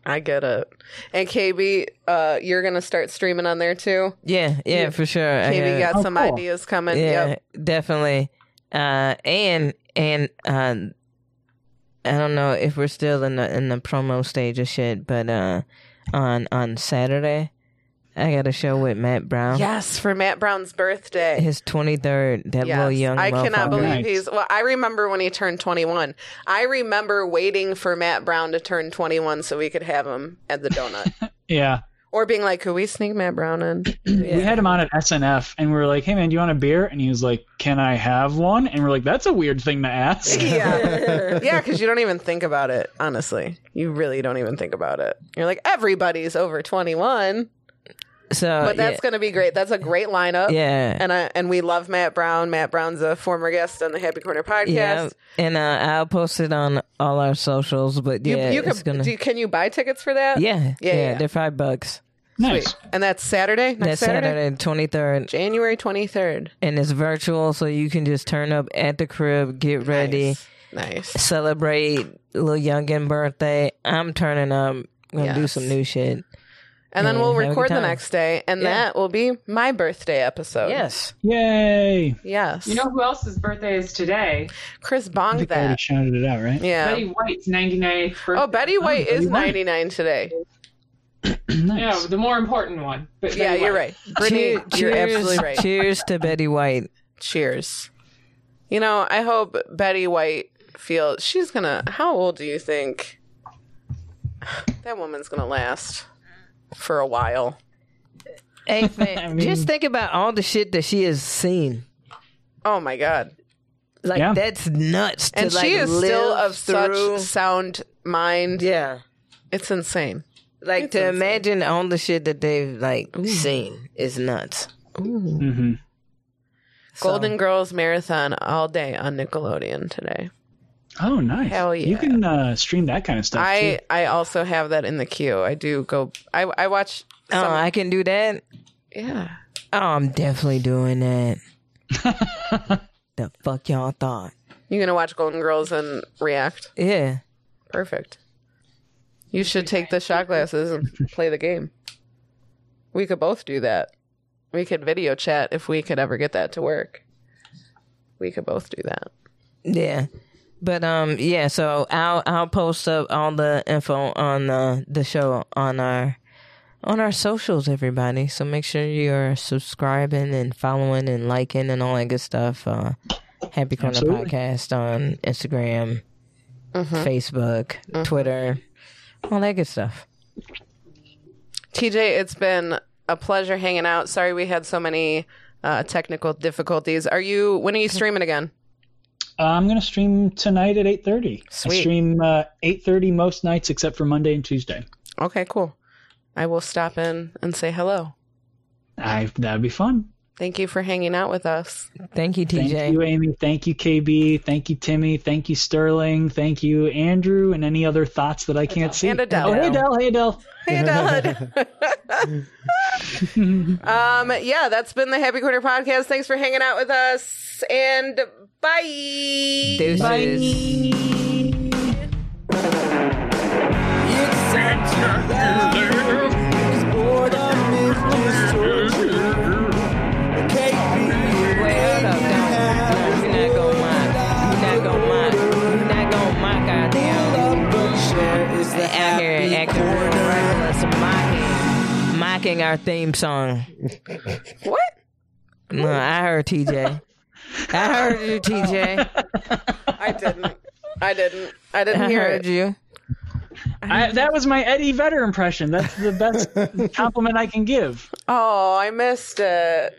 A: I get it. And KB, uh you're going to start streaming on there too.
B: Yeah, yeah, for sure. I gotta-
A: KB got
C: Oh,
A: some
C: cool.
A: ideas coming.
B: yeah,
A: Yep.
B: definitely. Uh, and and uh, I don't know if we're still in the in the promo stage of shit, but uh, on on Saturday, I got a show with Matt Brown.
A: Yes, for Matt Brown's birthday.
B: his twenty third. That
A: Yes.
B: little young.
A: I cannot
B: motherfucker.
A: believe
C: Nice.
A: he's. Well, I remember when he turned 21. I remember waiting for Matt Brown to turn 21 so we could have him at the donut,
C: Yeah.
A: [LAUGHS] or being like, "Could we sneak Matt Brown in?"
C: We had him on at SNF, and we were like, "Hey man, do you want a beer?" And he was like, "Can I have one?" And we're like, "That's a weird thing
A: [LAUGHS]
C: to
A: [LAUGHS]
C: ask."
A: Yeah, yeah, because you don't even think about it. Honestly, you really don't even think about it. You're like, everybody's over 21,
B: So,
A: but that's gonna be great. That's a great lineup.
B: Uh, yeah.
A: And I and we love Matt Brown. Matt Brown's a former guest on the Happy Corner podcast.
B: Yeah, and uh, I'll post it on all our socials. But
A: You,
B: yeah,
A: you
B: it's
A: could,
B: gonna.
A: do you- can you buy tickets for
B: [LAUGHS]
A: that?
B: yeah, yeah,
A: yeah.
B: they're five bucks.
C: Nice.
A: And that's Saturday.
B: That's
A: Next
B: Saturday, twenty third,
A: January 23rd.
B: and it's virtual, so you can just turn up at the crib, get ready,
A: Nice.
B: celebrate little youngin' birthday. I'm turning up. Gonna do
A: Yes.
B: some new shit.
A: And then
B: Yeah,
A: we'll
B: have a good
A: record the
B: time.
A: next day, and
B: Yeah.
A: that will be my birthday episode.
B: Yes.
C: Yay!
A: Yes.
E: You know who else's birthday is today?
A: Chris
C: I
A: bonged
C: think I already
A: that.
C: shouted it out, right?
A: Yeah.
E: Betty White's 99th birthday.
A: Oh, Betty White
C: Betty
A: is
C: White.
A: 99 today.
E: Yeah,
C: [CLEARS THROAT] Nice.
E: the more important one. But
A: Yeah,
E: Betty
A: you're
E: White.
A: right. Brittany,
B: Cheer-
A: you're absolutely right.
B: Cheers to Betty White.
A: Cheers. You know, I hope Betty White feels she's gonna. How old do you think that woman's gonna last for a while?
B: [LAUGHS] Hey, man,
C: [LAUGHS] I mean-
B: just think about all the shit that she has seen.
A: Oh my god!
B: Like
C: Yeah.
B: that's nuts. To
A: And
B: like,
A: she is still
B: live
A: of
B: through.
A: such sound mind.
B: yeah.
A: It's insane.
B: Like
A: It's
B: to
A: insane.
B: imagine all the shit that they've like seen is nuts.
C: Mm-hmm.
B: So-
A: Golden Girls marathon all day on Nickelodeon today.
C: Oh, nice.
A: Hell yeah.
C: You can uh, stream that kind of stuff
A: I I also have that in the queue. I do go. I I watch.
B: Oh,
A: Some,
B: I can do that.
A: yeah.
B: Oh, I'm definitely doing
C: [LAUGHS]
B: that. the fuck y'all thought?
A: You gonna watch Golden Girls and react?
B: Yeah.
A: Perfect. You should take the shot glasses and play the game. We could both do that. We could video chat if we could ever get that to work. We could both do that.
B: Yeah. But um yeah, so I'll I'll post up all the info on uh, the show on our on our socials everybody. So make sure you're subscribing and following and liking and all that good stuff. Uh Happy Corner
C: Absolutely.
B: Podcast on Instagram, Facebook, Twitter, all that good stuff.
A: TJ, it's been a pleasure hanging out. Sorry we had so many uh, technical difficulties. Are you? When are you streaming again?
C: too. Uh, I'm going to stream tonight at 8:30.
A: Sweet.
C: I stream uh, 8:30 most nights except for Monday and Tuesday.
A: Okay, cool. I will stop in and say hello.
C: I that'd be fun.
A: Thank you for hanging out with us.
B: Thank you, TJ.
C: Thank you, Amy. Thank you, KB. Thank you, Timmy. Thank you, Sterling. Thank you, Andrew. And any other thoughts that I can't see?
A: And Adele.
C: Oh, hey, Adele. Hey, Adele.
A: Hey, Dud. [LAUGHS] um, yeah, that's been the Happy Corner podcast. Thanks for hanging out with us, and bye.
B: Deuces. Wait, hold up, don't. No, you're not gonna mock. You're not gonna mock. You're not gonna mock, goddamn.
H: Share is Here's the
B: out here and
H: happy
B: acting real reckless, mocking, mocking our theme song.
A: What?
B: No, I heard TJ. I heard you, TJ.
A: I didn't. I didn't.
B: [LAUGHS]
A: I
B: I
A: didn't hear
B: heard
A: it.
B: you.
C: I, that was my Eddie Vedder impression. That's the best compliment I can give.
A: Oh, I missed it.